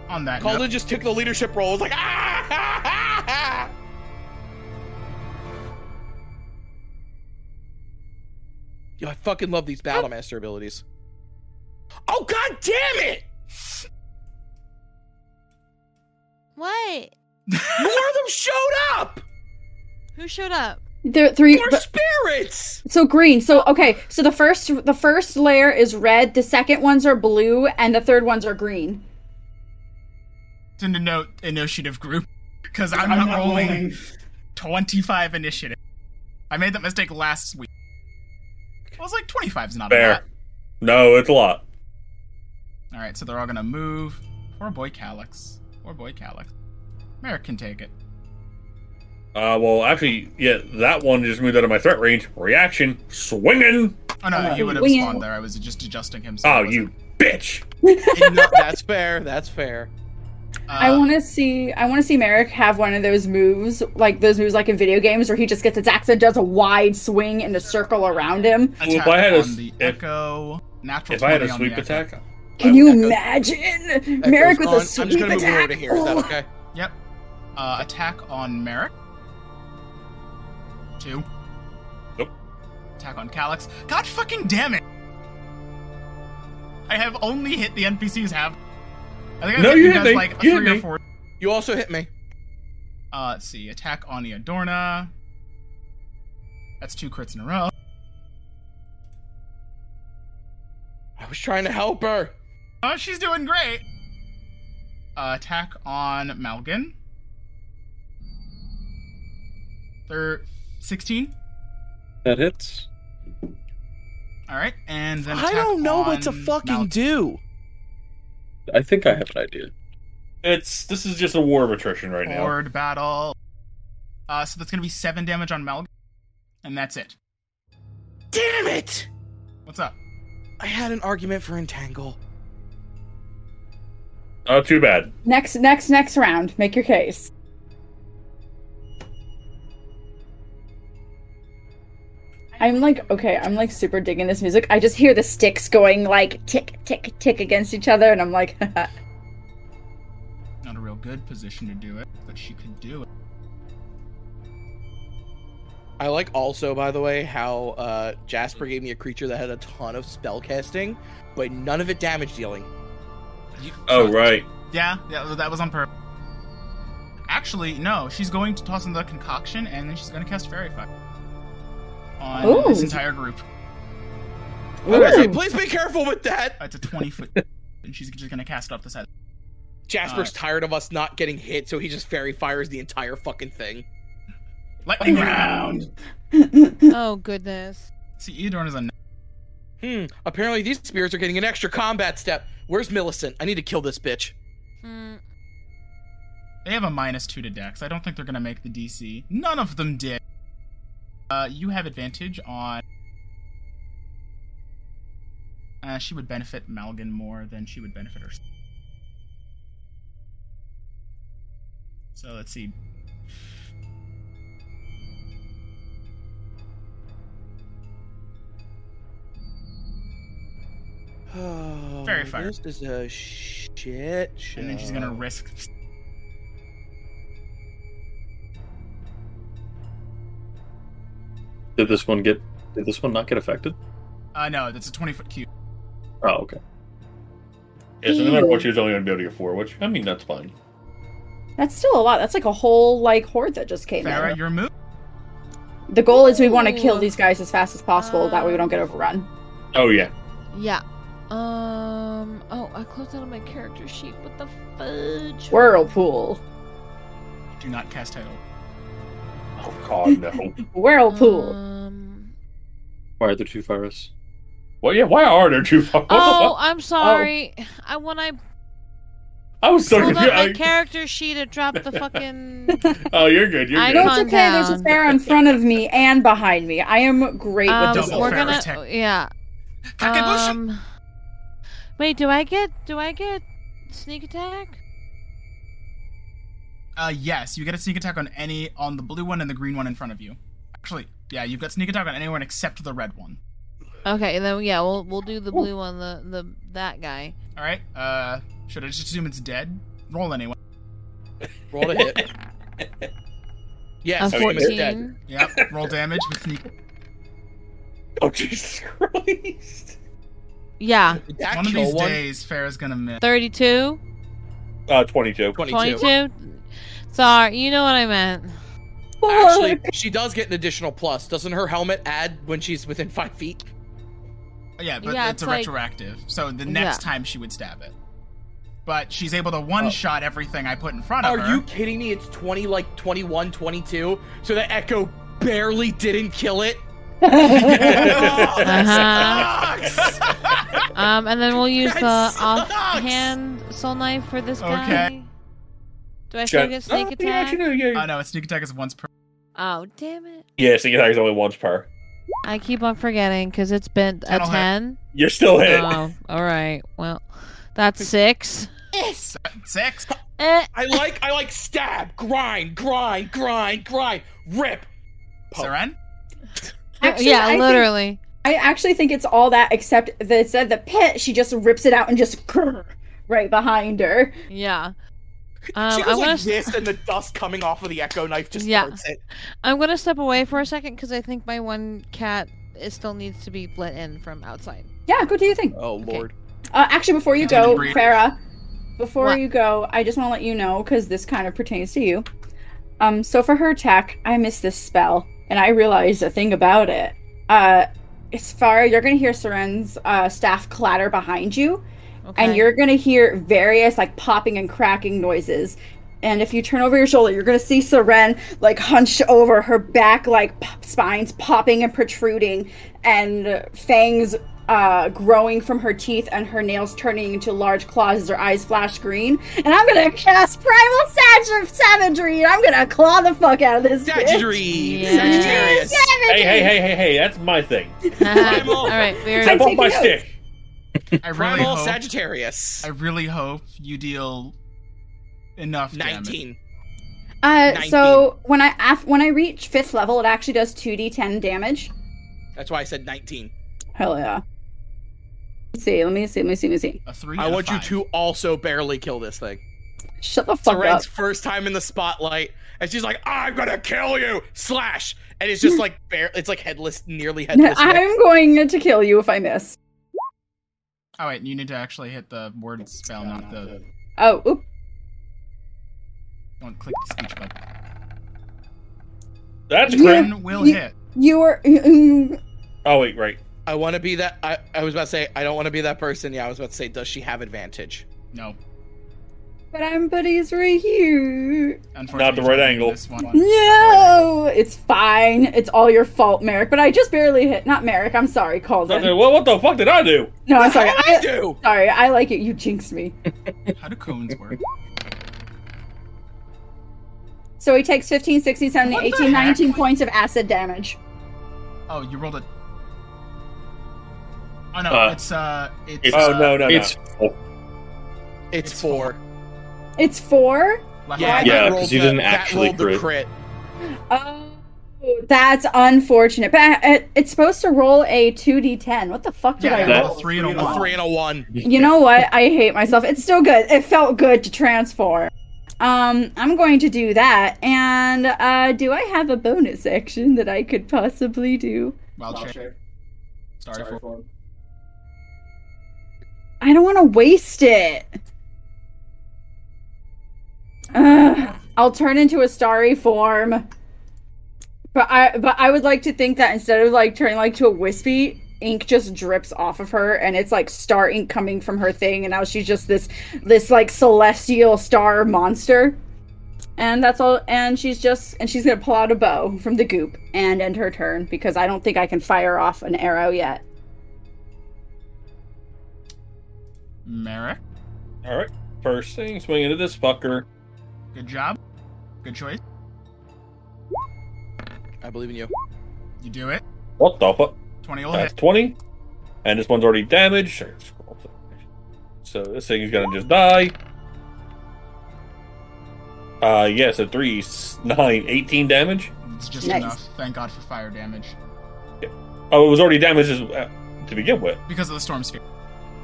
S2: On that
S4: Calden
S2: note,
S4: just took the leadership role. It was like, ah, ah, ah, ah. Yo, I fucking love these Battle Master abilities. Oh, god damn it!
S5: What?
S4: More of them showed up!
S5: Who showed up?
S7: There are three.
S4: More
S7: but-
S4: spirits!
S7: so green. So okay. So the first the first layer is red. The second ones are blue, and the third ones are green.
S2: to note initiative group because I'm, not rolling, 25 initiative. I made that mistake last week. I was like 25 is not a lot.
S1: Fair. No, it's a lot.
S2: All right, so they're all gonna move. Poor boy Calix. Poor boy Calix. Merrick can take it.
S1: Uh, well, actually, yeah, that one just moved out of my threat range. Reaction, swinging.
S2: Oh no,
S7: Uh,
S2: you would have
S7: wing it.
S2: spawned there. I was just adjusting him. so I
S1: Oh,
S2: wasn't-
S1: you bitch!
S4: No, that's fair. That's fair.
S2: Uh,
S7: I want to see. I want to see Merrick have one of those moves, like those moves like in video games, where he just gets attacked and does a wide swing and a circle around him.
S1: Well, if I had a
S2: attack on
S1: s-
S2: the
S1: if-
S2: echo. Natural
S1: If I had
S2: 20
S1: a
S2: on
S1: sweep
S2: the echo.
S1: attack,
S7: Can
S1: I
S7: you
S1: would
S7: imagine Merrick with
S4: Echo's
S7: a sweep
S4: gone. I'm just gonna move
S7: attack?
S4: over to here. Is that
S7: Oh.
S4: okay?
S2: Yep. Uh, attack on Merrick. Two.
S1: Nope.
S2: Attack on Calix. God fucking damn it! I have only hit the NPCs have. I think I've
S1: No,
S2: hit
S1: you hit
S2: guys
S1: me.
S2: like
S1: You hit
S2: three or
S1: me.
S2: four.
S4: You also hit me.
S2: Uh, let's see. Attack on Eodorna. That's two crits in a row.
S4: I was trying to help her.
S2: Oh, she's doing great. Uh, attack on Malgin. Third, 16.
S9: That hits.
S2: All right, and then
S4: I
S2: attack
S4: don't know what to
S2: on
S4: fucking
S2: Malgin.
S4: do.
S9: I think I have an idea.
S1: it's this is just a war of attrition right now.
S2: Horde battle. Uh, so that's gonna be seven damage on Malg, and that's it.
S4: Damn it!
S2: What's up?
S4: I had an argument for entangle.
S1: Oh, too bad.
S7: Next, next, next round. Make your case. I'm like, okay, I'm like super digging this music. I just hear the sticks going like tick, tick, tick against each other, and I'm like,
S2: Not a real good position to do it, but she could do it.
S4: I like also, by the way, how uh, Jasper gave me a creature that had a ton of spell casting, but none of it damage dealing. uh,
S1: Oh, right.
S2: Yeah, yeah, that was on purpose. Actually, no, she's going to toss in the concoction, and then she's gonna cast Fairy Fire on
S7: Ooh.
S2: this entire group.
S4: I was like,
S7: Ooh.
S4: please be careful with that.
S2: It's a twenty foot, and she's just gonna cast it off the side.
S4: Jasper's
S2: Uh,
S4: tired of us not getting hit, so he just fairy fires the entire fucking thing.
S2: Lightning round.
S5: Oh goodness.
S2: See, Eodorn is a.
S4: Hmm. Apparently, these spirits are getting an extra combat step. Where's Millicent? I need to kill this bitch.
S5: Hmm.
S2: They have a minus two to Dex. I don't think they're gonna make the DC. None of them did. Uh, you have advantage on. Uh, she would benefit Malgin more than she would benefit herself. So let's see.
S4: Oh,
S2: Fairy fire.
S4: This is a shit show.
S2: And then she's
S4: Uh,
S2: gonna risk.
S9: Did this one get? Did this one not get affected?
S2: Uh, no, that's a 20 foot cube.
S9: Oh, okay.
S1: It's no matter
S7: Ew.
S1: what she was only going to be able to get four, which I mean that's fine.
S7: that's still a lot. That's like a whole like horde that just came
S2: Farah,
S7: in.
S2: your move?
S7: The goal is we want to kill
S5: Ooh. Ah.
S7: these guys as fast as possible. That way we don't get overrun.
S1: Oh yeah.
S5: Yeah. Um. Oh, I closed out of my character sheet. What the fudge?
S7: Whirlpool,
S2: Do not cast title.
S1: Oh god, no.
S7: whirlpool.
S5: Um,
S9: Why are there two fires?
S1: well, yeah. Why are there two? What the
S5: oh,
S1: fuck?
S5: I'm sorry. I when I
S1: I was so
S5: pulled up my
S1: confused. I-
S5: character sheet, it dropped the fucking.
S1: Oh, you're good. You're
S5: I
S1: good.
S5: don't-
S7: it's
S5: calm
S7: okay. There's a
S5: down.
S7: spare in front of me and behind me. I am great
S5: Um,
S7: with
S2: double
S5: we're
S7: this.
S2: fair
S5: gonna.
S2: attack.
S5: Yeah.
S2: Kakebushi!
S5: Um, wait, do I get? Do I get? sneak attack?
S2: Uh, yes, you get a sneak attack on any on the blue one and the green one in front of you. Actually, yeah, you've got sneak attack on anyone except the red one.
S5: Okay, then yeah, we'll we'll do the blue one, the the that guy.
S2: All right. Uh, should I just assume it's dead? Roll anyway.
S4: Roll to hit.
S5: A
S4: yes, Seamus is dead.
S5: fourteen.
S2: Yeah. Roll damage with sneak.
S4: Oh Jesus Christ!
S5: Yeah,
S4: That
S2: one of
S4: kill
S2: these days, Farrah's gonna miss.
S5: thirty-two.
S1: Uh, 22.
S4: 22.
S5: 22. Sorry, you know what I meant.
S4: Actually, she does get an additional plus. Doesn't her helmet add when she's within five feet?
S2: Yeah, but
S5: Yeah,
S2: it's, a
S5: it's like-
S2: retroactive. So the next time she would stab it. But she's able to one shot everything I put in front of
S4: Are
S2: her.
S4: you kidding me? It's 20, like 21, 22. So that Echo barely didn't kill it.
S5: Uh-huh.
S2: Oh, Sucks!
S5: Um, and then we'll use the
S4: That sucks!
S5: offhand soul knife for this
S2: Okay.
S5: guy. Do I still get sneak attack?
S2: Oh no, a sneak attack is onck per.
S5: Oh, damn it.
S1: Yeah, sneak attack is only once per.
S5: I keep on forgetting because it's been a
S2: That'll hit.
S5: 10.
S1: You're still hit.
S5: Oh, all right. Well, that's six.
S2: Six.
S5: Eh.
S4: I like, I like stab, grind, grind, grind, grind, rip. Poke.
S2: Seren.
S7: Actually,
S5: yeah,
S7: I think-
S5: literally.
S7: I actually think it's all that, except that it said the pit. She just rips it out and just grr, right behind her.
S5: Yeah. Um,
S4: she
S5: I
S4: goes
S5: wanna
S4: like
S5: s-
S4: this, and the dust coming off of the Echo knife just
S5: Yeah.
S4: hurts it.
S5: I'm going to step away for a second because I think my one cat is still needs to be let in from outside.
S7: Yeah, go do your thing.
S4: Oh lord.
S7: Uh, actually, before you
S2: Can't
S7: go,
S2: even breathe.
S7: Farah, before
S5: What?
S7: you go, I just want to let you know because this kind of pertains to you. Um, so for her attack, I missed this spell, and I realized a thing about it. Uh, it's Farah. You're gonna hear Seren's uh, staff clatter behind you,
S5: Okay.
S7: and you're gonna hear various like popping and cracking noises. And if you turn over your shoulder, you're gonna see Seren like hunched over, her back like p- spines popping and protruding, and uh, fangs uh, growing from her teeth, and her nails turning into large claws as her eyes flash green. And I'm gonna cast primal Sag- savagery, and I'm gonna claw the fuck out of this. bitch.
S4: Sagittary,
S5: Yeah.
S4: Sagittarius.
S1: Hey, hey, hey, hey, hey, that's my thing.
S5: all right. Very
S1: Step
S7: I'm
S1: off my
S7: taking notes.
S1: stick.
S2: I really
S4: Primal
S2: hope.
S4: Sagittarius.
S2: I really hope you deal enough damage.
S4: Nineteen.
S7: Uh, so when I af- when I reach fifth level, it actually does two d10 damage.
S4: That's why I said nineteen.
S7: Hell yeah. Let's see, let me see, let me see, let me see.
S2: A three.
S4: I
S2: and a
S4: want you
S2: five.
S4: to also barely kill this thing.
S7: Shut the fuck up.
S4: Seren's first time in the spotlight, and she's like, "I'm gonna kill you!" Slash, and it's just like bare. It's like headless, nearly headless. Nick.
S7: I'm going to kill you if I miss.
S2: Oh wait, you need to actually hit the word spell, not the.
S7: Oh, oop.
S2: Don't click the speech button.
S1: That's a
S7: Yeah.
S1: crit.
S2: Ten will
S7: You-
S2: hit.
S7: You were.
S1: Oh, wait, right.
S4: I want to be that. I, I was about to say I don't want to be that person. Yeah, I was about to say, does she have advantage?
S2: No,
S7: But I'm buddies right here.
S2: unfortunately.
S1: Not the right
S2: it's
S1: angle.
S2: This one.
S7: No! It's fine. It's all your fault, Merrick. But I just barely hit. Not Merrick. I'm sorry, Calden.
S1: Well, what the fuck did I do?
S7: No, I'm sorry.
S4: I
S7: I,
S4: do.
S7: sorry, I like it. You jinxed me.
S2: How do cones work?
S7: So he takes 15, 16, 17,
S2: What the
S7: 18,
S2: heck?
S7: 19 points of acid damage.
S2: Oh, you rolled a. Oh no,
S9: Uh,
S2: it's uh, it's.
S9: it's-
S2: uh,
S1: Oh, no, no, no.
S9: It's
S4: It's,
S2: It's
S4: four.
S7: It's four?
S2: left
S4: Yeah,
S2: eye.
S4: that
S9: Yeah,
S4: rolled
S9: 'cause you
S4: the-
S9: didn't
S4: that
S9: actually
S4: rolled the
S9: crit.
S4: crit.
S7: Oh, that's unfortunate. But uh, it, it's supposed to roll a 2d10. What the fuck did
S2: Yeah,
S7: I
S2: yeah,
S7: roll?
S2: a three and a
S4: A
S2: one.
S4: three and a one.
S7: You know what? I hate myself. It's still good. It felt good to transform. Um, I'm going to do that. And uh, do I have a bonus action that I could possibly do?
S2: Wild shape. Sorry, for.
S7: I don't want to waste it. Ugh. I'll turn into a starry form. But I but I would like to think that instead of like turning like to a wispy, ink just drips off of her and it's like star ink coming from her thing and now she's just this this like celestial star monster. And that's all and she's just and she's going to pull out a bow from the goop and end her turn because I don't think I can fire off an arrow yet.
S2: Merrick,
S1: All right. First thing, swing into this fucker.
S2: good job. Good choice.
S4: I believe in you.
S2: You do it.
S1: What the fuck?
S2: 20 will
S1: That's
S2: hit.
S1: 20. And this one's already damaged. Sure, scroll through. So this thing is going to just die. Uh, yes, a 3, s- 9, 18 damage.
S2: It's just
S3: Nice.
S2: enough. Thank God for fire damage
S1: Oh, it was already damaged as, uh, to begin with.
S2: because of the storm sphere.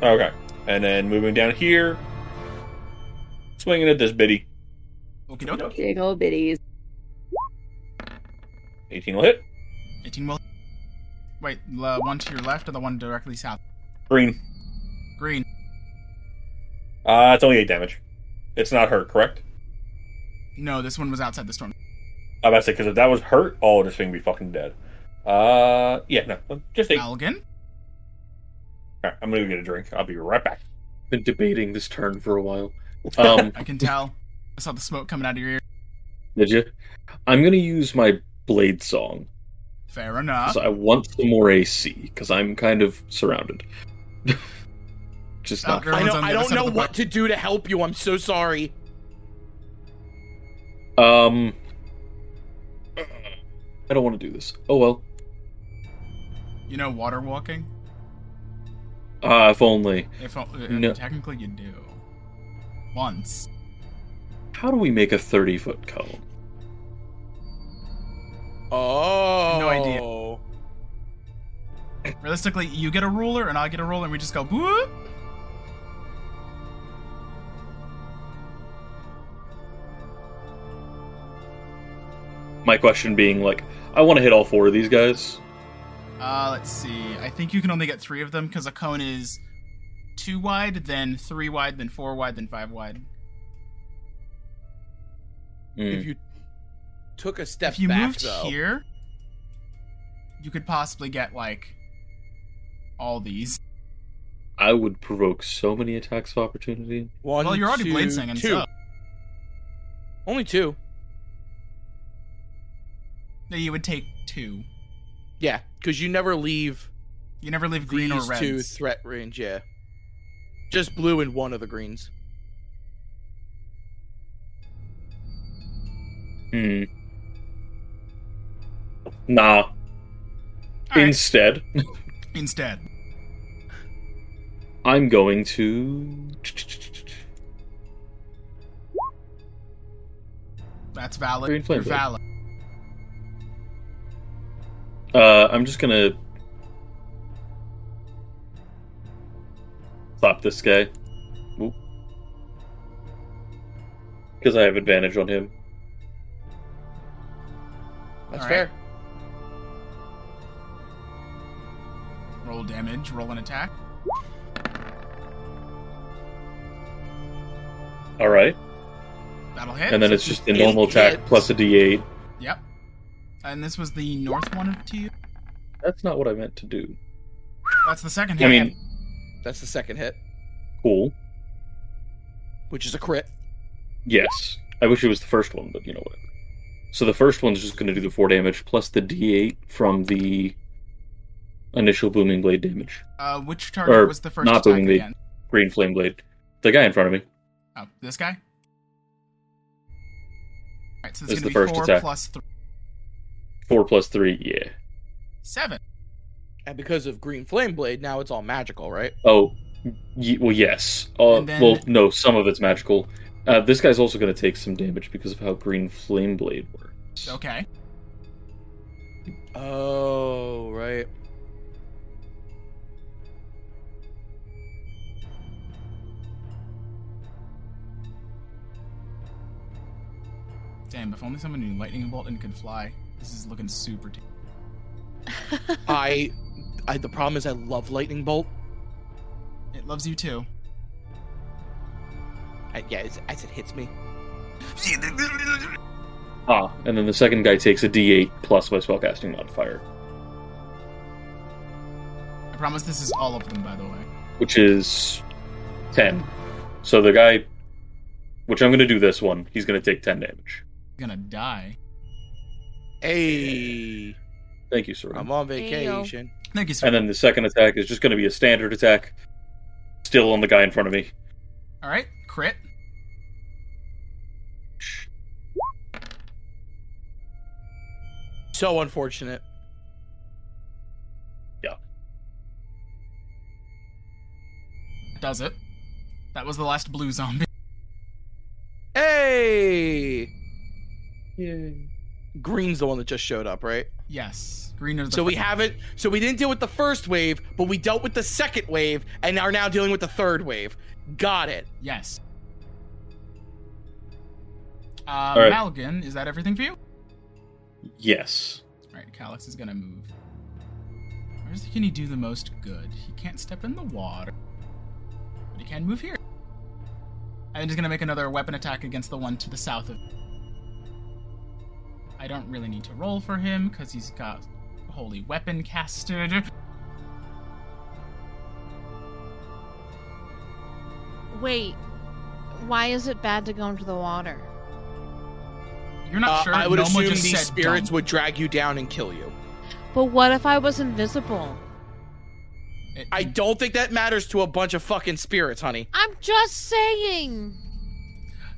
S1: Okay. And then moving down here. Swinging at this biddy.
S2: Okie doke.
S3: Big ol' biddies.
S1: 18 will hit.
S2: 18 will. Wait, the one to your left or the one directly south?
S1: Green.
S2: Green.
S1: Uh, it's only 8 damage. It's not hurt, correct?
S2: No, this one was outside the storm.
S1: I'm about to say, because if that was hurt, oh, this thing would be fucking dead. Uh, yeah, no. Just 8.
S2: Algan?
S1: Alright, I'm gonna go get a drink. I'll be right back.
S9: Been debating this turn for a while. Um,
S2: I can tell. I saw the smoke coming out of your ear.
S9: did you? I'm gonna use my blade song
S2: Fair enough.
S9: because I want some more AC because I'm kind of surrounded. Just
S2: Oh,
S9: not.
S2: girl.
S4: I
S2: Everyone's on
S4: don't,
S2: the
S4: I
S2: other
S4: don't
S2: side of
S4: know
S2: the
S4: what
S2: box.
S4: to do to help you. I'm so sorry.
S9: Um, I don't want to do this. Oh well.
S2: You know, water walking?
S9: Ah, if only.
S2: If, uh,
S9: No.
S2: Technically, you do. Once.
S9: How do we make a 30 foot cone?
S4: Oh.
S2: No idea. Realistically, you get a ruler and I get a ruler and we just go whoop.
S9: My question being like, I want to hit all four of these guys.
S2: Uh, let's see. I think you can only get three of them because a cone is two wide, then three wide, then four wide, then five wide.
S9: Mm. Hmm,
S4: If you took a step
S2: if you
S4: back,
S2: moved
S4: though,
S2: here, you could possibly get like all these.
S9: I would provoke so many attacks of opportunity.
S4: one,
S2: well, you're already
S4: two,
S2: blade singing,
S4: two.
S2: so
S4: Only two.
S2: No, you would take two.
S4: Yeah, because you never leave
S2: You never leave green
S4: these
S2: or red.
S4: two threat range. Yeah, just blue and one of the greens.
S9: Hmm. Nah.
S2: All right.
S9: Instead,
S2: Instead,
S9: I'm going to.
S2: that's valid.
S9: Green flame
S2: You're
S9: blade.
S2: valid.
S9: Uh, I'm just gonna. Slap this guy. Because I have advantage on him.
S4: That's
S2: All right.
S4: fair.
S2: Roll damage. Roll an attack.
S9: Alright.
S2: That'll hit.
S9: And then it's just the
S4: Eight
S9: normal attack
S4: hits.
S9: plus a d8.
S2: Yep. And this was the north one of two.
S9: That's not what I meant to do.
S2: That's the second hit.
S9: I mean,
S4: That's the second hit,
S9: cool.
S4: which is a crit.
S9: Yes. I wish it was the first one, but you know what. So the first one's just going to do the 4 damage plus the d8 from the initial Booming Blade damage.
S2: Uh, which target
S9: Or
S2: was the first
S9: not
S2: attack
S9: booming the-
S2: again?
S9: Green Flame Blade. The guy in front of me.
S2: Oh, this guy. Alright, so it's
S9: This
S2: gonna
S9: is the
S2: be
S9: first
S2: four
S9: attack.
S2: plus three,
S9: 4 plus 3, yeah.
S2: seven.
S4: And because of green flame blade, now it's all magical, right?
S9: Oh, y- well, yes. Uh,
S2: And then-
S9: Well, no, some of it's magical. Uh, this guy's also going to take some damage because of how Green Flame Blade works.
S2: Okay.
S4: Oh, right.
S2: Damn, if only someone knew lightning bolt and could fly. This is looking super. T-
S4: I, I. The problem is, I love lightning bolt.
S2: it loves you too.
S4: I, yeah, it's, as it hits me.
S9: Ah, and then the second guy takes a d8 plus my spellcasting modifier,
S2: I promise this is all of them, by the way.
S9: which is 10. So the guy, which I'm going to do this one, he's going to take 10 damage.
S2: gonna die.
S4: Hey,
S9: Thank you, Sir.
S4: I'm on
S5: Ayo.
S4: vacation.
S2: Thank you, sir.
S9: And then the second attack is just going to be a standard attack, still on the guy in front of me.
S2: All right, crit.
S4: So unfortunate.
S2: Does it? That was the last blue zombie.
S4: Hey, Green's the one that just showed up, right?
S2: Yes. Green is the
S4: So we
S2: first-
S4: haven't. So we didn't deal with the first wave, but we dealt with the second wave, and are now dealing with the third wave. Got it.
S2: Yes. Uh,
S9: right.
S2: Malgin, is that everything for you?
S9: Yes.
S2: All right, Calix is gonna move. Where's he gonna do the most good? He can't step in the water, but he can move here. And he's gonna make another weapon attack against the one to the south of. I don't really need to roll for him because he's got holy weapon casted.
S5: Wait, why is it bad to go into the water?
S2: You're not
S4: Uh,
S2: sure.
S4: I would
S2: Noma
S4: assume
S2: just
S4: these
S2: said
S4: spirits
S2: dump.
S4: would drag you down and kill you.
S5: But what if I was invisible?
S2: It-
S4: I don't think that matters to a bunch of fucking spirits, honey.
S5: I'm just saying.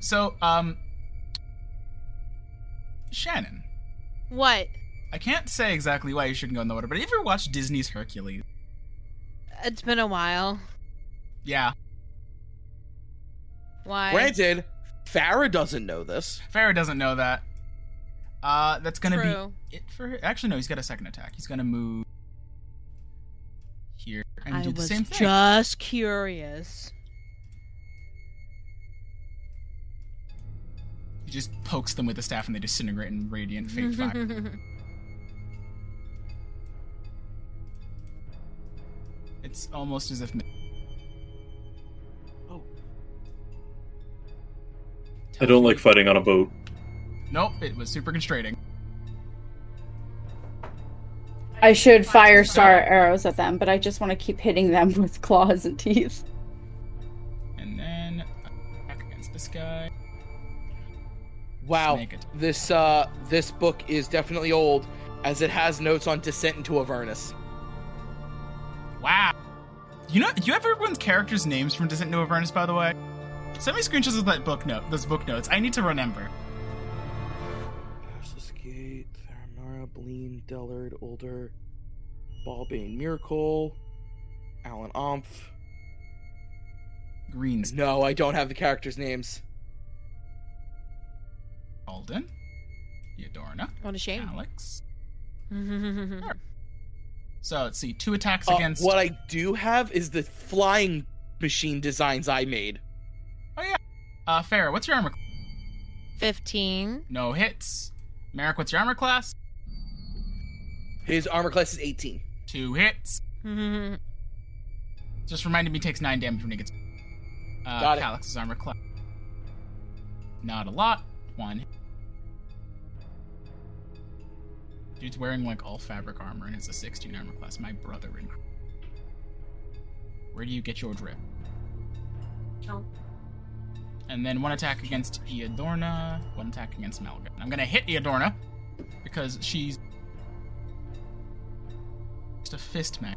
S2: So, um, Shannon,
S5: What?
S2: I can't say exactly why you shouldn't go in the water, but have you ever watched Disney's Hercules?
S5: It's been a while.
S2: Yeah,
S5: Why?
S4: Granted, Farah doesn't know this.
S2: Farah doesn't know that. Uh, that's gonna
S5: True.
S2: be it for. Actually, no, he's got a second attack. He's gonna move here and
S5: I
S2: do the
S5: was
S2: same thing.
S5: just curious.
S2: He just pokes them with the staff, and they disintegrate in radiant fake fire. It's almost as if.
S9: I don't like fighting on a boat.
S2: Nope, it was super constraining.
S7: I should fire star arrows at them, but I just want to keep hitting them with claws and teeth.
S2: And then attack against this guy.
S4: Wow.
S2: Snake it.
S4: This uh this book is definitely old as it has notes on descent into Avernus.
S2: Wow. You know, do you have everyone's characters' names from Descent into Avernus, by the way? Send me screenshots of that book note, those book notes. I need to remember.
S4: Passus Gate, Theramara, Bleen, Dellard, Older, Balbane, Miracle, Alan Omph.
S2: Green's
S4: No, I don't have the characters' names.
S2: Alden, Eudorna,
S5: what a shame.
S2: Alex. So let's see, two attacks
S4: Uh,
S2: against.
S4: What I do have is the flying machine designs I made.
S2: Uh, Farah, what's your armor? cl-
S5: 15.
S2: No hits. Merrick, what's your armor class?
S4: His armor class is 18.
S2: Two hits.
S5: Mm-hmm.
S2: Just reminded me, he takes nine damage when he gets. Uh,
S4: Got it.
S2: Calix's armor class. Not a lot. One. hit. Dude's wearing like all fabric armor and it's a 16 armor class. My brother in. Where do you get your drip? And then one attack against Eodorna, one attack against Malga. I'm gonna hit Eodorna because she's just a fist man.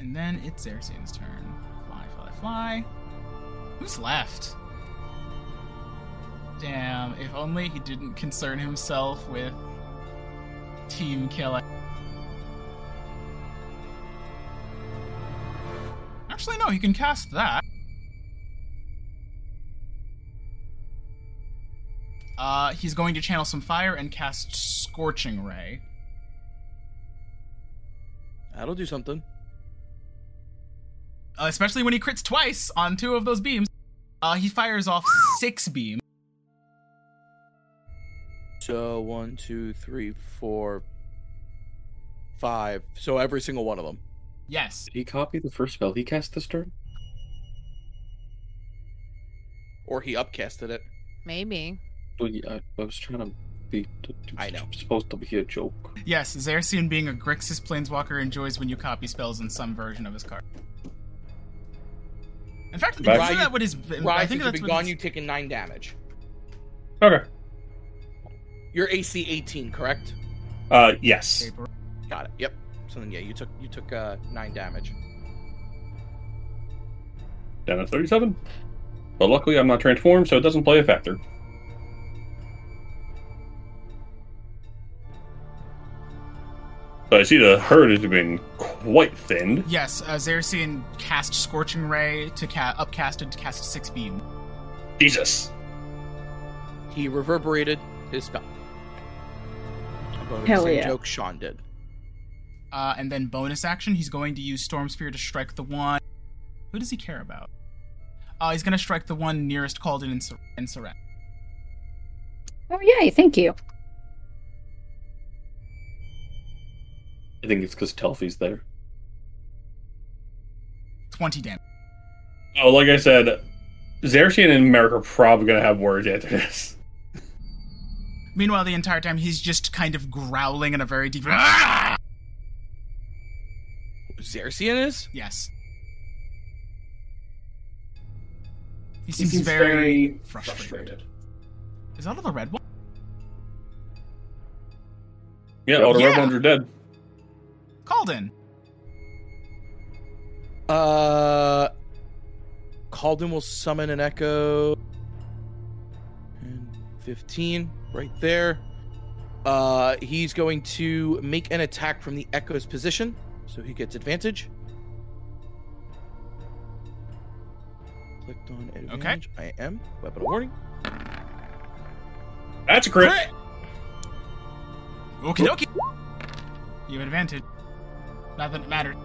S2: And then it's Xerxian's turn. Fly, fly, fly. Who's left? Damn, if only he didn't concern himself with team killing. Actually, no, he can cast that. Uh, he's going to channel some fire and cast Scorching Ray.
S4: That'll do something.
S2: Uh, especially when he crits twice on two of those beams. Uh, he fires off six beams.
S4: So one, two, three, four, five. So every single one of them.
S2: Yes.
S9: Did he copy the first spell he cast this turn?
S4: Or he upcasted it.
S5: Maybe.
S9: Well, yeah, I, I was trying to be. It was
S4: I know.
S9: Supposed to be a joke.
S2: Yes, Xerxian being a Grixis planeswalker enjoys when you copy spells in some version of his card. In fact,
S9: Right.
S2: isn't that what his?
S4: Right,
S2: I think
S4: you've
S2: that's
S4: been
S2: what
S4: gone,
S2: his-
S4: you've taken nine damage.
S1: Okay.
S4: Your AC 18, correct?
S1: Uh, yes.
S4: Got it. Yep. So then yeah, you took you took uh nine damage.
S1: Down at 37. But luckily, I'm not transformed, so it doesn't play a factor. So I see the herd has been quite thinned.
S2: Yes, uh, Xerxian cast Scorching Ray to ca- upcasted to cast six beam.
S1: Jesus.
S4: He reverberated his spell. About
S7: Hell
S4: the same
S7: yeah.
S4: joke Sean did.
S2: Uh, and then bonus action, he's going to use Storm Sphere to strike the one. Who does he care about? Uh, he's going to strike the one nearest Calden and, Sor- and Soren.
S7: Oh yay! Thank you.
S9: I think it's because Telfi's there.
S2: 20 damage.
S1: Oh, like I said, Xerxian and Merrick are probably gonna have words after this.
S2: Meanwhile, the entire time, he's just kind of growling in a very deep. "Ah!"
S4: Xerxian is?
S2: Yes. He seems, very, frustrated. Is that all the red one?
S1: Yeah, all the
S2: Yeah.
S1: red ones are dead.
S2: Calden.
S4: Uh Calden will summon an echo. And 15 right there. Uh he's going to make an attack from the echo's position, so he gets advantage. Clicked on advantage. I am weapon of warning.
S1: That's a crit.
S2: Okie dokie. You have advantage. Not that it matters.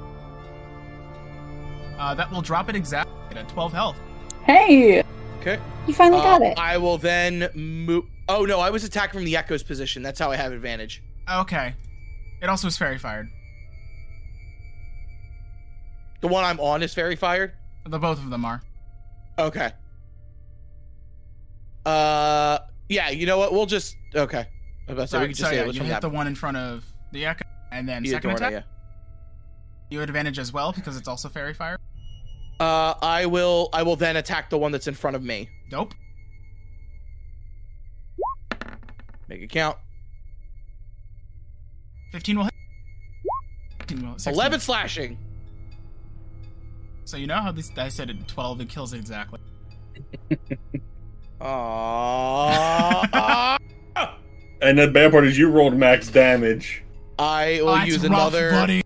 S2: Uh, that will drop it exactly at 12 health.
S7: Hey,
S4: Okay.
S7: you finally
S4: Uh,
S7: got it.
S4: I will then move. Oh no, I was attacked from the echo's position. That's how I have advantage.
S2: Okay. It also is fairy fired.
S4: The one I'm on is fairy fired.
S2: The both of them are.
S4: Okay. Uh, yeah. You know what? We'll just okay. I was about to say, we
S2: Sorry,
S4: can just
S2: so
S4: say
S2: yeah,
S4: it was
S2: you
S4: from
S2: hit
S4: that.
S2: the one in front of the echo, and then
S4: either
S2: second
S4: one,
S2: attack.
S4: yeah.
S2: You have advantage as well because it's also fairy fire.
S4: Uh, I will. I will then attack the one that's in front of me.
S2: Nope.
S4: Make it count.
S2: 15 will hit. 15 will hit. 16
S4: Eleven slashing.
S2: So you know how this I said it 12 it kills it exactly.
S4: Aww.
S1: And the bad part is you rolled max damage.
S4: I will
S2: That's
S4: use
S2: Ah, rough,
S4: another.
S2: buddy.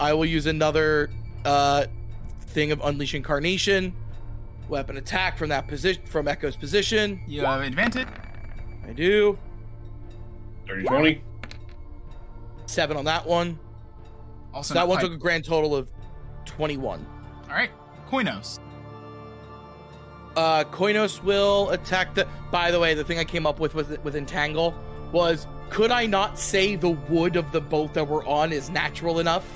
S4: I will use another uh, thing of Unleash Incarnation. Weapon attack from that position, from Echo's position.
S2: You have advantage.
S4: I do
S1: 30 20.
S4: seven on that one.
S2: Also
S4: So that
S2: not
S4: one
S2: quite.
S4: took a grand total of twenty-one.
S2: All right. Koinos.
S4: Uh, Koinos will attack the. By the way, the thing I came up with with, with Entangle was could I not say the wood of the boat that we're on is natural enough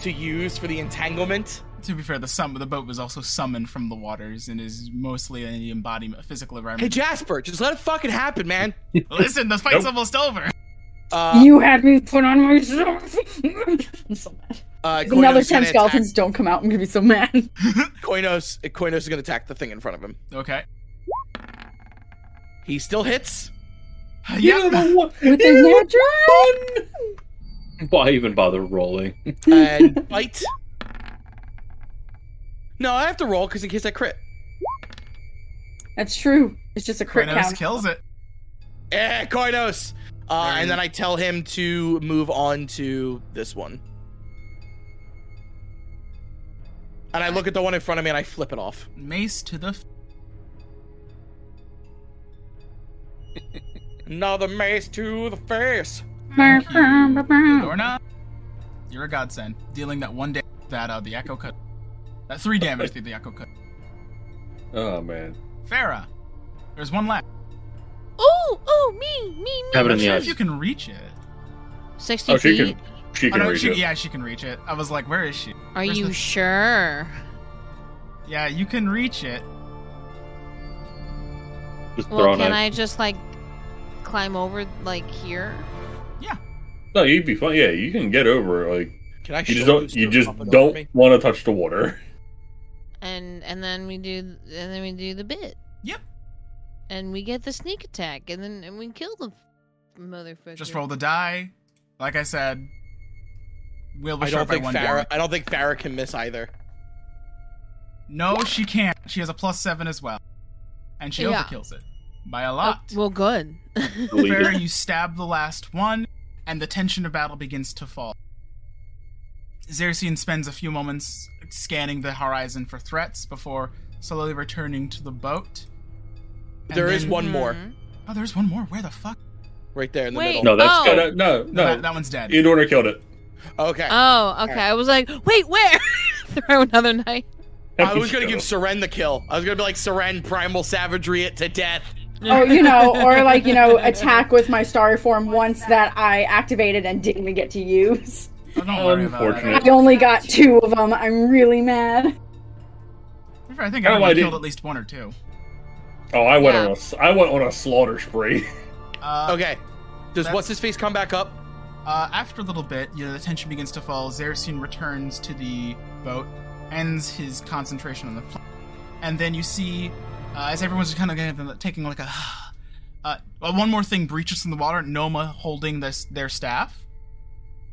S4: to use for the entanglement?
S2: To be fair, the sum the boat was also summoned from the waters and is mostly an embodiment, a physical
S4: Hey,
S2: environment.
S4: Jasper, just let it fucking happen, man.
S2: Listen, the fight's
S1: Nope.
S2: almost over.
S4: Uh,
S7: you had me put on my stuff. I'm so mad.
S4: uh,
S7: If another
S4: Koinos
S7: ten
S4: gonna attack-
S7: skeletons don't come out, I'm gonna be so mad.
S4: Koinos, Koinos is gonna attack the thing in front of him.
S2: Okay.
S4: He still hits.
S2: Yep.
S7: With the natural.
S9: Why even bother rolling?
S4: and bite. No, I have to roll because in case I crit.
S7: That's true. It's just a crit
S2: Koinos
S7: count.
S2: kills it.
S4: Eh, Koinos! Uh,
S2: Very-
S4: and then I tell him to move on to this one. And I look at the one in front of me and I flip it off.
S2: Mace to the f-
S4: Another mace to the face.
S2: Thank you,
S7: Mm.
S2: Yodorna. You're a godsend. Dealing that one damage that uh, the echo cut. That three damage through the echo cut.
S1: Oh, man.
S2: Farah. There's one left.
S5: Ooh,
S2: Oh,
S5: ooh, me, me, me.
S9: Have it
S2: Not
S9: in the
S2: sure
S9: eyes.
S2: if you can reach it.
S5: 60
S1: Oh, she
S5: feet?
S1: can, she
S2: Oh,
S1: can
S2: no,
S1: reach
S2: she,
S1: it.
S2: yeah, she can reach it. I was like, where is she?
S5: Are
S2: Where's
S5: you
S2: the-
S5: sure?
S2: Yeah, you can reach it.
S9: Just
S5: Well,
S9: throw
S5: can
S9: a
S5: I just, like, climb over, like, here?
S1: No, you'd be fine. Yeah, you can get over it. Like,
S4: Can I
S1: you just
S4: show
S1: don't,
S4: this
S1: you
S4: to
S1: just
S4: Papa Doc for me?
S1: don't want to touch the water.
S5: And and then we do and then we do the bit.
S2: Yep.
S5: And we get the sneak attack, and then and we kill the motherfucker.
S2: Just roll the die. Like I said, we'll be
S4: I
S2: short
S4: don't
S2: by
S4: think
S2: one
S4: Farah.
S2: damage.
S4: I don't think Farah can miss either.
S2: No, she can't. She has a plus seven as well. And she
S5: Yeah.
S2: overkills it. By a
S5: Oh,
S2: lot.
S5: well, good.
S9: Leave
S2: Farah,
S9: it.
S2: you stab the last one, and the tension of battle begins to fall. Xerxian spends a few moments scanning the horizon for threats before slowly returning to the boat.
S4: There is
S2: then-
S4: one more.
S5: Mhm.
S2: Oh, there's one more. Where the fuck?
S4: right there in the
S5: Wait.
S4: middle.
S9: No, that's
S5: Oh.
S1: No,
S9: good.
S1: no, no.
S2: No,
S1: no.
S2: that, that one's dead.
S1: Eudora killed it.
S4: Okay.
S5: Oh, okay. I was like, wait, where? Throw another knife.
S4: I was gonna give Seren the kill. I was gonna be like Seren, primal savagery it to death.
S7: or Oh, you know, or like you know, attack with my starry form once that I activated and didn't get to use.
S2: Oh, don't worry about
S9: Unfortunate.
S2: that.
S7: I only got two of them. I'm really mad.
S2: I think
S1: Oh, I
S2: everyone
S1: did.
S2: killed at least one or two.
S1: Oh, I went
S5: Yeah.
S1: on a s- I went on a slaughter spree.
S2: Uh,
S4: Okay. Does
S2: That's-
S4: what's his face come back up?
S2: Uh, after a little bit, you know, the tension begins to fall. Zerosine returns to the boat, ends his concentration on the fl- and then you see, uh, as everyone's kind of taking like a, uh, well, one more thing breaches in the water. Noma holding this their staff.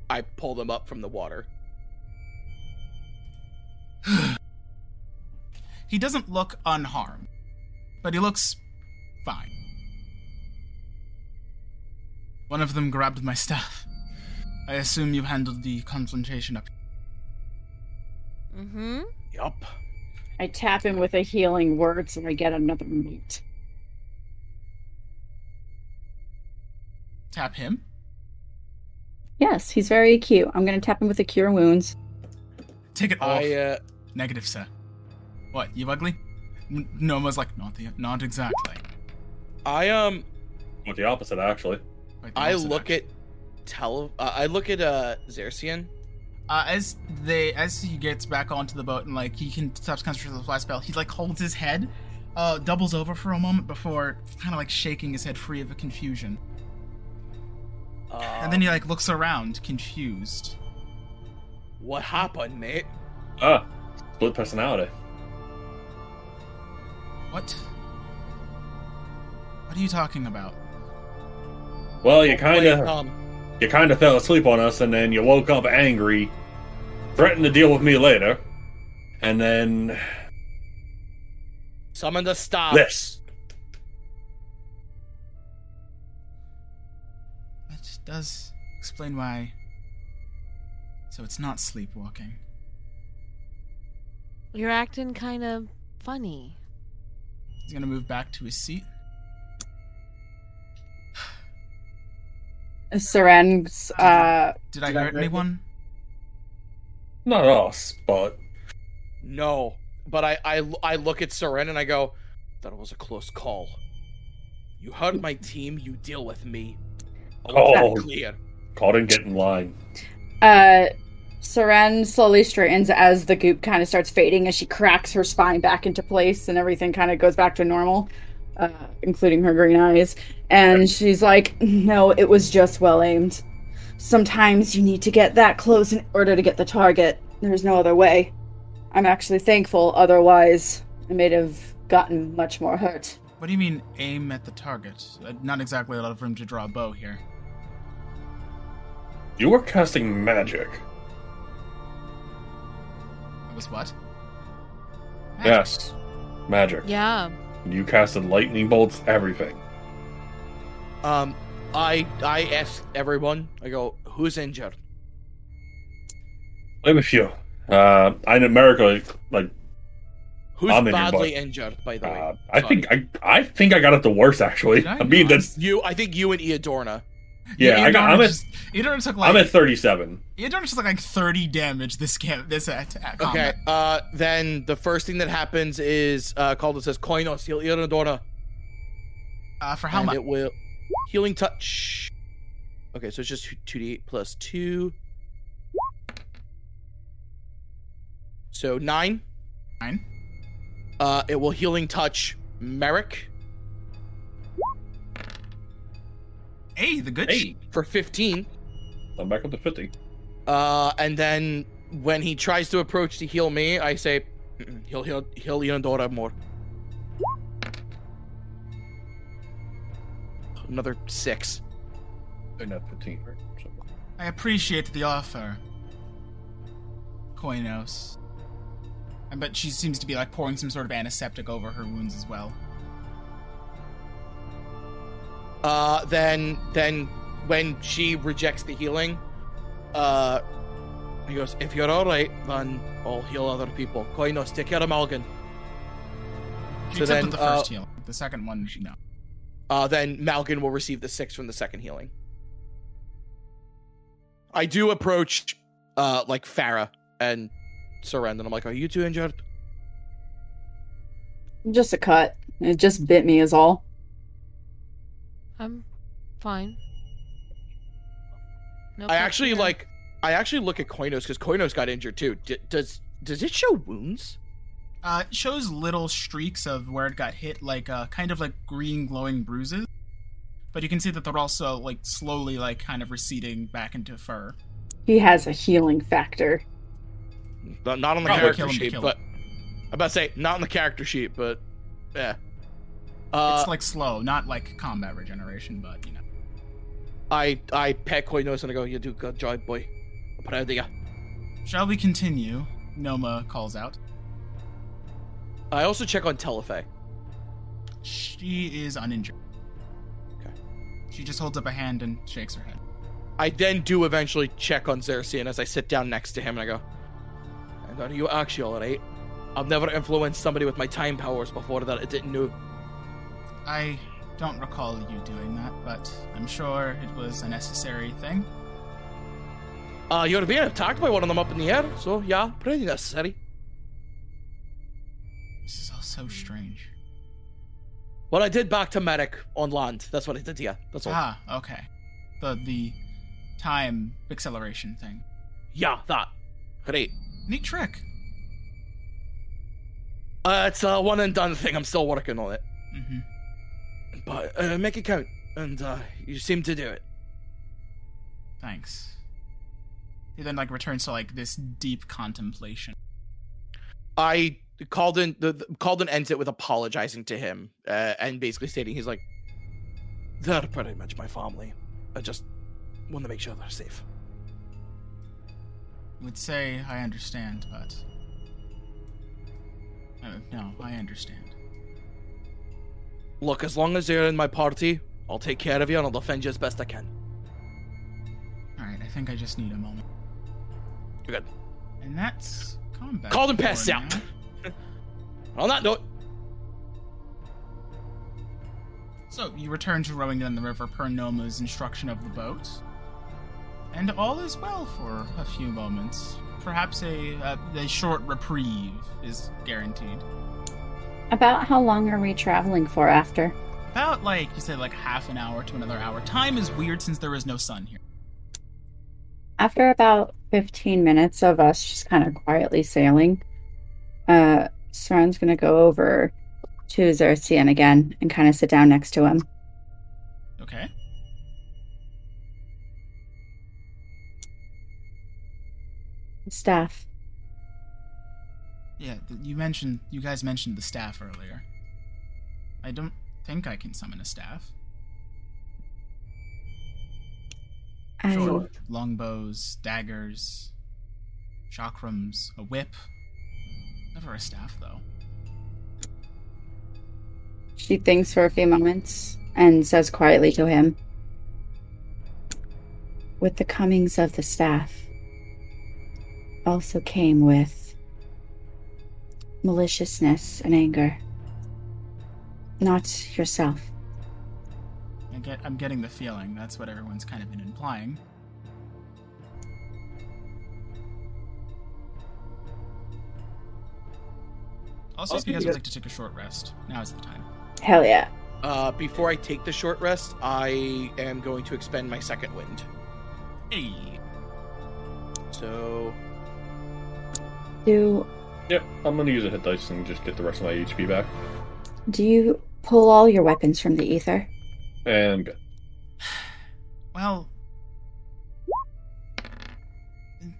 S4: I pull them up from the water.
S2: He doesn't look unharmed, but he looks fine. One of them grabbed my staff. I assume you handled the confrontation up.
S5: Mm-hmm.
S4: Yup.
S7: I tap him with a healing word so I get another meat.
S2: Tap him.
S7: Yes, he's very cute. I'm gonna tap him with a cure wounds.
S2: Take it off.
S4: I uh
S2: Negative, sir. What, you ugly? N- Noma's like, not the, not exactly.
S4: I um
S1: Well, the opposite, actually.
S2: Wait, the
S4: I
S2: opposite,
S4: look
S2: actually.
S4: at tele uh, I look at uh Xercian.
S2: uh, as they as he gets back onto the boat and like he can stops concentrating on the fly spell. He like holds his head, uh, doubles over for a moment before kind of like shaking his head free of a confusion,
S4: Uh,
S2: and then he like looks around confused.
S4: what happened, mate?
S1: Ah, split personality.
S2: What? What are you talking about?
S1: Well, you kind
S4: Wait,
S1: of
S4: um,
S1: you kind of fell asleep on us, and then you woke up angry, threatened to deal with me later, and then
S4: summon the staff.
S1: this.
S2: That does explain why. So it's not sleepwalking.
S5: You're acting kind of funny.
S2: He's gonna move back to his seat.
S7: Seren's uh
S2: Did I
S11: Did I
S2: hurt
S11: break it?
S2: anyone?
S1: Not us, but
S4: No. But I, I I look at Seren and I go, that was a close call. You hurt my team, you deal with me. I want that
S1: Oh.
S4: clear.
S1: caught and get in line.
S7: uh Seren slowly straightens as the goop kind of starts fading as she cracks her spine back into place and everything kind of goes back to normal, uh, including her green eyes. And she's like, No, it was just well aimed. Sometimes you need to get that close in order to get the target. There's no other way. I'm actually thankful, otherwise, I may have gotten much more hurt.
S2: What do you mean aim at the target? Uh, not exactly a lot of room to draw a bow here.
S1: You were casting magic.
S2: That was what?
S1: Yes, magic.
S5: Yeah.
S1: You casted lightning bolts. Everything.
S4: Um, I I asked everyone. I go, who's injured?
S1: Blame a few. Uh, I in America, like
S4: Who's
S1: I'm injured,
S4: badly
S1: but-
S4: injured, by the way?
S1: uh, I
S4: Sorry.
S1: think I I think I got it the worst actually.
S2: Did I
S1: I mean
S2: not?
S1: that's
S4: you. I think you and Eodorna.
S1: yeah. I got, I'm at
S2: just, Eudora took like
S1: I'm at 37.
S2: Eudora took like thirty damage this camp this attack.
S4: Okay.
S2: combat.
S4: Uh, then the first thing that happens is uh, Calder says, "Koinos heal Eodorna."
S2: Uh, for how
S4: and
S2: much?
S4: It will healing touch. Okay, so it's just two d eight plus two. So nine.
S2: Nine.
S4: Uh, it will healing touch Merrick
S2: Hey, the good
S1: Hey,
S2: sheep.
S4: for fifteen.
S1: I'm back up to 50.
S4: Uh, and then when he tries to approach to heal me, I say, "Mm-mm, he'll heal, heal Yondora more. Another six.
S1: And at 15, right? So-
S2: I appreciate the offer. Koinos. I bet she seems to be like pouring some sort of antiseptic over her wounds as well.
S4: Uh, then, then when she rejects the healing, uh, he goes, if you're all right, then I'll heal other people. Koinos, take care of Malgan.
S2: She
S4: So
S2: accepted
S4: then,
S2: the first
S4: uh,
S2: heal. The second one, no.
S4: uh, then Malgin will receive the six from the second healing. I do approach uh, like Farah and Surrender. I'm like, are you two injured?
S7: Just a cut. It just bit me, is all.
S5: I'm fine. No
S4: I
S5: cut
S4: actually
S5: here.
S4: like. I actually look at Koinos because Koinos got injured too. D- does does it show wounds?
S2: Uh, it shows little streaks of where it got hit, like uh, kind of like green glowing bruises. But you can see that they're also like slowly, like kind of receding back into fur.
S7: He has a healing factor.
S4: Not, not on the
S2: Probably kill
S4: character
S2: him to
S4: sheet,
S2: kill
S4: but I'm about to say not on the character sheet, but yeah. Uh,
S2: it's like slow, not like combat regeneration, but you know.
S4: I I pet Koinos and I go, you do good job, boy. I'm proud of you.
S2: Shall we continue? Noma calls out.
S4: I also check on Telefe.
S2: She is uninjured.
S4: Okay.
S2: She just holds up a hand and shakes her head.
S4: I then do eventually check on Xerxian as I sit down next to him and I go, and are you actually alright? I've never influenced somebody with my time powers before that I didn't know.
S2: I don't recall you doing that, but I'm sure it was a necessary thing.
S4: Uh, you're being attacked by one of them up in the air, so yeah, pretty necessary.
S2: This is all so strange.
S4: What I did back to Merrick on land, that's what I did, yeah, that's all.
S2: Ah, okay. The the time acceleration thing.
S4: Yeah, that. Great.
S2: Neat trick.
S4: Uh, it's a one and done thing, I'm still working on it.
S2: hmm
S4: But uh, make it count, and uh, you seem to do it.
S2: Thanks. He then like returns to like this deep contemplation.
S4: I called in the, the called and ends it with apologizing to him uh, and basically stating he's like they're pretty much my family. I just want to make sure they're safe.
S2: would say I understand, but Uh, no, I understand.
S4: Look, as long as you're in my party, I'll take care of you and I'll defend you as best I can.
S2: All right, I think I just need a moment,
S4: You're good.
S2: and that's combat.
S4: Called and
S2: for
S4: passed out.
S2: now.
S4: On that note,
S2: So you return to rowing down the river per Noma's instruction of the boat, and all is well for a few moments. Perhaps a a, a short reprieve is guaranteed.
S7: About how long are we traveling for after?
S2: About like you said, like half an hour to another hour. Time is weird since there is no sun here.
S7: After about 15 minutes of us just kind of quietly sailing, uh, Saran's going to go over to Xerxian again and kind of sit down next to him.
S2: Okay.
S7: Staff,
S2: Yeah, th- you mentioned you guys mentioned the staff earlier. I don't think I can summon a staff.
S7: I,
S2: Sure. Longbows, daggers, chakrams, a whip. Never a staff though.
S7: she thinks for a few moments and says quietly to him, With the comings of the staff, also came with maliciousness and anger. Not yourself.
S2: I get I'm getting the feeling that's what everyone's kind of been implying. Also, if you guys would like to take a short rest, now is the time.
S7: Hell yeah.
S4: uh, before I take the short rest, I am going to expend my second wind.
S2: Hey.
S4: So
S7: Do
S9: Yep, I'm gonna use a hit dice and just get the rest of my HP back.
S7: do you pull all your weapons from the ether?
S9: And good.
S2: Well,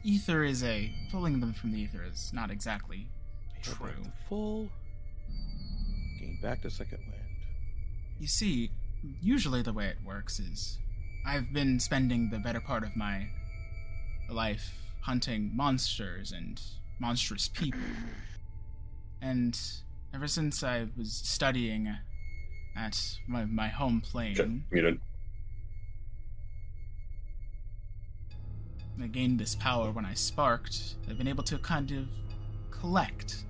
S2: ether is a pulling them from the ether is not exactly
S4: Go back
S2: true.
S4: to Full. Gain back the second wind.
S2: You see, usually the way it works is I've been spending the better part of my life hunting monsters and monstrous people. And ever since I was studying at my, my home plane,
S9: muted.
S2: I gained this power when I sparked. I've been able to kind of collect.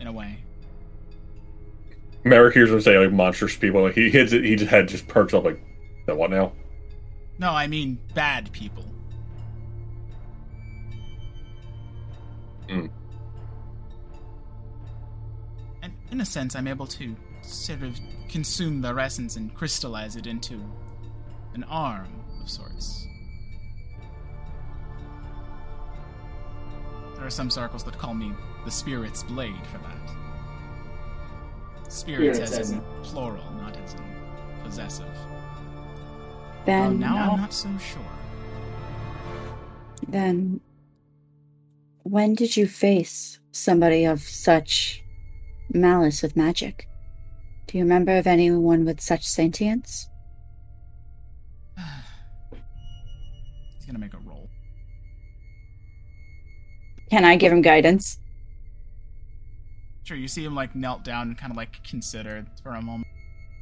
S2: In a way.
S1: Merrick hears him say like monstrous people. Like, he hits it. He just had just perks up. Like, that what now?
S2: No, I mean bad people.
S1: Hmm.
S2: And in a sense, I'm able to sort of consume their essence and crystallize it into an arm of sorts. There are some circles that call me the Spirit's Blade for that. Spirits,
S7: Spirits,
S2: as
S7: as
S2: in plural, not as in possessive. Well,
S3: Then,
S2: Oh, now I'm not so sure.
S3: then, when did you face somebody of such malice with magic? Do you remember of anyone with such sentience?
S2: He's gonna make a roll.
S3: Can I give him guidance?
S2: Sure, you see him like knelt down and kind of like consider for a moment.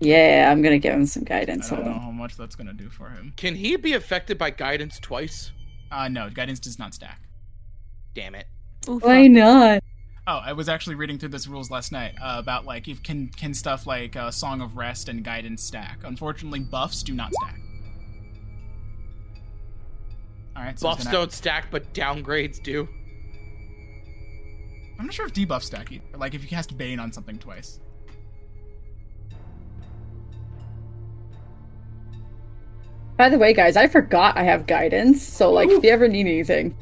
S3: Yeah, I'm gonna give him some
S2: I
S3: guidance.
S2: don't
S3: Hold
S2: know
S3: on.
S2: how much that's gonna do for him.
S4: Can he be affected by guidance twice?
S2: Uh, no, guidance does not stack.
S4: Damn it.
S5: Oof,
S3: Why not?
S2: Oh, I was actually reading through this rules last night uh, about like if can can stuff like uh, Song of Rest and Guidance stack. Unfortunately, buffs do not stack. All right, so he's
S4: Buffs
S2: gonna-
S4: don't stack, but downgrades do.
S2: I'm not sure if debuffs stack either. Like if you cast Bane on something twice.
S7: By the way, guys, I forgot I have guidance. So, like, if you ever need anything,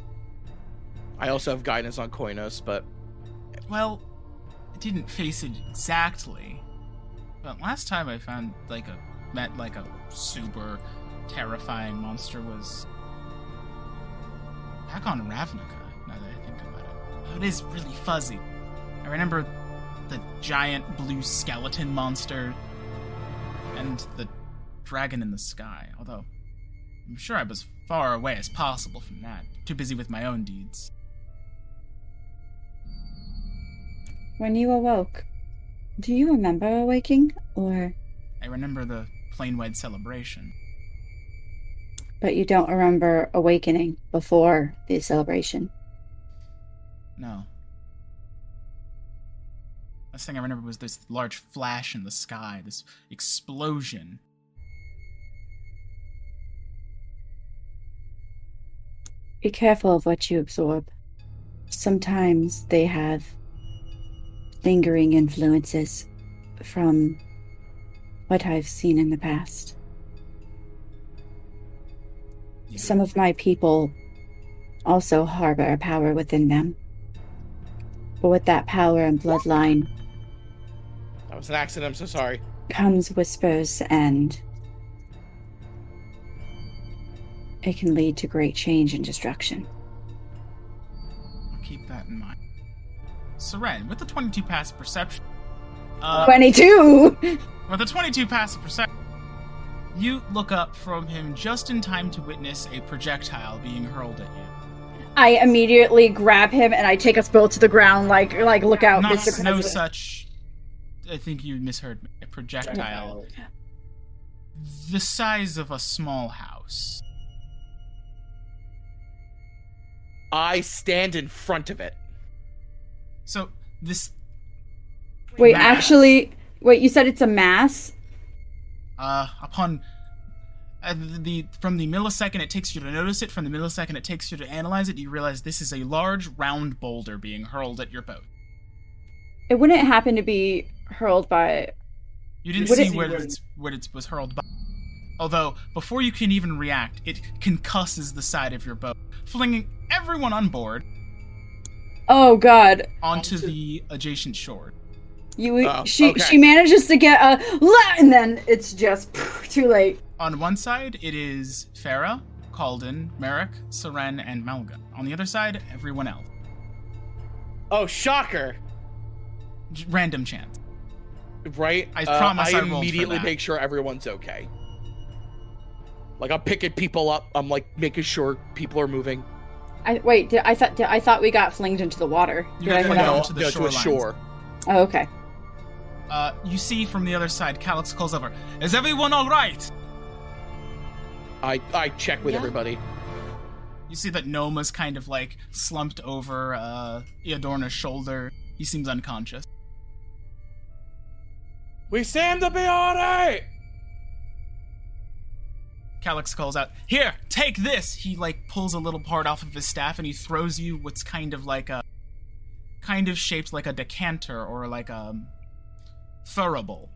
S4: I also have guidance on Koinos, but
S2: Well, I didn't face it exactly, but last time I found like a met like a super terrifying monster was back on Ravnica. Now that I think about it, oh, it is really fuzzy. I remember the giant blue skeleton monster and the dragon in the sky. Although I'm sure I was far away as possible from that, too busy with my own deeds.
S3: When you awoke, do you remember awaking, or
S2: I remember the plain white celebration.
S3: but you don't remember awakening before the celebration?
S2: No. Last thing I remember was this large flash in the sky, this explosion.
S3: Be careful of what you absorb. Sometimes they have lingering influences from what I've seen in the past.
S2: Yeah.
S3: Some of my people also harbor a power within them. But with that power and bloodline
S4: that was an accident. I'm so sorry.
S3: comes whispers, and it can lead to great change and destruction.
S2: I'll keep that in mind. Seren, with the 22 pass perception. Uh,
S3: 22!
S2: With a 22 passive perception, you look up from him just in time to witness a projectile being hurled at you.
S7: I immediately grab him and I take us both to the ground. Like, like, look out,
S2: Not
S7: Mr.
S2: no
S7: President.
S2: such. I think you misheard me. A projectile the size of a small house.
S4: I stand in front of it.
S2: So this
S7: Wait,
S2: Mass.
S7: actually, wait. You said it's a mass.
S2: uh, upon uh, the from the millisecond it takes you to notice it, from the millisecond it takes you to analyze it, you realize this is a large round boulder being hurled at your boat.
S7: It wouldn't happen to be hurled by.
S2: You didn't
S7: Would
S2: see
S7: it-
S2: where it's, where it was hurled by. Although before you can even react, it concusses the side of your boat, flinging everyone on board
S7: Oh God,
S2: onto the adjacent shore.
S7: you.
S4: Oh,
S7: she
S4: okay.
S7: she manages to get a la- and then it's just too late.
S2: On one side, it is Farah, Calden, Merrick, Seren, and Malga. On the other side, everyone else.
S4: Oh, shocker!
S2: J- Random chance.
S4: Right? Uh,
S2: I promise I
S4: I
S2: rolled for
S4: immediately
S2: that.
S4: make sure everyone's okay. Like I'm picking people up. I'm like making sure people are moving.
S7: I wait. Did, I thought did, I thought we got flinged into the water.
S2: You
S7: Did
S2: got
S7: I
S2: flinged
S7: forget?
S2: onto the
S4: no, to a
S2: shorelines.
S4: shore.
S7: Oh, okay.
S2: Uh, you see from the other side, Calix calls over, Is everyone alright?
S4: I I check with
S5: Yeah.
S4: everybody.
S2: You see that Noma's kind of like slumped over uh, Eodorna's shoulder. He seems unconscious.
S4: We seem to be alright!
S2: Calix calls out, Here, take this! He, like, pulls a little part off of his staff and he throws you what's kind of like a. kind of shaped like a decanter or like a. um, thurible.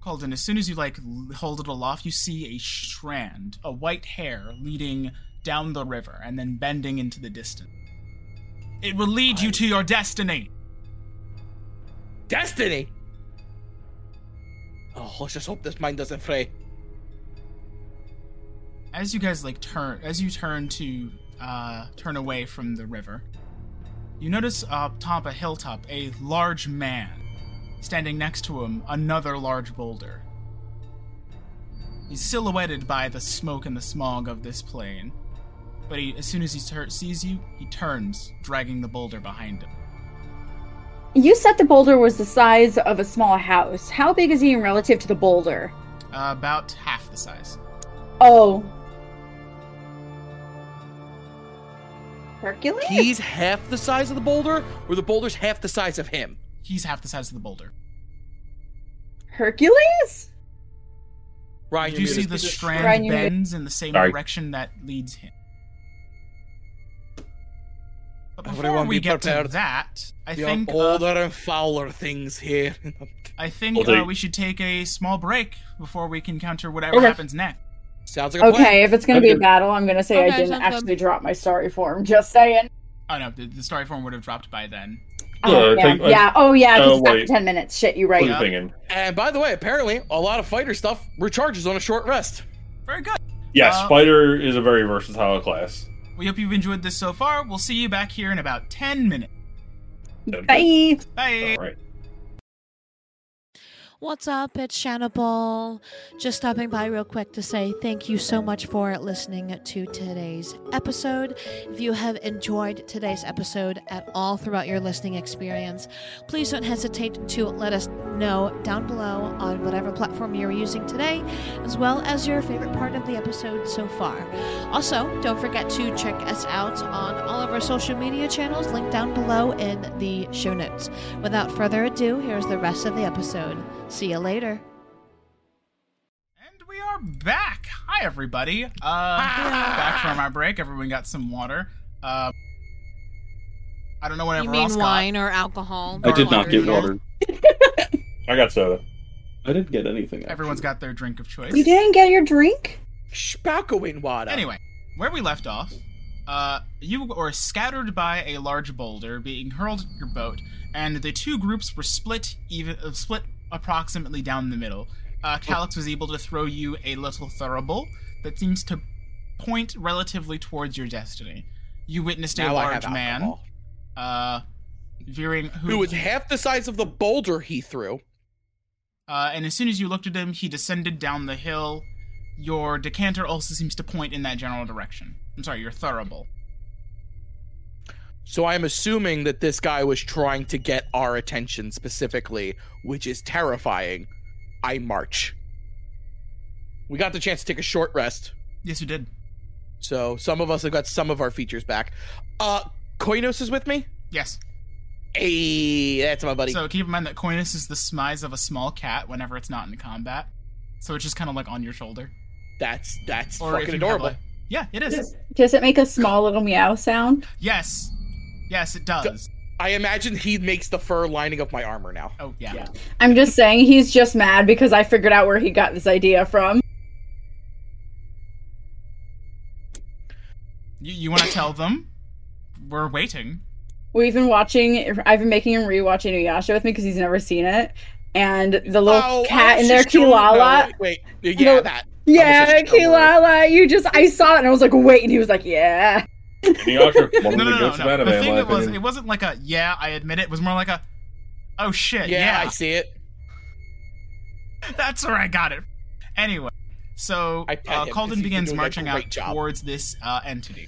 S2: Called and as soon as you, like, l- hold it aloft, you see a strand, a white hair leading down the river and then bending into the distance. It will lead you to your destiny!
S4: Destiny! Oh, let's just hope this mine doesn't fray.
S2: as you guys like turn as you turn to uh, turn away from the river you notice up top a hilltop a large man standing next to him another large boulder he's silhouetted by the smoke and the smog of this plain but he, as soon as he tur- sees you he turns dragging the boulder behind him
S7: You said the boulder was the size of a small house. How big is he in relative to the boulder?
S2: uh, about half the size
S7: Oh. Hercules?
S4: He's half the size of the boulder, or the boulder's half the size of him.
S2: he's half the size of the boulder
S7: Hercules?
S4: Right.
S2: you do see the
S7: Ryan,
S2: strand
S7: you made-
S2: bends in the same
S9: Sorry.
S2: direction that leads him. But
S4: I wouldn't
S2: before
S4: want to
S2: we
S4: be
S2: get to
S4: prepared.
S2: that, I
S4: We
S2: think
S4: have
S2: uh,
S4: older and fouler things here.
S2: I think
S9: Well, they-
S2: uh, we should take a small break before we can counter whatever
S9: Okay.
S2: happens next.
S4: Sounds like a plan.
S7: Okay, if it's gonna be a
S9: Okay.
S7: battle, I'm gonna say I
S5: Okay,
S7: didn't
S5: sounds good.
S7: actually drop my story form. Just saying.
S2: Oh no, the, the story form would have dropped by then.
S7: Oh,
S9: Uh,
S7: yeah.
S9: take- uh,
S7: yeah. Oh, yeah. 'cause
S9: uh,
S7: it's after
S9: wait.
S7: ten minutes. Shit, you're right.
S9: What are you thinking?
S4: And by the way, apparently, a lot of fighter stuff recharges on a short rest.
S2: Very good.
S9: Yes.
S2: Uh,
S1: Spider is a very versatile class.
S2: We hope you've enjoyed this so far. We'll see you back here in about 10 minutes.
S7: Bye.
S2: Bye.
S1: All right.
S5: What's up? It's Shannable. Just stopping by real quick to say thank you so much for listening to today's episode. If you have enjoyed today's episode at all throughout your listening experience, please don't hesitate to let us know down below on whatever platform you're using today, as well as your favorite part of the episode so far. Also, don't forget to check us out on all of our social media channels linked down below in the show notes. Without further ado, here's the rest of the episode. See you later.
S2: And we are back. Hi, everybody. Uh, back from our break. Everyone got some water. Uh, I don't know what
S5: you
S2: everyone else
S5: mean
S2: got.
S5: wine or alcohol?
S9: I did not get
S5: Yeah.
S9: water.
S1: I got soda.
S9: I didn't get anything.
S2: Everyone's
S9: actually.
S2: got their drink of choice.
S7: You didn't get your drink?
S4: Spackowin water.
S2: Anyway, where we left off, uh, you were scattered by a large boulder being hurled at your boat, and the two groups were split even uh, split approximately down the middle. Uh, Calix was able to throw you a little thurible that seems to point relatively towards your destiny. You witnessed a
S4: now I
S2: large
S4: have
S2: man,
S4: alcohol.
S2: uh, veering
S4: Who
S2: who,
S4: was half the size of the boulder he threw.
S2: uh, and as soon as you looked at him, he descended down the hill. Your decanter also seems to point in that general direction. I'm sorry, your thurible.
S4: So I'm assuming that this guy was trying to get our attention specifically, which is terrifying. I march. We got the chance to take a short rest,
S2: Yes, you did.
S4: so some of us have got some of our features back. Uh, Koinos is with me.
S2: Yes.
S4: Hey, that's my buddy.
S2: So keep in mind that coyness is the smize of a small cat whenever it's not in combat. So it's just kind of like on your shoulder.
S4: that's that's
S2: Or if
S4: fucking
S2: you
S4: adorable.
S2: have a- yeah, it is.
S7: Does, does it make a small little meow sound?
S2: Yes. Yes, it does.
S4: I imagine he makes the fur lining of my armor now.
S2: Oh, yeah.
S7: Yeah. I'm just saying he's just mad because I figured out where he got this idea from.
S2: You, you want to tell them? We're waiting.
S7: We've been watching. I've been making him rewatch Inuyasha with me because he's never seen it. And the little
S4: Oh,
S7: cat
S4: I
S7: in there,
S4: just don't
S7: Kilala.
S4: know. Wait, wait, yeah,
S7: No.
S4: that.
S7: Yeah,
S4: almost said Star
S7: Kilala. You just, I saw it and I was like, wait. And he was like, yeah.
S1: Inuyasha, one
S2: No,
S1: of
S2: no,
S1: the
S2: no,
S1: goats of
S2: no.
S1: anime,
S2: The
S1: in
S2: thing
S1: my
S2: that was,
S1: opinion.
S2: it wasn't like a yeah, I admit it. It was more like a oh shit,
S4: Yeah,
S2: yeah.
S4: I see it.
S2: That's where I got it. Anyway, so
S4: I pet
S2: uh,
S4: him 'cause he's
S2: Calden
S4: been
S2: begins
S4: doing a
S2: marching out
S4: great job.
S2: towards this uh, entity.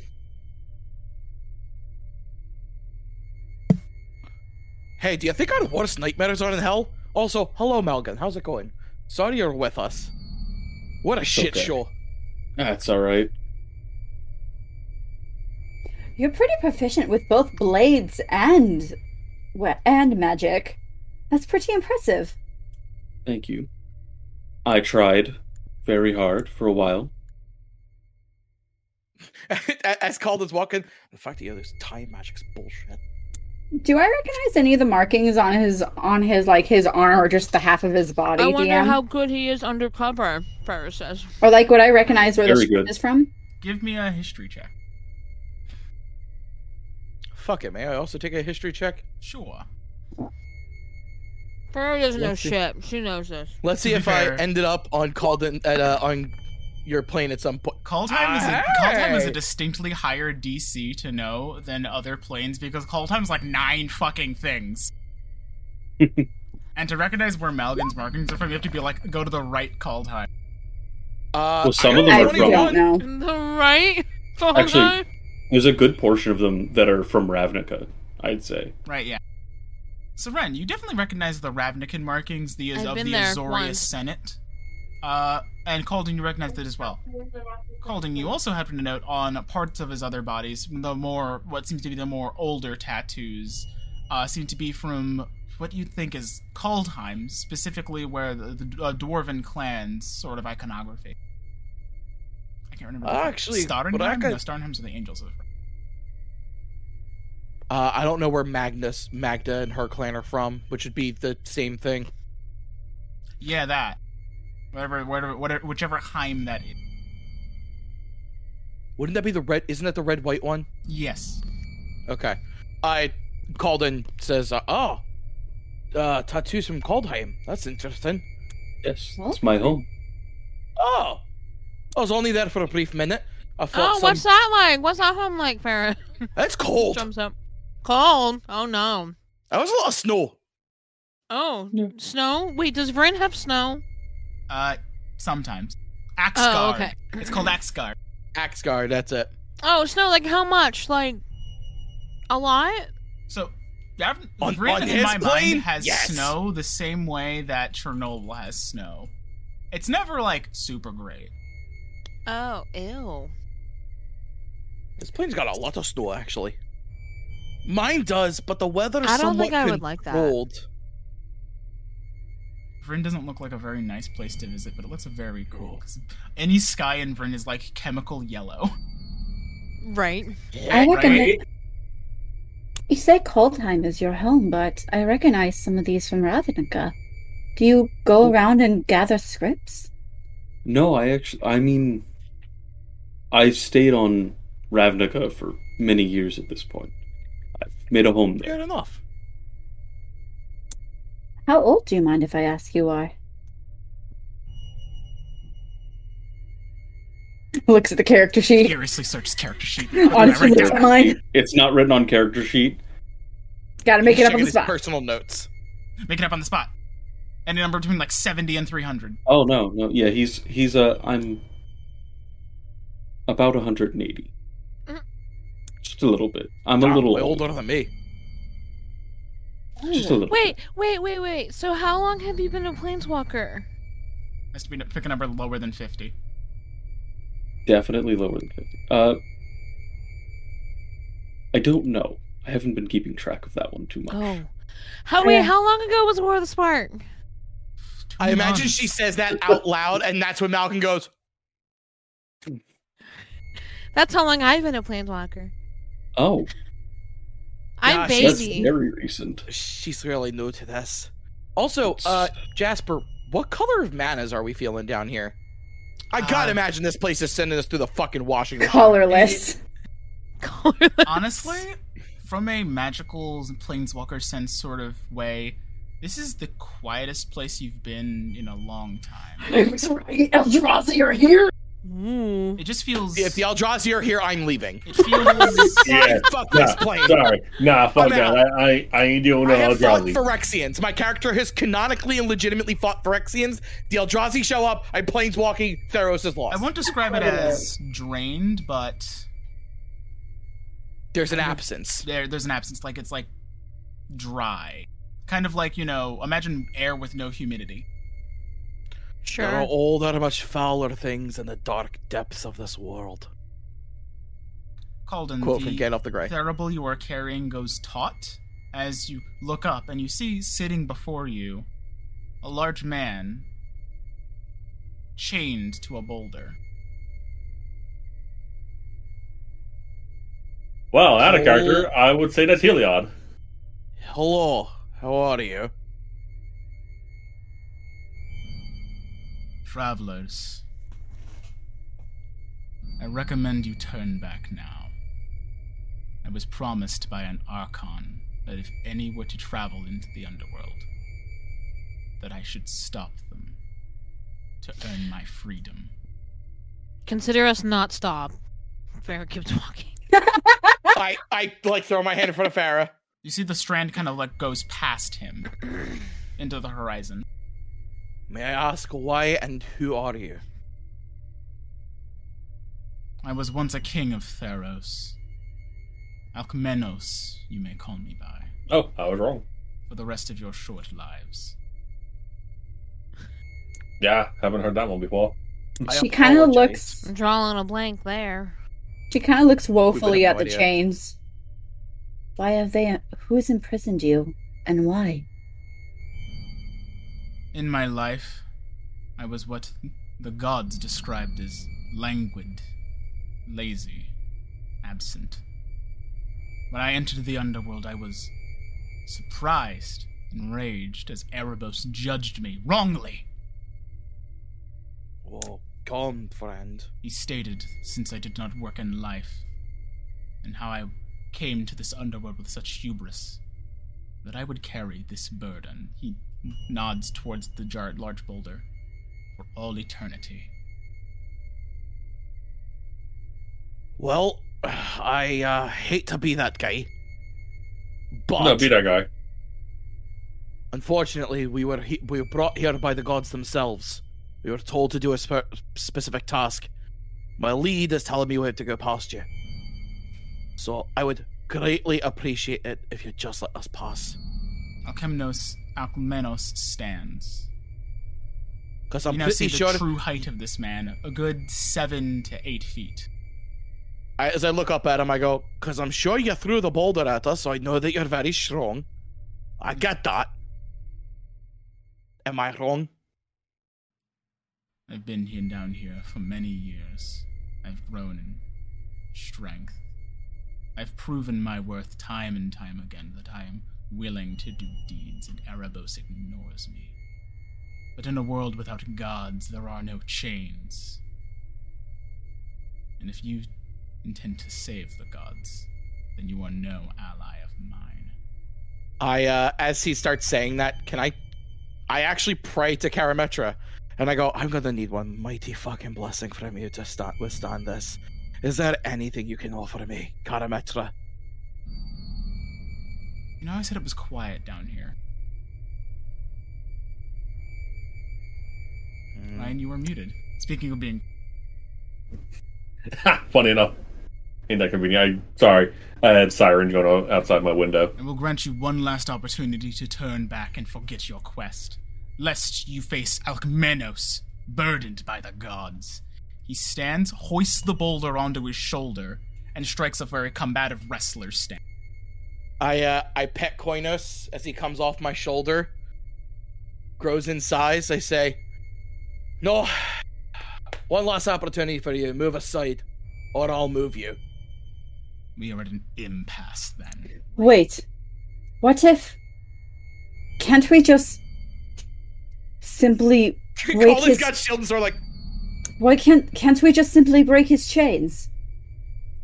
S4: Hey, do you think our worst nightmares are in hell? Also, hello, Melgan. How's it going? Sorry you're with us. What a
S9: It's
S4: shit
S9: okay.
S4: show.
S9: That's all right.
S7: You're pretty proficient with both blades and we- and magic. That's pretty impressive.
S9: Thank you. I tried very hard for a while.
S4: As Calden's walking, the fact the other's time magic's bullshit.
S7: Do I recognize any of the markings on his on his like his arm or just the half of his body?
S11: I wonder
S7: DM?
S11: how good he is undercover, Ferris says.
S7: or like would I recognize where the
S9: Very
S7: shirt
S9: good.
S7: is from?
S2: Give me a history check.
S4: Fuck it, may I also take a history check?
S2: Sure.
S11: Ferris doesn't know
S4: Let's see.
S11: shit. She knows this.
S4: Let's see
S2: To be
S4: if
S2: fair.
S4: I ended up on Calden at uh, on your plane at some point.
S2: Call time is a, call time is a
S4: Hey.
S2: distinctly higher DC to know than other planes because call time's like nine fucking things. and to recognize where Malgan's markings are from, you have to be like go to the right call time.
S4: Uh,
S9: Well, some
S4: I
S9: of them
S4: got a
S9: are
S7: I
S9: from-
S4: 21.
S7: don't know.
S11: The right? The whole
S9: Actually-
S11: time?
S9: There's a good portion of them that are from Ravnica, I'd say.
S2: Right, yeah. So Ren, you definitely recognize the Ravnican markings, the
S11: I've
S2: of
S11: been
S2: the
S11: there
S2: Azorius
S11: once.
S2: Senate. Uh, and Calden, you recognize that as well. Calden, you also happen to note on parts of his other bodies, the more what seems to be the more older tattoos, uh, seem to be from what you think is Kaldheim, specifically where the, the uh, dwarven clan's sort of iconography. I can't remember. the-
S4: Actually, but I
S2: Starnheim?
S4: could-
S2: No, Starnheim's are the angels. Of
S4: Uh, I don't know where Magnus, Magda, and her clan are from, which would be the same thing.
S2: yeah, that. Whatever, whatever, whatever, whichever Heim that is.
S4: Wouldn't that be the red? Isn't that the red white one?
S2: Yes.
S4: Okay. I called and says, uh, "Oh, uh, tattoos from Kaldheim. That's interesting.
S9: Yes,
S7: Huh?
S9: it's my home.
S4: Oh, I was only there for a brief minute. I thought
S11: Oh,
S4: some-
S11: what's that like? What's that home like, Ferris?
S4: It's cold.
S11: Jumps up. Cold? Oh, no.
S4: That was a lot of snow.
S11: Oh,
S9: Yeah.
S11: snow? Wait, does Vryn have snow?
S2: Uh, sometimes. Axe
S11: Oh,
S2: guard.
S11: okay.
S2: It's called axe guard.
S4: Axe guard. That's it.
S11: Oh, snow, like how much? Like a lot?
S2: So, Davin,
S4: On-
S2: Vryn
S4: on
S2: in
S4: his
S2: my
S4: plane?
S2: mind has
S4: Yes.
S2: snow the same way that Chernobyl has snow. It's never like super great.
S11: Oh, ew.
S4: This plane's got a lot of snow, actually. Mine does, but the weather is
S11: I don't
S4: somewhat
S11: think I would like that.
S4: controlled.
S2: Vryn doesn't look like a very nice place to visit, but it looks very cool. 'cause any sky in Vryn is like chemical yellow.
S11: Right.
S7: I
S2: Right?
S7: recognize. You say Coldheim is your home, but I recognize some of these from Ravnica. Do you go around and gather scripts?
S9: No, I actually, I mean, I stayed on Ravnica for many years at this point. I've made a home
S4: Fair
S9: there.
S4: enough.
S7: How old do you mind if I ask you are? Looks at the character sheet.
S2: Furiously search character sheet.
S7: Honestly,
S2: Right
S7: it's
S2: there.
S7: mine.
S9: It's not written on character sheet.
S7: Gotta make it up
S4: He's
S7: on
S4: checking
S7: the
S4: his
S7: spot.
S4: Personal notes.
S2: Make it up on the spot. Any number between like 70 and 300.
S9: Oh no, no, yeah, he's he's uh, I'm about 180.
S7: Uh-huh.
S11: Mm.
S9: Just a little bit. I'm a
S4: Wow,
S9: little
S4: way
S9: old.
S4: older than me.
S9: Just a little.
S11: Wait, wait, wait, wait. So how long have you been a planeswalker?
S2: Has to be pick a number lower than 50.
S9: Definitely lower than 50. Uh, I don't know. I haven't been keeping track of that one too much.
S11: Oh. How wait,
S7: Yeah.
S11: how long ago was War of the Spark?
S4: I imagine
S2: Months.
S4: she says that out loud, and that's when Malcolm goes,
S11: That's how long I've been a planeswalker.
S9: Oh,
S11: I'm
S4: Gosh, that's
S11: baby.
S9: that's very recent.
S4: She's really new to this. Also, uh, Jasper, what color of manas are we feeling down here? I gotta
S2: Uh,
S4: imagine this place is sending us through the fucking washing machine.
S7: Colorless.
S2: honestly, from a magical planeswalker sense sort of way, this is the quietest place you've been in a long time.
S7: I was right. Eldrazi, you're here.
S11: Ooh.
S2: It just feels.
S4: If the Eldrazi are here, I'm leaving.
S2: it feels.
S1: Yeah.
S4: Fuck
S1: Yeah.
S4: this plane.
S1: Sorry. Nah, fuck
S4: I'm
S1: that.
S4: out.
S1: I, I, I ain't doing no
S4: I have fought
S1: Eldrazi.
S4: Phyrexians. My character has canonically and legitimately fought Phyrexians. The Eldrazi show up. I'm planeswalking. Theros is
S2: I
S4: lost.
S2: won't describe it as drained, but
S4: There's an absence.
S2: there, there's an absence. Like it's like dry, kind of like you know, imagine air with no humidity.
S4: There
S11: Sure.
S4: are all that much fouler things in the dark depths of this world.
S2: Calden,
S4: Quote
S2: the
S4: from Get Off the Gray.
S2: Terrible you are carrying goes taut as you look up and you see sitting before you a large man chained to a boulder.
S1: Wow, out
S4: Oh.
S1: of character. I would say that's Heliod.
S4: Hello, how are you?
S2: Travelers, I recommend you turn back now. I was promised by an Archon that if any were to travel into the underworld, that I should stop them to earn my freedom.
S11: Consider us not stop. Farrah keeps walking.
S4: I, I like throw my hand in front of Farah.
S2: You see the strand kind of like goes past him into the horizon.
S4: May I ask why and who are you?
S2: I was once a king of Theros. Alcmenos, you may call me by,
S1: Oh, I was wrong.
S2: for the rest of your short lives.
S1: Yeah, haven't heard that one before.
S4: I
S7: She kind of
S4: apologize.
S7: looks.
S11: I'm drawing a blank there.
S7: She kind of looks woefully
S4: no
S7: at the
S4: idea.
S7: chains. Why have they? Who's imprisoned you, and why?
S2: In my life, I was what the gods described as languid, lazy, absent. When I entered the underworld, I was surprised, enraged, as Erebos judged me wrongly.
S4: Well, calm, friend.
S2: he stated since I did not work in life, and how I came to this underworld with such hubris that I would carry this burden. He nods towards the jar- large boulder for all eternity.
S4: Well, I uh, hate to be that guy, but
S1: No, be that guy.
S4: unfortunately, we were he- we were brought here by the gods themselves. We were told to do a spe- specific task. My lead is telling me where to go past you. So I would greatly appreciate it if you just let us pass,
S2: Alchemnos Alchmenos stands.
S4: because I'm
S2: you now see
S4: pretty
S2: the
S4: sure.
S2: true height of this man, a good seven to eight feet.
S4: I, as I look up at him, I go, because I'm sure you threw the boulder at us, so I know that you're very strong. I get that. Am I wrong?
S2: I've been here and down here for many years. I've grown in strength. I've proven my worth time and time again that I am willing to do deeds, and Erebos ignores me. But in a world without gods, there are no chains. And if you intend to save the gods, then you are no ally of mine.
S4: I, uh, as he starts saying that, can I? I actually pray to Karametra, and I go, I'm gonna need one mighty fucking blessing from you to start withstand this. Is there anything you can offer me, Karametra?
S2: You know, I said it was quiet down here. Ryan, you were muted. Speaking of being
S1: Ha, Funny enough. Ain't that convenient? I, sorry. I had sirens going on outside my window.
S2: I will grant you one last opportunity to turn back and forget your quest, lest you face Alcmenos, burdened by the gods. He stands, hoists the boulder onto his shoulder, and strikes a very combative wrestler stance.
S4: I, uh, I pet Koinos as he comes off my shoulder, grows in size. I say, No, one last opportunity for you. Move aside, or I'll move you.
S2: We are at an impasse then.
S7: Wait, what if? Can't we just simply break
S4: Colin's
S7: his?
S4: got shield and sword like.
S7: Why can't can't we just simply break his chains?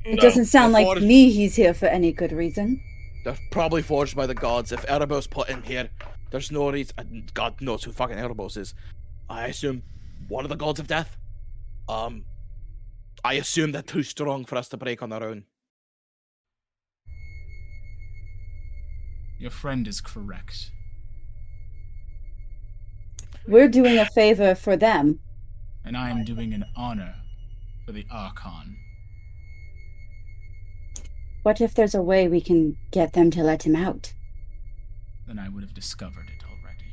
S7: It
S1: No.
S7: doesn't sound like
S4: Before-
S7: me. He's here for any good reason.
S4: They're probably forged by the gods. If Erebos put in here, there's no reason. God knows who fucking Erebos is. I assume one of the gods of death. Um, I assume they're too strong for us to break on our own.
S2: Your friend is correct.
S7: We're doing a favor for them.
S2: and I am doing an honor for the Archon.
S7: What if there's a way we can get them to let him out?
S2: Then I would have discovered it already.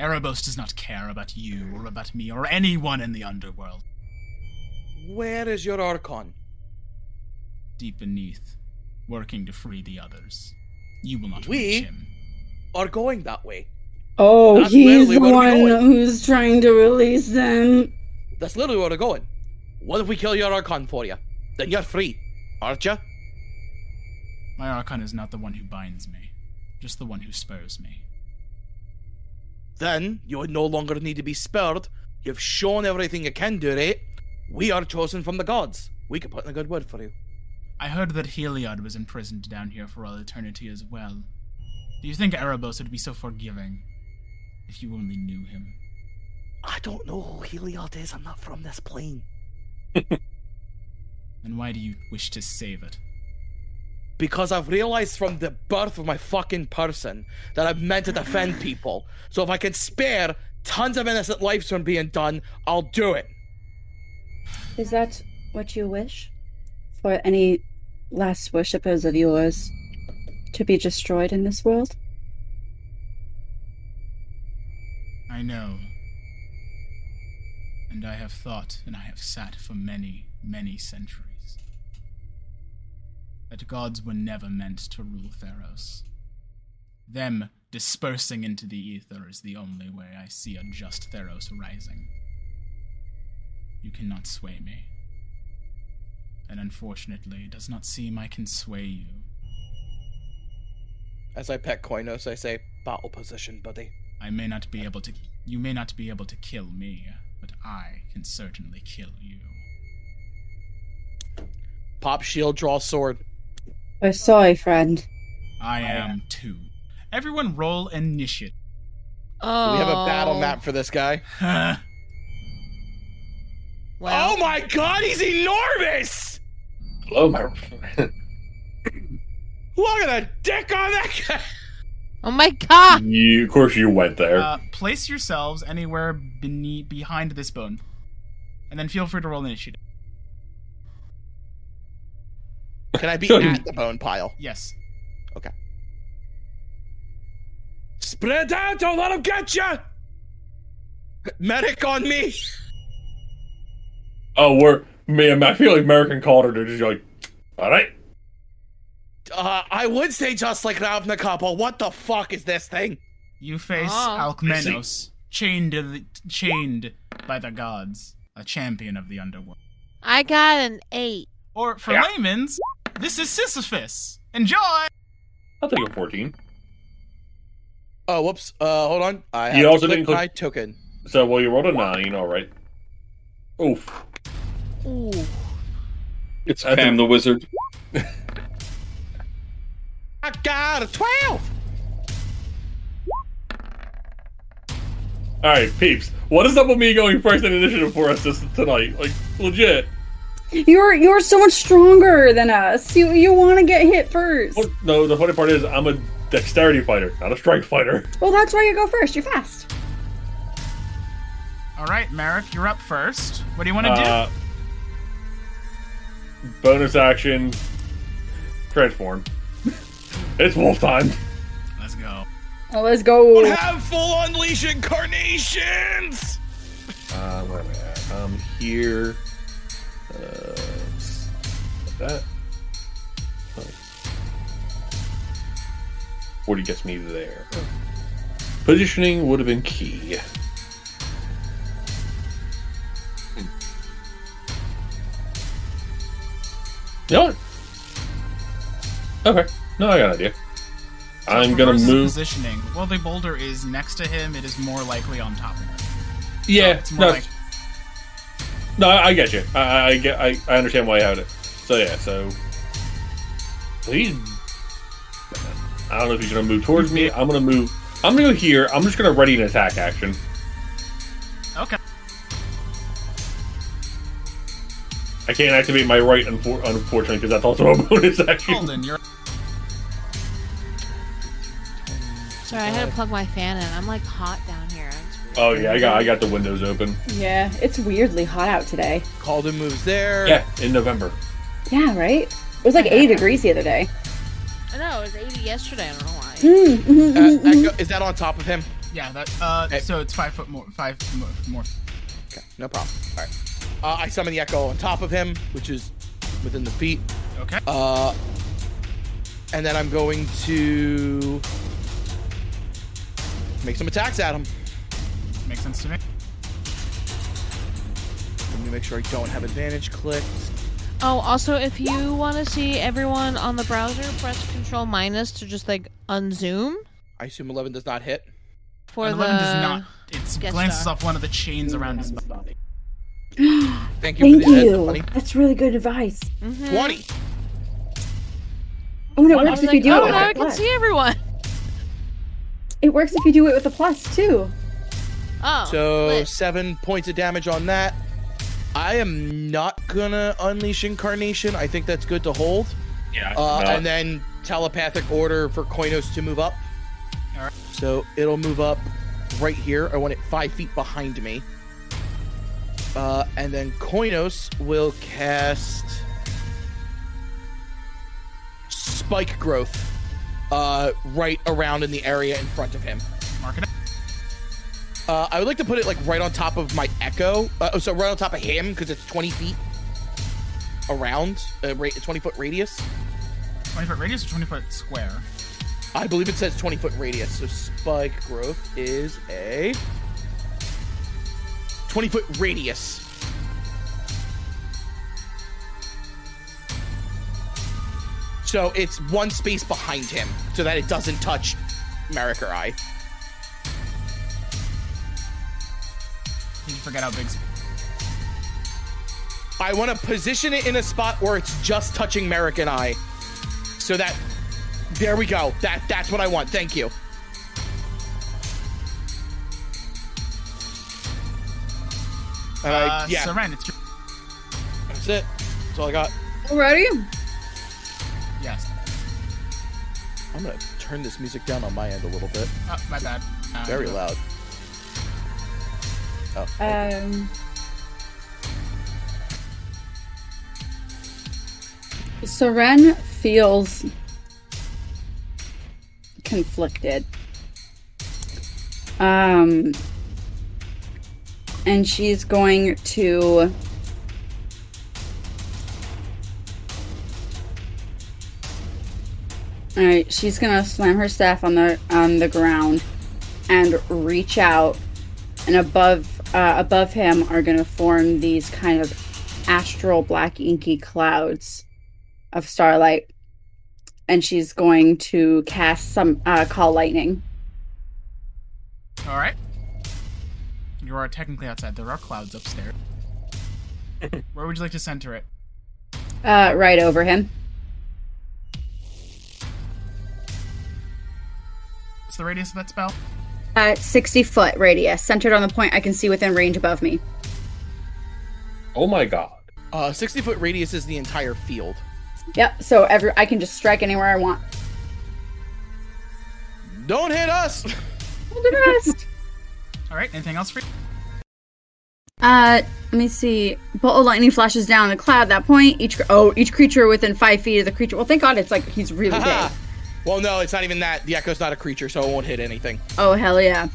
S2: Erebos does not care about you or about me or anyone in the underworld.
S4: Where is your Archon?
S2: deep beneath, working to free the others. You will not
S4: We-
S2: reach him.
S4: Are going that way.
S3: Oh,
S4: That's
S3: he's
S4: literally
S3: the
S4: what I'm
S3: one
S4: doing.
S3: who's trying to release them.
S4: That's literally where we're going. What if we kill your Archon for you? Then you're free, aren't you?
S2: My Archon is not the one who binds me, just the one who spurs me.
S4: Then you would no longer need to be spurred. You've shown everything you can do, right? We are chosen from the gods. We could put in a good word for you.
S2: I heard that Heliod was imprisoned down here for all eternity as well. Do you think Erebos would be so forgiving if you only knew him?
S4: I don't know who Heliod is. I'm not from this plane.
S2: Then why do you wish to save it?
S4: Because I've realized from the birth of my fucking person that I'm meant to defend people. So if I can spare tons of innocent lives from being done, I'll do it.
S3: Is that what you wish? For any last worshippers of yours to be destroyed in this world?
S2: I know. And I have thought and I have sat for many, many centuries that gods were never meant to rule Theros. Them dispersing into the ether is the only way I see a just Theros rising. You cannot sway me. And unfortunately, it does not seem I can sway you.
S4: As I pet Koinos, I say, battle position, buddy.
S2: I may not be able to. You may not be able to kill me, but I can certainly kill you.
S4: Pop shield, draw sword.
S7: Oh,
S3: We're sorry, friend.
S2: I am too. Everyone roll initiative.
S11: Oh.
S4: Do we have a
S5: Oh.
S4: battle map for this guy?
S2: That's
S11: Well,
S4: oh my god, he's enormous!
S1: Oh,
S9: Hello, my.
S4: Look at the dick on that guy!
S11: oh my god!
S1: You, of course, you went there.
S2: Uh, place yourselves anywhere beneath, behind this bone, and then feel free to roll initiative.
S4: Can I be at the bone pile?
S2: Yes.
S4: Spread out, don't let him get you! Medic on me!
S1: oh, we're me and I feel like American called her. They're just like, all right,
S4: Uh, I would say just like Ravnica, but what the fuck is this thing?
S2: You face
S11: Oh.
S2: Alcmenos, chained to the, chained by the gods, a champion of the underworld.
S11: I got an eight.
S2: Or for
S1: Yeah.
S2: layman's, this is Sisyphus. Enjoy.
S1: I'll take a fourteen.
S4: Oh, whoops. Uh, hold on. I
S1: You
S4: have to
S1: also
S4: click
S1: didn't click-
S4: my token.
S1: So, well, you rolled a nine. All right. Oof.
S11: Ooh.
S9: It's
S1: I think-
S9: Cam the Wizard.
S4: I got a 12!
S1: All right, peeps. What is up with me going first in initiative for us this tonight? Like, legit.
S7: You're you're so much stronger than us. You you want to get hit first.
S1: What- No, the funny part is I'm a dexterity fighter, not a strike fighter.
S7: Well, that's why you go first. You're fast.
S2: All right, Merrick, you're up first. What do you want to
S1: Uh, bonus action. Transform. It's wolf time.
S2: do? Let's go.
S7: Well, let's go.
S4: Have full unleash incarnations!
S1: Uh, where am I at? I'm here. Uh, s- like that. Like, Forty gets me there. Positioning would have been key. Hmm. You know what? Okay. No, I got an idea. I'm gonna
S2: Reverse the
S1: move.
S2: Positioning. Well, the boulder is next to him. It is more likely on top of him.
S1: Yeah,
S2: It's more
S1: no,
S2: like
S1: No, I I get you. I- I, I get. I, I understand why you had it. So yeah. So, so he's. I don't know if he's gonna move towards me. I'm gonna move. I'm gonna go here. I'm just gonna ready an attack action.
S2: okay.
S1: I can't activate my right, unfor- unfortunately, because that's also a bonus action.
S2: Holden, you're
S11: Sorry, I had to plug my fan in. I'm like hot down here. It's weird.
S1: Oh yeah, I got. I got the windows open.
S7: Yeah, it's weirdly hot out today.
S4: Calden moves there.
S1: Yeah, in November.
S7: Yeah, right. It was like 80 degrees the other day.
S11: I know it was 80 yesterday. I don't know why.
S3: Mm-hmm,
S4: Uh, Echo- is that on top of him?
S2: Yeah, that. Uh,
S4: Hey.
S2: so it's five foot more, five more. more.
S4: Okay, no problem. All right. Uh, I summon the echo on top of him, which is within the feet.
S2: Okay.
S4: Uh, and then I'm going to make some attacks at him.
S2: Makes sense to me.
S4: Let me make sure I don't have advantage clicked.
S11: Oh, also, if you want to see everyone on the browser, press Control minus to just like unzoom
S4: I assume 11 does not hit.
S11: for
S2: and
S11: the.
S2: eleven does not. It
S11: guest
S2: glances
S11: star.
S2: off one of the chains around his body.
S4: Thank you
S3: Thank
S4: for the uh,
S3: you. Mm-hmm.
S4: money.
S3: That's really good advice.
S11: Mhm.
S4: 20.
S3: Oh, and it
S11: I
S3: works
S11: was
S3: if
S11: like,
S3: you do
S11: oh,
S3: it with
S11: now
S3: a
S11: I can
S3: plus.
S11: see everyone.
S3: It works if you do it with a plus too.
S11: Oh,
S4: So
S11: lit.
S4: seven points of damage on that. I am not gonna unleash incarnation. I think that's good to hold.
S1: Yeah.
S4: Uh,
S1: no.
S4: and then telepathic order for Koinos to move up.
S2: Alright.
S4: So it'll move up right here. I want it five feet behind me. Uh, and then Koinos will cast Spike Growth uh, right around in the area in front of him.
S2: Mark it up.
S4: Uh, I would like to put it like right on top of my echo. Uh, oh, so right on top of him because it's 20 feet around, uh, ra- 20 foot radius.
S2: Twenty foot radius or twenty foot square?
S4: I believe it says 20 foot radius. So spike growth is a 20 foot radius. So it's one space behind him so that it doesn't touch Merrick or I.
S2: Did you forget how big? sp-
S4: I want to position it in a spot where it's just touching Merrick and I. So that there we go. That that's what I want. Thank you. And I,
S2: Uh,
S4: yeah,
S2: So Ren, it's your-
S4: that's it. That's all I got.
S7: Alrighty.
S2: yes.
S4: I'm gonna turn this music down on my end a little bit.
S2: Oh, my bad. Uh,
S4: Very loud. Oh,
S3: Um.
S7: Seren feels conflicted. Um, and she's going to. All right, she's gonna slam her staff on the on the ground, and reach out, and above uh, above him are gonna form these kind of astral black inky clouds of starlight and she's going to cast some uh, call lightning
S2: All right. You are technically outside. There are clouds upstairs. Where would you like to center it?
S7: uh, right over him
S2: What's the radius of that spell?
S7: uh, 60 foot radius centered on the point i can see within range above me
S1: oh my god.
S4: uh, 60 foot radius is the entire field.
S7: yep so every i can just strike anywhere i want
S4: Don't hit us.
S7: Hold the rest
S2: All right. Anything else for you?
S7: uh let me see bolt of lightning flashes down the cloud at that point each oh each creature within five feet of the creature well thank god it's like he's really big
S4: Haha. well, no, it's not even that. The echo's not a creature, so it won't hit anything.
S7: Oh hell yeah!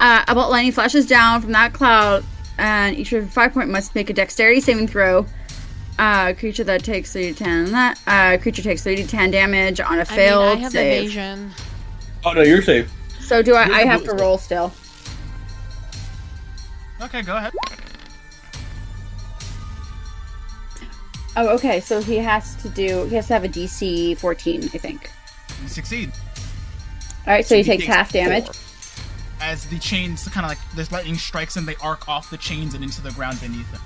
S7: Uh, a bolt lightning flashes down from that cloud, and each of five point must make a dexterity saving throw. Uh, creature that takes three to ten. That uh, creature takes three to ten damage on a
S11: I mean,
S7: failed
S11: I have
S7: save.
S11: evasion.
S1: Oh no, you're safe.
S7: So do I?
S4: You're
S7: I have to
S4: completely
S7: roll still.
S2: Okay, go ahead.
S7: Oh, okay. So he has to do. He has to have a DC 14, I think.
S2: You succeed.
S7: All right. So he, takes, half damage.
S4: four.
S2: As the chains kind of like this lightning strikes them, they arc off the chains and into the ground beneath them.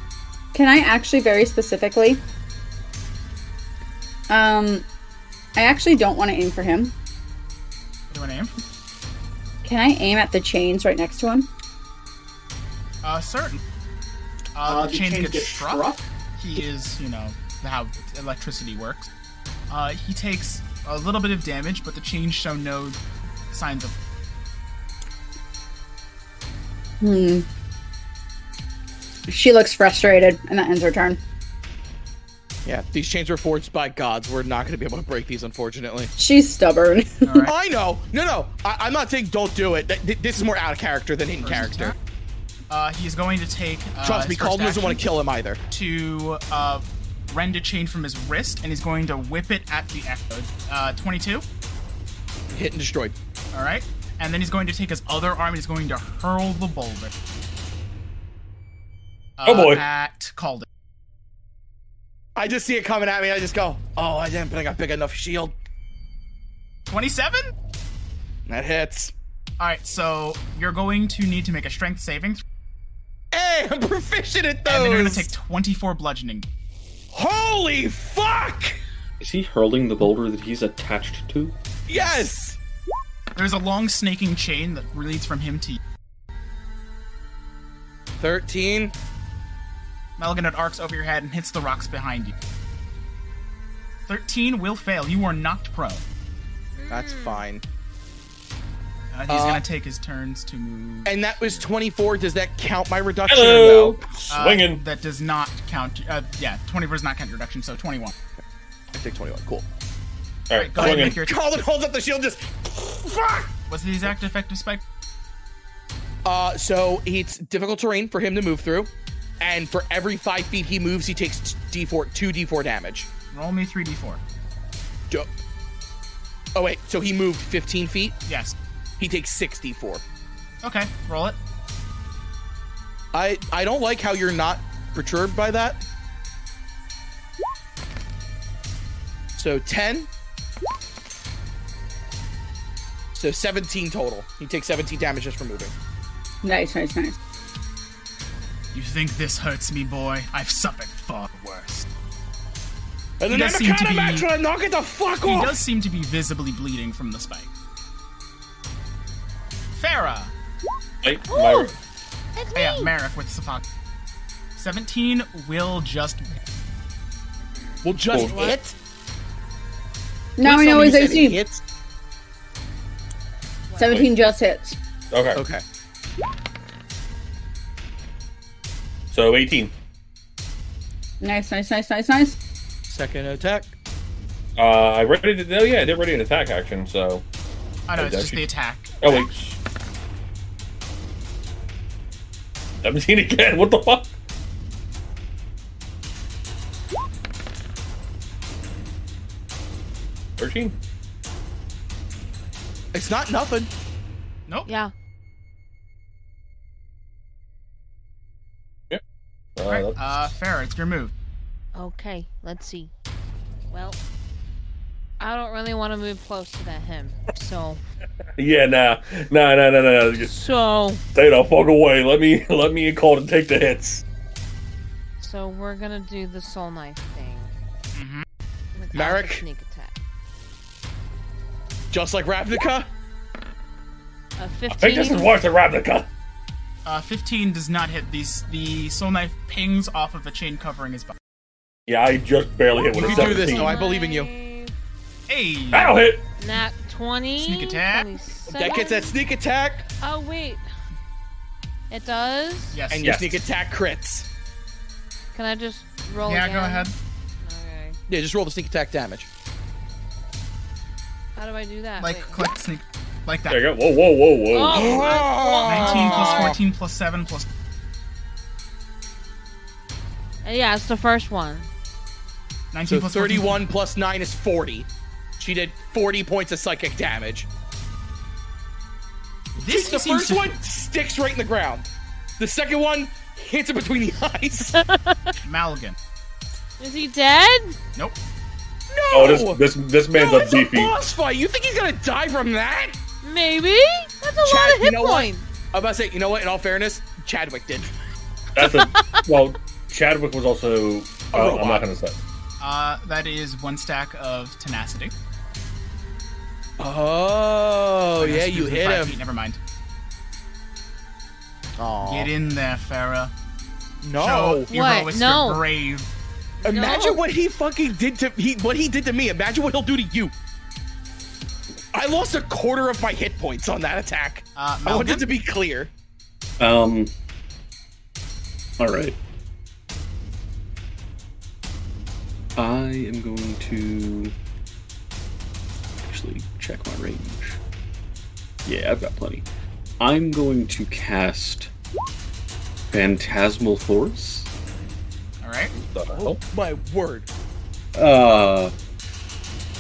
S7: Can I actually very specifically? Um, I actually don't want to aim for him.
S2: What do you want to aim?
S7: Can I aim at the chains right next to him?
S2: Uh, certain. Uh, the, chains, get, struck. He is, you know, how electricity works. Uh, he takes a little bit of damage, but the chains show no signs of.
S7: Hmm. She looks frustrated, and that ends her turn.
S4: Yeah, these chains were forged by gods. We're not going to be able to break these, unfortunately.
S7: She's stubborn.
S2: All right.
S4: I know. No, no. I- I'm not saying don't do it. Th- th- this is more out of character than in
S2: First
S4: character.
S2: attack. Uh, he's going to take. Uh,
S4: Trust me, Calden doesn't want to
S2: to
S4: kill him either.
S2: to uh, rend a chain from his wrist, and he's going to whip it at the echo. Uh, 22.
S4: Hit and destroyed.
S2: All right. And then he's going to take his other arm and he's going to hurl the boulder. Uh,
S1: Oh, boy.
S2: At Calder.
S4: I just see it coming at me. I just go, oh, I didn't think I big enough shield.
S2: 27?
S4: That hits.
S2: All right, so you're going to need to make a strength saving throw,
S4: Hey, I'm proficient at those.
S2: and then you're going to take 24 bludgeoning.
S4: Holy fuck!
S9: Is he hurling the boulder that he's attached to?
S4: Yes.
S2: There's a long snaking chain that leads from him to you.
S4: Thirteen.
S2: Maligan arcs over your head and hits the rocks behind you. 13 will fail. You are Uh, knocked prone.
S4: That's
S2: Hmm.
S4: fine.
S2: Uh, he's
S4: Uh,
S2: going to take his turns to move.
S4: And that was twenty-four. Does that count my reduction?
S1: Hello,
S4: Though?
S2: Uh,
S1: swinging.
S2: that does not count. Uh, yeah, 24 does not count your reduction, so 21.
S4: I take twenty-one. Cool.
S1: All right,
S2: Uh, Go ahead and
S1: swinging.
S2: make your.
S4: Colin holds up the shield. Just fuck.
S2: What's the exact effective spike?
S4: Uh, so it's difficult terrain for him to move through, and for every five feet he moves, he takes d4 two d4 damage.
S2: Roll me 3d4.
S4: Do- Oh wait, so he moved 15 feet.
S2: Yes.
S4: He takes 64.
S2: Okay, roll it.
S4: I I don't like how you're not perturbed by that. So 10. So 17 total. He takes 17 damage just for moving.
S7: Nice, nice, nice.
S2: You think this hurts me, boy? I've suffered far worse.
S4: And
S2: He
S4: then
S2: does
S4: I'm
S2: seem to
S4: kind of
S2: be-
S4: actually knock it the fuck
S2: He
S4: off.
S2: does seem to be visibly bleeding from the spike. Farah!
S1: Hey, my-
S11: It's
S2: Oh, yeah,
S11: me.
S2: Merrick with Safak. 17 will just.
S4: Well, just
S1: Cool.
S4: hit.
S7: Now I know his AC.
S4: Hit.
S7: 17 just hits.
S1: Okay.
S4: Okay.
S1: so 18.
S7: Nice, nice, nice, nice, nice.
S4: Second attack.
S1: Uh, I ready to. No, yeah, I did ready an attack action. So,
S2: Oh no,
S1: Oh,
S2: it's just
S1: gotcha.
S2: the attack.
S1: oh wait, seventeen again. What the fuck? Thirteen.
S4: It's not nothing.
S2: Nope.
S5: Yeah.
S1: Uh,
S2: All right,
S1: that's-
S2: uh, Farah, it's your move.
S11: Okay, let's see. Well, I don't really want to move close to that him. So,
S1: yeah, nah, nah, nah, nah, nah. nah. Just
S11: so,
S1: stay the fuck away. Let me, let me call to take the hits.
S11: so we're gonna do the soul knife thing.
S2: Mhm.
S11: Without the
S4: Marek?
S11: sneak attack.
S4: Just like
S11: A
S4: Ravnica.
S1: I think this is
S11: fifteen.
S1: worse than Ravnica.
S2: Uh, 15 does not hit. These the soul knife pings off of a chain covering his body.
S1: Yeah, I just barely hit with
S4: You
S1: a
S4: can do this,
S1: seventeen.
S4: though. I believe in you.
S2: Hey,
S1: That'll hit.
S11: Nat twenty.
S2: Sneak attack.
S11: 27.
S4: That gets that sneak attack,
S11: Oh wait, it does.
S2: yes,
S4: and your
S1: Yes.
S4: sneak attack crits.
S11: Can I just roll?
S2: yeah,
S11: again?
S2: go ahead.
S11: Okay.
S4: Yeah, just roll the sneak attack damage.
S11: How do I do that?
S2: Like
S11: Wait.
S2: click, sneak, like that.
S1: There you go. Whoa, whoa, whoa, whoa.
S11: Oh, I-
S2: 19 plus
S11: oh.
S4: Ah!
S2: 14 plus 7 plus.
S11: Uh, Yeah, it's the first one.
S2: 19
S4: So
S2: plus 14.
S4: 31 plus 9 is 40. She did 40 points of psychic damage.
S2: This
S4: the
S2: seems
S4: first
S2: to-
S4: one sticks right in the ground. The second one hits it between the eyes.
S2: Maligan.
S11: Is he dead?
S2: Nope.
S4: No!
S1: Oh, this this this man's
S4: no,
S1: a
S4: it's a
S1: beefy.
S4: boss fight. You think he's gonna die from that?
S11: Maybe. That's a lot
S4: Chad,
S11: of
S4: you
S11: hit
S4: know what?
S11: points.
S4: I'm about to say, you know what? In all fairness, Chadwick did.
S1: That's a well. Chadwick was also. Oh, I'm not
S4: robot.
S1: gonna say.
S2: Uh, that is one stack of tenacity.
S4: Oh, yeah,
S2: Tenacity
S4: you
S2: within
S4: hit
S2: five
S4: him.
S2: Feet. Never mind.
S4: Aw.
S9: Oh.
S2: Get in there, Farah.
S4: No.
S2: Show heroism,
S11: What?
S2: you're
S11: No.
S2: brave.
S4: Imagine
S11: No.
S4: what he fucking did to he what he did to me. Imagine what he'll do to you. I lost a quarter of my hit points on that attack.
S2: Uh,
S4: I want it
S2: Malgan?
S4: to be clear.
S9: Um. All right. I am going to actually check my range. Yeah, I've got plenty. I'm going to cast Phantasmal Force.
S2: All right.
S1: The
S4: Oh,
S1: hell?
S4: my word.
S9: Uh,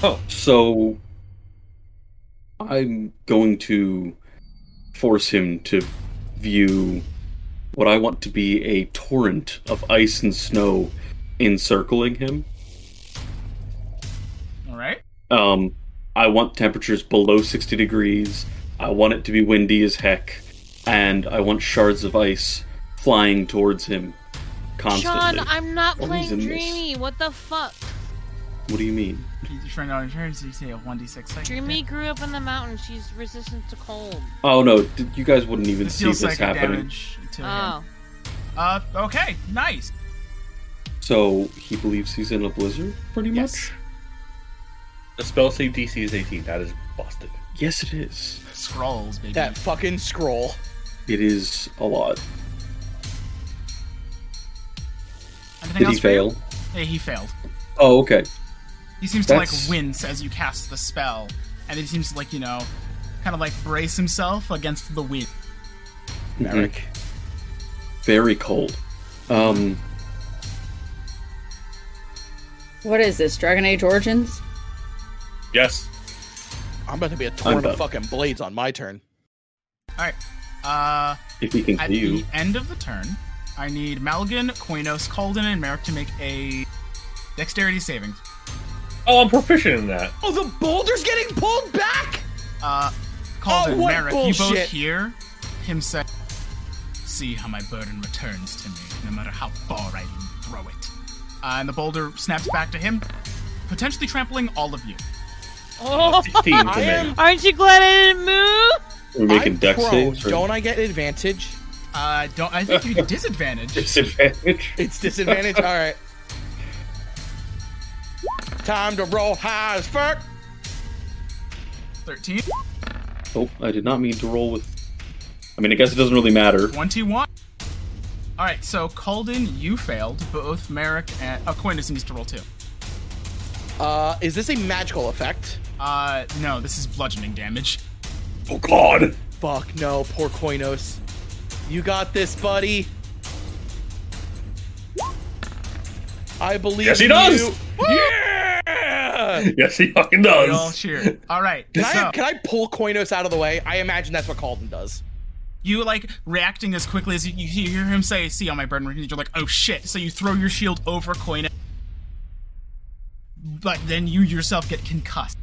S1: Oh.
S9: so I'm going to force him to view what I want to be a torrent of ice and snow encircling him.
S2: All right.
S9: Um, I want temperatures below 60 degrees. I want it to be windy as heck, and I want shards of ice flying towards him
S11: Sean,
S9: constantly.
S11: I'm not
S9: What is
S11: playing
S9: in this?
S11: Dreamy. What the fuck?
S9: What do you mean?
S2: You just turned on insurance. You say a one d six psychic.
S11: Dreamy grew up in the mountains. She's resistant to cold.
S9: Oh no, d- you guys wouldn't even
S2: This
S9: see
S2: deals
S9: this
S2: psychic
S9: happening.
S2: damage to him.
S11: Oh.
S2: Uh, okay, nice.
S9: So he believes he's in a blizzard, pretty
S2: Yes.
S1: The spell save DC is 18. That is busted.
S9: much. Yes, it is.
S2: Scrolls, baby.
S4: That fucking scroll.
S9: It is a lot.
S2: Anything
S9: Did
S2: else
S9: he fail?
S2: For you? Yeah, he failed.
S9: Oh, okay.
S2: He seems to
S9: That's-
S2: like wince as you cast the spell, and he seems to like you know, kind of like brace himself against the wind.
S4: Merrick.
S9: Mm-hmm. Very cold. Um,
S7: What is this? Dragon Age Origins?
S1: Yes.
S4: I'm about to be a torrent
S9: done.
S4: of fucking blades on my turn.
S2: All right. Uh,
S9: if he can
S2: at
S9: see you,
S2: the end of the turn, I need Malgin, Koinos, Calden, and Merrick to make a dexterity saving.
S1: Oh, I'm proficient in that.
S4: Oh, the boulder's getting pulled back!
S2: Uh, Calden,
S4: Oh, what
S2: Merrick, you both
S4: bullshit.
S2: hear him say, "See how my burden returns to me, no matter how far I throw it." Uh, and the boulder snaps back to him, potentially trampling all of you.
S11: Oh.
S1: 16 for me.
S11: Aren't you glad I didn't move?
S9: we're making
S4: I'm
S9: dex
S4: prone.
S9: saves. or-
S4: Don't I get advantage?
S2: Uh, don't. I think you get disadvantage.
S9: disadvantage.
S4: It's disadvantage. All right. Time to roll high as fuck.
S2: Thirteen.
S9: Oh, I did not mean to roll with. I mean, I guess it doesn't really matter.
S2: 21. All right, so Calden, you failed. Both Merrick and Aquinas needs to roll too.
S4: Uh, is this a magical effect?
S2: Uh, no, this is bludgeoning damage.
S1: Oh, God.
S4: Fuck no, poor Koinos. You got this, buddy. I believe
S1: Yes, he
S4: in
S1: does.
S4: you. Yeah!
S1: Yes, he fucking
S2: We all
S1: does.
S2: cheer. All right,
S4: Can
S2: so
S4: I, can I pull Koinos out of the way? I imagine that's what Calden does.
S2: you like reacting as quickly as you, you hear him say, "See on my burden," returns," you're like, "Oh shit!" So you throw your shield over Aquinas, but then you yourself get concussed.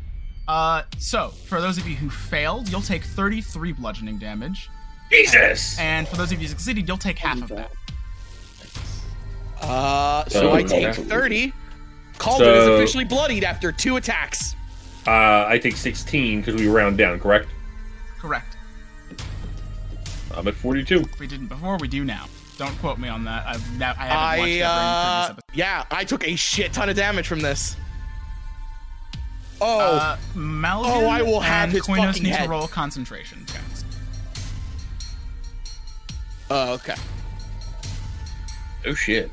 S2: Uh, so for those of you who failed, you'll take 33 bludgeoning damage,
S1: Jesus.
S2: and for those of you who succeeded, you'll take half of that.
S4: Uh, so
S1: Oh,
S4: I take
S1: okay.
S4: 30. Calden is
S1: So-
S4: officially bloodied after two attacks.
S1: Uh, I take 16 because we round down, correct?
S2: Correct.
S1: I'm at 42.
S2: If we didn't before, we do now. Don't quote me on that. I've now, I haven't watched
S4: I
S2: every previous
S4: uh,
S2: episode.
S4: yeah, I took a shit ton of damage from this. Oh,
S2: Uh, Malvin
S4: Oh, I will have
S2: and
S4: his
S2: Koinos
S4: fucking
S2: need to
S4: head.
S2: roll concentration checks.
S4: oh, okay.
S1: Oh, shit.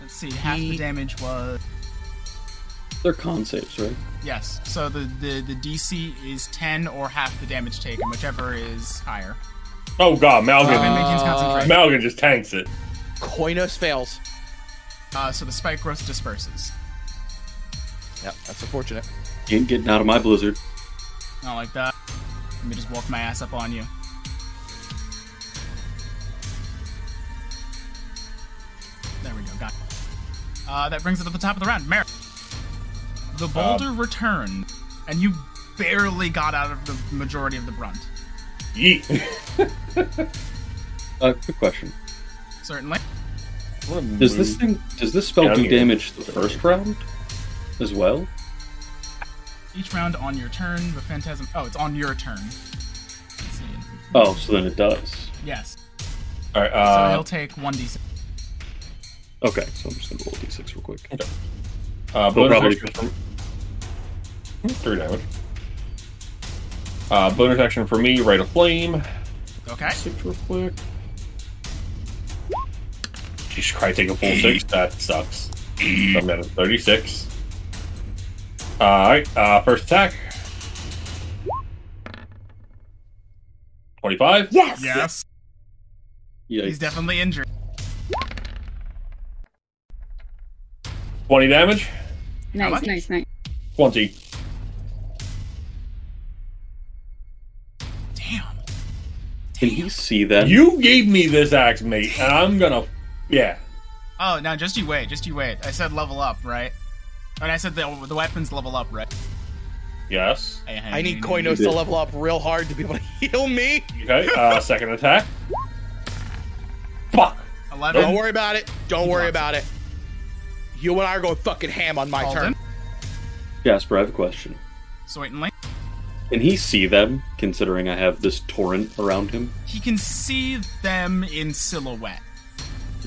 S2: Let's see, half the damage was
S9: They're con saves, right?
S2: yes. So the, the the DC is ten or half the damage taken, whichever is higher.
S1: Oh, God.
S4: Uh,
S2: Malvin
S1: Malgan.
S2: maintains concentration.
S1: Malgan just tanks it.
S4: Koinos fails.
S2: Uh, so the spike growth disperses.
S4: Yep, that's unfortunate.
S9: You ain't getting out of my blizzard.
S2: Not like that. Let me just walk my ass up on you. There we go. Got. It. Uh, that brings it to the top of the round. Merrick. The boulder returned, and you barely got out of the majority of the brunt.
S1: Yeet.
S9: Uh, quick question:
S2: Certainly.
S9: Does this thing, does this spell
S1: Down
S9: do
S1: here.
S9: damage the first round as well?
S2: Each round on your turn, the phantasm. Oh, it's on your turn. Let's see.
S9: Oh, so then it does.
S2: Yes.
S1: All right.
S2: So
S1: Uh,
S2: he'll take 1d6.
S9: Okay, so I'm just gonna roll d6 real quick.
S1: Uh,
S9: They'll
S1: bonus
S9: probably-
S1: action from... Hmm, Three damage. Uh, bonus action for me, right of flame.
S2: Okay.
S1: Six real quick. Jesus Christ, take a full six. That sucks.
S4: Mm.
S1: So I'm at a 36. Alright, uh, first attack. 25?
S7: Yes.
S2: Yes.
S9: Yikes.
S2: He's definitely injured.
S1: 20 damage?
S7: Nice,
S2: much?
S7: nice, nice.
S1: 20.
S2: Damn.
S9: Can he see that?
S1: You gave me this axe, mate, and I'm gonna. Yeah.
S2: Oh, no, just you wait. Just you wait. I said level up, right? And I said the, the weapons level up, right?
S1: Yes.
S4: I need Koinos to level up real hard to be able to heal me.
S1: Okay, uh, second attack. Fuck!
S2: 11.
S4: Don't worry about it. Don't worry about it. You and I are going fucking ham on my
S2: Alden.
S4: turn.
S9: Jasper, I have a question.
S2: Certainly.
S9: Can he see them, considering I have this torrent around him?
S2: He can see them in silhouette.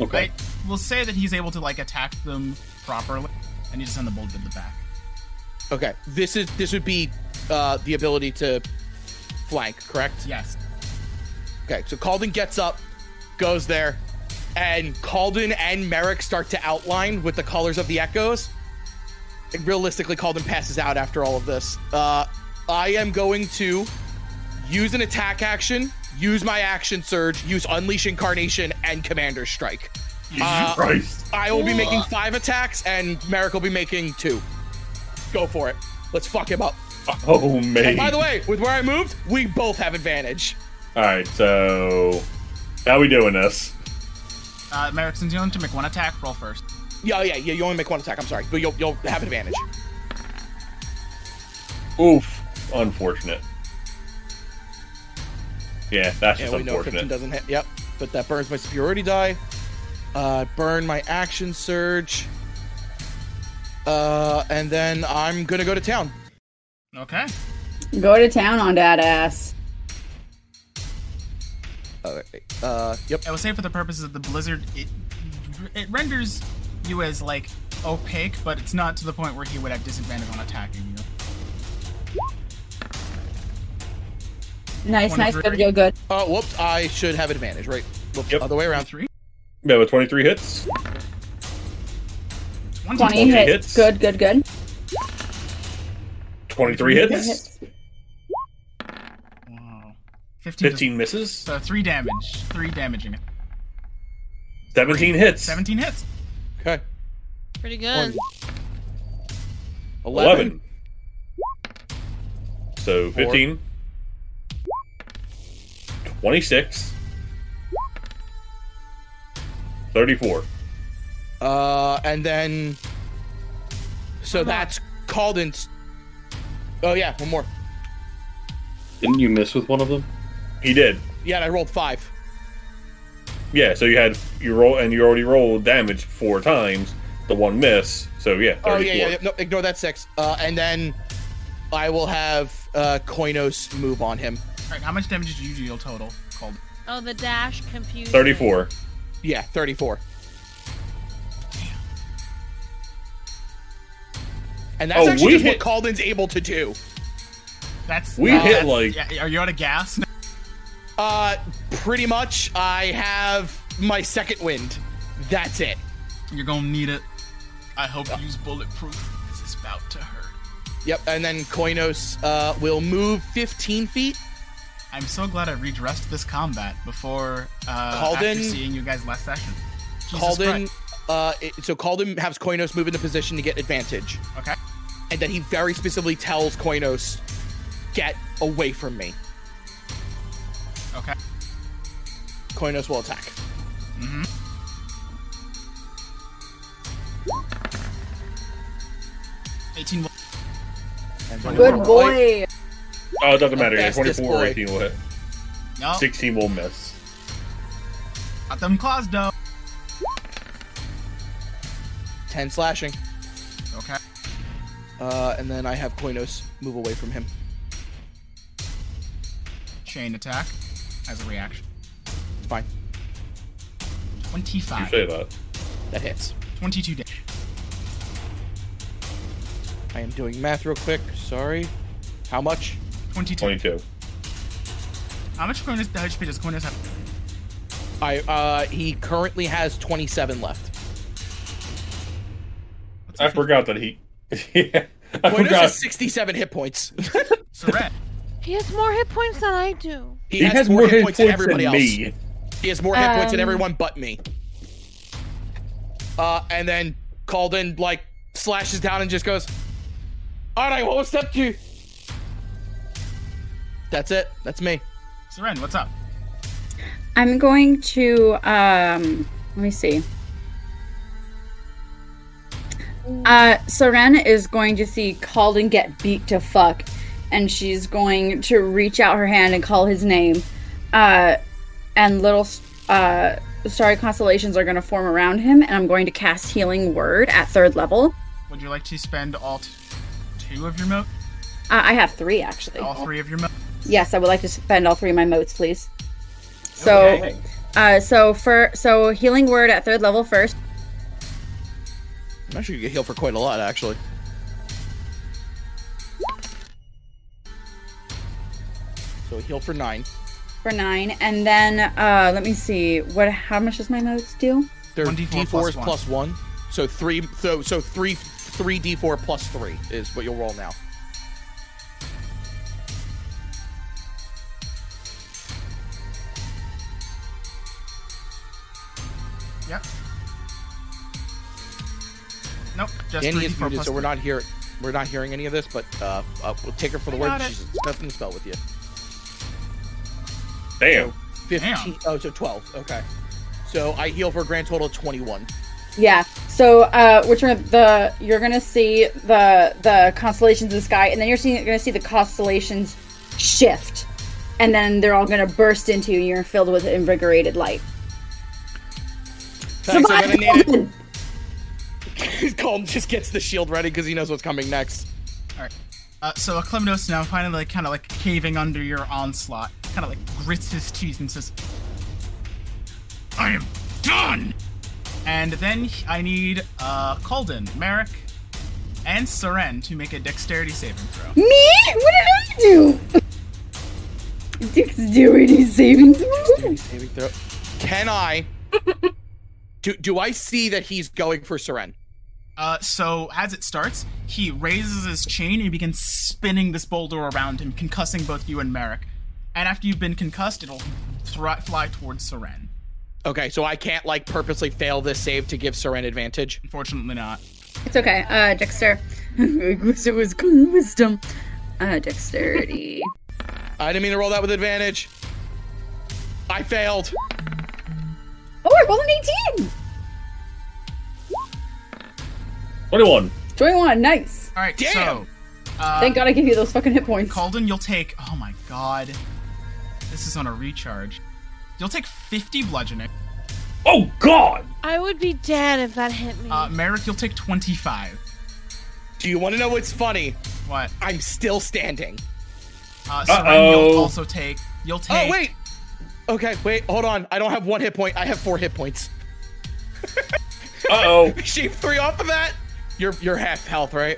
S9: Okay.
S2: I will say that he's able to, like, attack them properly. I need to send the bolt to the back.
S4: Okay. This is this would be uh, the ability to flank, correct?
S2: Yes.
S4: Okay, so Calden gets up, goes there, and Calden and Merrick start to outline with the colors of the echoes. And realistically, Calden passes out after all of this. Uh, I am going to use an attack action, use my action surge, use Unleash Incarnation, and Commander Strike. Uh,
S1: Christ!
S4: I will be making five attacks, and Merrick will be making two. Go for it. Let's fuck him up.
S1: Oh, mate.
S4: And by the way, with where I moved, we both have advantage.
S1: Alright, so. How we doing this?
S2: Uh, Merrick, since you only have to make one attack, roll first.
S4: Yeah, yeah, yeah. You only make one attack. I'm sorry, but you'll you'll have advantage.
S1: Oof. Unfortunate. Yeah, that's
S4: Yeah,
S1: just
S4: we know 15
S1: unfortunate.
S4: doesn't hit. Yep, but that burns my superiority die. Uh, burn my action surge. Uh, and then I'm gonna go to town.
S2: Okay.
S7: Go to town on that ass.
S4: Uh, uh, yep.
S2: I will say for the purposes of the blizzard, it it renders you as like opaque, but it's not to the point where he would have disadvantage on attacking you.
S7: Nice, nice. Good,
S2: 23.
S7: good, good.
S4: Uh, whoops. I should have advantage, right? Whoops.
S1: Yep.
S4: Other way around.
S2: Three,
S1: Yeah, with 23 hits?
S2: one,
S7: 20
S2: two,
S7: hits.
S1: hits.
S7: Good, good, good.
S1: 23 hits?
S7: Hits.
S2: Wow. Fifteen.
S1: 15 misses?
S2: So three damage. Three damaging.
S1: 17 hits?
S2: Seventeen hits.
S4: Okay.
S11: Pretty good.
S1: Eleven. So
S4: Four.
S1: 15. 26. 34.
S4: Uh, and then. So that's called in. Oh yeah, one more.
S9: Didn't you miss with one of them?
S1: He did.
S4: Yeah, and I rolled five.
S1: Yeah, so you had you roll and you already rolled damage four times, the one miss. So yeah, 34.
S4: Oh yeah, yeah, yeah. No, ignore that six. Uh, and then I will have uh, Koinos move on him.
S2: All right. How much damage did you deal total? Called.
S11: Oh, the dash confused.
S1: 34.
S4: Yeah, thirty-four. And that's
S1: Oh,
S4: actually
S1: we
S4: just
S1: hit-
S4: what Calden's able to do.
S2: That's
S1: We
S2: uh,
S1: hit
S2: that's-
S1: like-
S2: Yeah, are you out of gas?
S4: Uh, pretty much. I have my second wind. That's it.
S2: You're gonna need it. I hope you use bulletproof. 'cause It's about to hurt.
S4: Yep. And then Koinos uh, will move fifteen feet.
S2: I'm so glad I redressed this combat before uh, after
S4: Calden-
S2: seeing you guys last session. Jesus
S4: Calden.
S2: Christ.
S4: Uh, it, so Calden has Koinos move into position to get advantage,
S2: Okay.
S4: and then he very specifically tells Koinos, "Get away from me."
S2: Okay.
S4: Koinos will attack.
S2: Eighteen. will-
S4: And then
S7: Good
S4: we'll play-
S7: boy.
S1: Oh, it doesn't matter. Yeah,
S4: Fastest
S1: 24 or
S4: boy.
S1: 18 will hit.
S2: No.
S1: 16 will miss.
S2: Got them claws though.
S4: 10 slashing.
S2: Okay.
S4: Uh, and then I have Koinos move away from him.
S2: Chain attack as a reaction.
S4: It's fine.
S1: You
S2: 25.
S1: say that.
S4: That hits.
S2: 22 damage.
S4: I am doing math real quick. Sorry. How much?
S2: 22.
S1: 22.
S2: How much corners, HP does corners have?
S4: I uh, he currently has 27 left.
S2: What's
S1: I
S2: that?
S1: forgot that he. yeah. I
S4: Koinos
S1: forgot.
S4: has 67 hit points.
S2: Surrend.
S11: He has more hit points than I do.
S4: He, has, more hit points than everybody else. He has more hit points than
S7: Um,
S4: everyone but me. Uh, and then Calden like slashes down and just goes, "All right, what was step two? That's it. That's me.
S2: Seren, what's up?
S7: I'm going to um let me see. Uh Serena is going to see Calden get beat to fuck and she's going to reach out her hand and call his name. Uh and little uh starry constellations are going to form around him and I'm going to cast healing word at third level.
S2: Would you like to spend all t- two of your moat?
S7: Uh, I have 3 actually.
S2: All three of your moat?
S7: Yes, I would like to spend all three of my motes, please. So, uh, so for so healing word at third level first.
S4: I'm actually gonna get healed for quite a lot, actually. So heal for nine.
S7: for nine, and then uh, let me see what. How much does my modes do?
S4: They're
S2: 1d4
S4: d4s
S2: plus
S4: plus
S2: one.
S4: one. So three. So so three. Three d4 plus three is what you'll roll now.
S2: Yep. Nope, just
S4: Danny
S2: three
S4: is
S2: d4
S4: muted,
S2: plus
S4: so we're
S2: three.
S4: not here. We're not hearing any of this, but uh, uh we'll take her for the
S2: I
S4: word.
S2: got it.
S4: She's nothing to spell with you.
S1: Damn.
S4: Fifteen.
S2: Damn.
S4: Oh, so twelve. Okay. So I heal for a grand total of twenty-one.
S7: Yeah. So uh, which one of the you're gonna see the the constellations in the sky, and then you're seeing, gonna see the constellations shift, and then they're all gonna burst into you, and you're filled with invigorated light.
S4: Thanks. I'm gonna
S7: Survive,
S4: need
S7: Colin!
S4: it. Colton just gets the shield ready because he knows what's coming next.
S2: Alright. Uh, so Clemnos now finally like, kind of like caving under your onslaught, kind of like grits his teeth and says, I am done! And then he- I need uh, Calden, Merrick, and Seren to make a dexterity saving throw.
S7: Me? What did I do? Dexterity saving throw.
S4: Saving throw. Can I? do do I see that he's going for Seren?
S2: Uh, so as it starts, he raises his chain and he begins spinning this boulder around him, concussing both you and Merrick. And after you've been concussed, it'll thri fly towards Seren.
S4: Okay, so I can't like purposely fail this save to give Seren advantage.
S2: Unfortunately, not.
S7: It's okay. Uh, Dexter. it was good wisdom. Uh, dexterity.
S4: I didn't mean to roll that with advantage. I failed.
S7: Oh, I rolled an 18!
S1: 21.
S7: 21, nice.
S2: All right,
S4: Damn!
S2: so uh,
S7: Thank God I gave you those fucking hit points.
S2: Calden, you'll take. Oh my god. This is on a recharge. You'll take 50 bludgeoning.
S1: Oh, God!
S11: I would be dead if that hit me.
S2: Uh, Merrick, you'll take 25.
S4: Do you want to know what's funny?
S2: What?
S4: I'm still standing.
S2: Uh, Seren, you'll
S1: Uh-oh.
S2: also take. You'll take.
S4: Oh wait. Okay, wait, hold on. I don't have one hit point. I have four hit points.
S1: Uh oh.
S4: Shave three off of that. You're you're half health, right?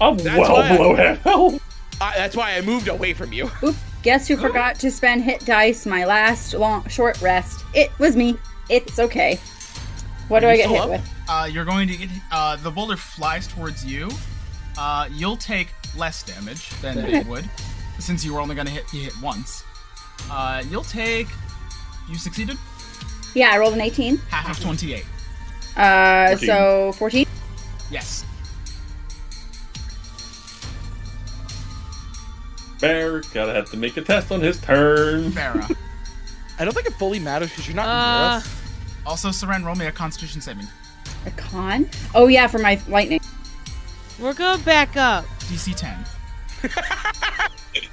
S1: I'm
S4: That's
S1: well
S4: why I-
S1: below half health.
S4: I, that's why I moved away from you.
S7: Oop, guess who forgot to spend hit dice my last long short rest? It was me. It's okay. What do I get
S4: still
S7: hit
S4: up?
S7: with?
S2: Uh, you're going to get. Uh, the boulder flies towards you. Uh, you'll take less damage than it would, since you were only going to hit be hit once. Uh, you'll take. You succeeded?
S7: Yeah, I rolled an 18.
S2: Half of 28.
S7: Uh, so 14.
S2: Yes.
S1: Bear, gotta have to make a test on his turn.
S2: Farah.
S4: I don't think it fully matters because you're not
S11: Uh,
S4: near us.
S2: also, Seren, roll me a constitution saving.
S7: A con? Oh, yeah, for my lightning.
S11: we're going back up.
S2: DC 10. you see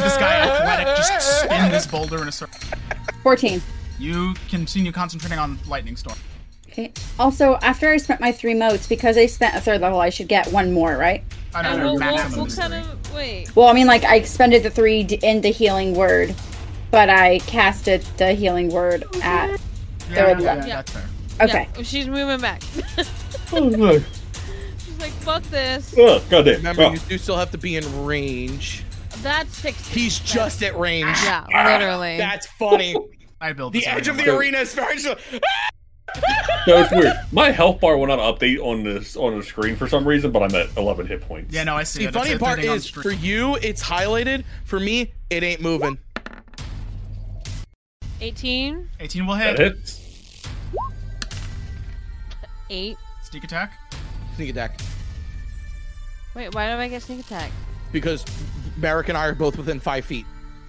S2: this guy athletic just spin this boulder in a circle.
S7: 14.
S2: You continue concentrating on lightning storm.
S7: Okay. Also, after I spent my three motes, because I spent a third level, I should get one more, right?
S2: I
S11: Uh,
S2: don't know.
S11: we'll, we'll,
S2: maximum
S11: we'll
S2: is
S11: kind
S2: three.
S11: of wait.
S7: Well, I mean, like, I expended the three d- in the healing word, but I casted the healing word at.
S2: Yeah,
S7: third
S2: yeah,
S7: level.
S2: yeah, that's fair.
S7: Okay.
S11: Yeah, she's moving back.
S1: Oh, no.
S11: she's like, fuck this.
S1: Oh, God damn.
S4: Remember,
S1: Oh.
S4: you do still have to be in range.
S11: That's six.
S4: He's just at range.
S5: Ah.
S11: Yeah,
S1: Ah,
S11: literally.
S4: That's funny.
S2: I build
S4: The
S2: this
S4: edge of
S2: arena.
S4: the arena is very.
S1: No, it's weird. My health bar will not update on this on the screen for some reason, but I'm at 11 hit points.
S2: Yeah, no, I see.
S4: The
S2: it. It's
S4: funny
S2: a
S4: part
S2: thing on
S4: is
S2: stream.
S4: for you, it's highlighted. For me, it ain't moving.
S11: 18,
S2: 18 will
S1: That
S2: hit.
S1: hits.
S11: 8.
S2: Sneak attack.
S4: Sneak attack.
S11: Wait, why did I get sneak attack?
S4: Because Merrick and I are both within five feet.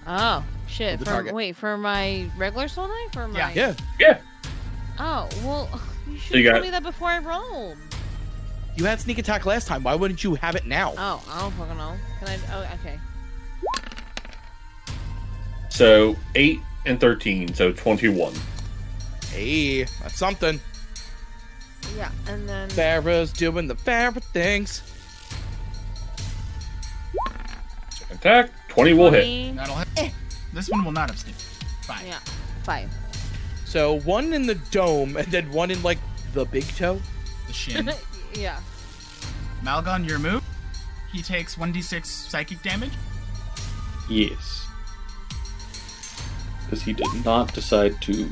S11: Oh, shit.
S4: The
S11: For,
S4: target.
S11: wait, for my regular soul knife? Or my...
S2: Yeah.
S4: Yeah.
S1: Yeah.
S11: Oh, well, you should
S1: You
S11: have
S1: got
S11: told
S1: it.
S11: me that before I rolled.
S4: You had sneak attack last time. Why wouldn't you have it now?
S7: Uh.
S11: Oh, I don't fucking know. Can I? Oh, okay.
S1: So eight and thirteen, so twenty-one.
S4: Hey, that's something.
S11: Yeah, and then
S4: Farrah's doing the Farrah things.
S1: Second attack. Twenty will hit.
S11: 20,
S2: That'll hit. This one will not have sneak. Fine.
S11: Yeah, five.
S4: So one in the dome, and then one in like the big toe.
S2: The shin.
S11: yeah.
S2: Malgon, your move. He takes 1d6 psychic damage.
S9: Yes. Because he did not decide to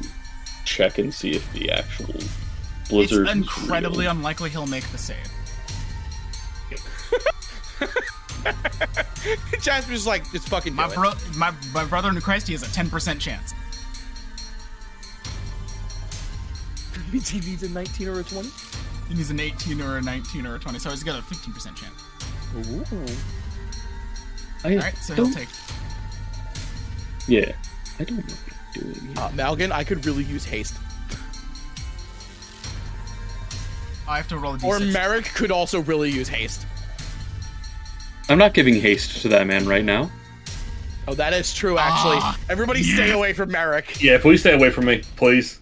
S9: check and see if the actual blizzard.
S2: it's
S9: was
S2: incredibly
S9: real.
S2: unlikely he'll make the save.
S4: Jasper's like, it's fucking do
S2: My
S4: it.
S2: bro, my, my brother in Christ, he has a 10% chance.
S4: means he needs a 19 or a 20.
S2: He needs an 18 or a 19 or a 20, so he's got a 15% chance.
S4: Ooh.
S9: I
S2: All right, so he'll
S9: don't-
S2: take.
S9: Yeah. I don't know what he's doing.
S4: Uh, Malgan, I could really use haste.
S2: I have to roll a d6.
S4: Or Merrick could also really use haste.
S9: I'm not giving haste to that man right now.
S4: Oh, that is true, actually.
S2: Ah,
S4: Everybody stay away from Merrick.
S1: Yeah, please stay away from me, please.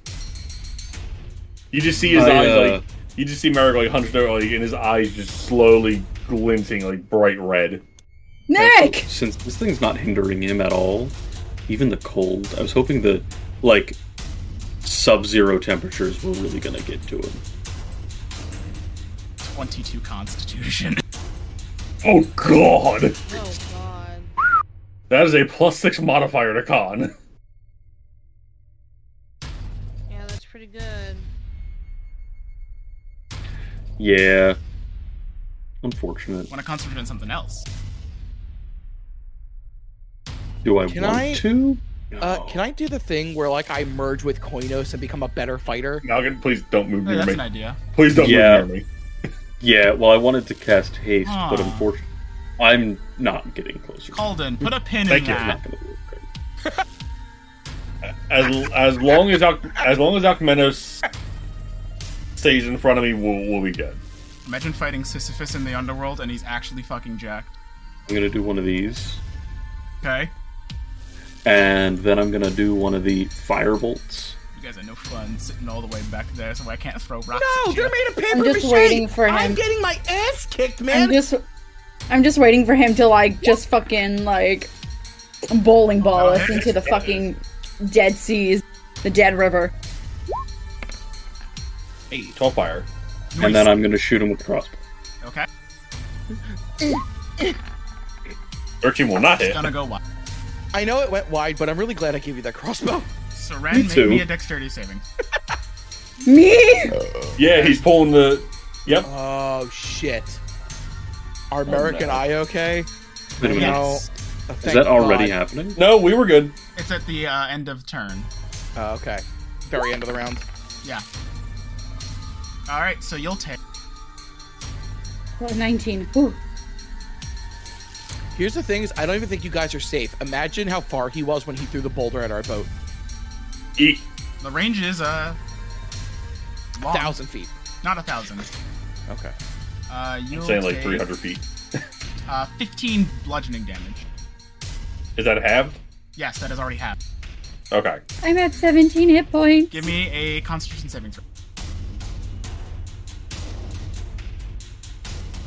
S1: You just see his
S9: I,
S1: eyes
S9: uh,
S1: like you just see Merrick like hunched over, like, and his eyes just slowly glinting like bright red.
S7: Nick!
S9: Since this thing's not hindering him at all, even the cold, I was hoping the, like, sub zero temperatures were really gonna get to him.
S2: 22 Constitution.
S1: Oh God,
S11: Oh god.
S1: that is a plus six modifier to con.
S11: Yeah, that's pretty good.
S9: Yeah. Unfortunate.
S2: Want to concentrate on something else?
S9: Do I
S4: Can
S9: want
S4: I-
S9: to?
S7: Oh.
S4: Uh, can I do the thing where like I merge with Koinos and become a better fighter?
S1: Malgan, please don't move
S2: Hey,
S1: near
S2: Oh, that's an
S1: me.
S2: idea.
S1: Please don't
S9: Yeah.
S1: move near me.
S9: Yeah, well, I wanted to cast haste, but
S2: Aw.
S9: unfortunately, I'm not getting closer.
S2: Calden, put a pin
S1: Thank
S2: in
S1: you.
S9: It's
S2: that.
S9: not gonna work. Right.
S1: As as long as Al- as long as Alcmenos stays in front of me, we'll, we'll be good.
S2: Imagine fighting Sisyphus in the underworld and he's actually fucking jacked.
S9: I'm gonna do one of these,
S2: Okay?
S9: and then I'm gonna do one of the fire bolts.
S2: You guys are no fun sitting all the way back there, so I can't throw rocks
S4: No,
S2: at you.
S4: they're made of paper
S7: just
S4: mache.
S7: waiting for
S4: I'm
S7: him.
S4: getting my ass kicked,
S7: I'm
S4: man.
S7: just I'm just waiting for him to like just fucking like bowling ball us into the fucking dead seas, the dead river.
S1: Eight, tall fire.
S9: And then I'm gonna shoot him with crossbow.
S2: Okay?
S1: Thirteen will not hit.
S2: Gonna go wide.
S4: I know it went wide, but I'm really glad I gave you that crossbow.
S2: Saran,
S9: Me
S2: make
S9: too.
S2: me a dexterity saving.
S7: Me?
S1: Yeah, he's pulling the. Yep.
S4: Oh shit.
S1: Oh,
S4: Are Merrick and I okay?
S9: Wait a minute.
S4: No. Oh,
S9: Is
S4: thank
S9: that already
S4: God.
S9: happening?
S1: No, we were good.
S2: It's at the uh, end of turn.
S4: Oh, okay. Very end of the round.
S2: Yeah. Alright, so you'll take.
S7: Well, Nineteen. Ooh.
S4: Here's the thing: is I don't even think you guys are safe. Imagine how far he was when he threw the boulder at our boat.
S1: Eek.
S2: The range is, uh. Long.
S4: Thousand feet.
S2: Not a thousand.
S4: Okay.
S2: Uh, you'll
S1: I'm saying like
S2: take,
S1: 300 feet.
S2: Uh, 15 bludgeoning damage.
S1: Is that halved?
S2: Yes, that has already happened.
S1: Okay.
S7: I'm at seventeen hit points.
S2: Give me a Constitution saving throw.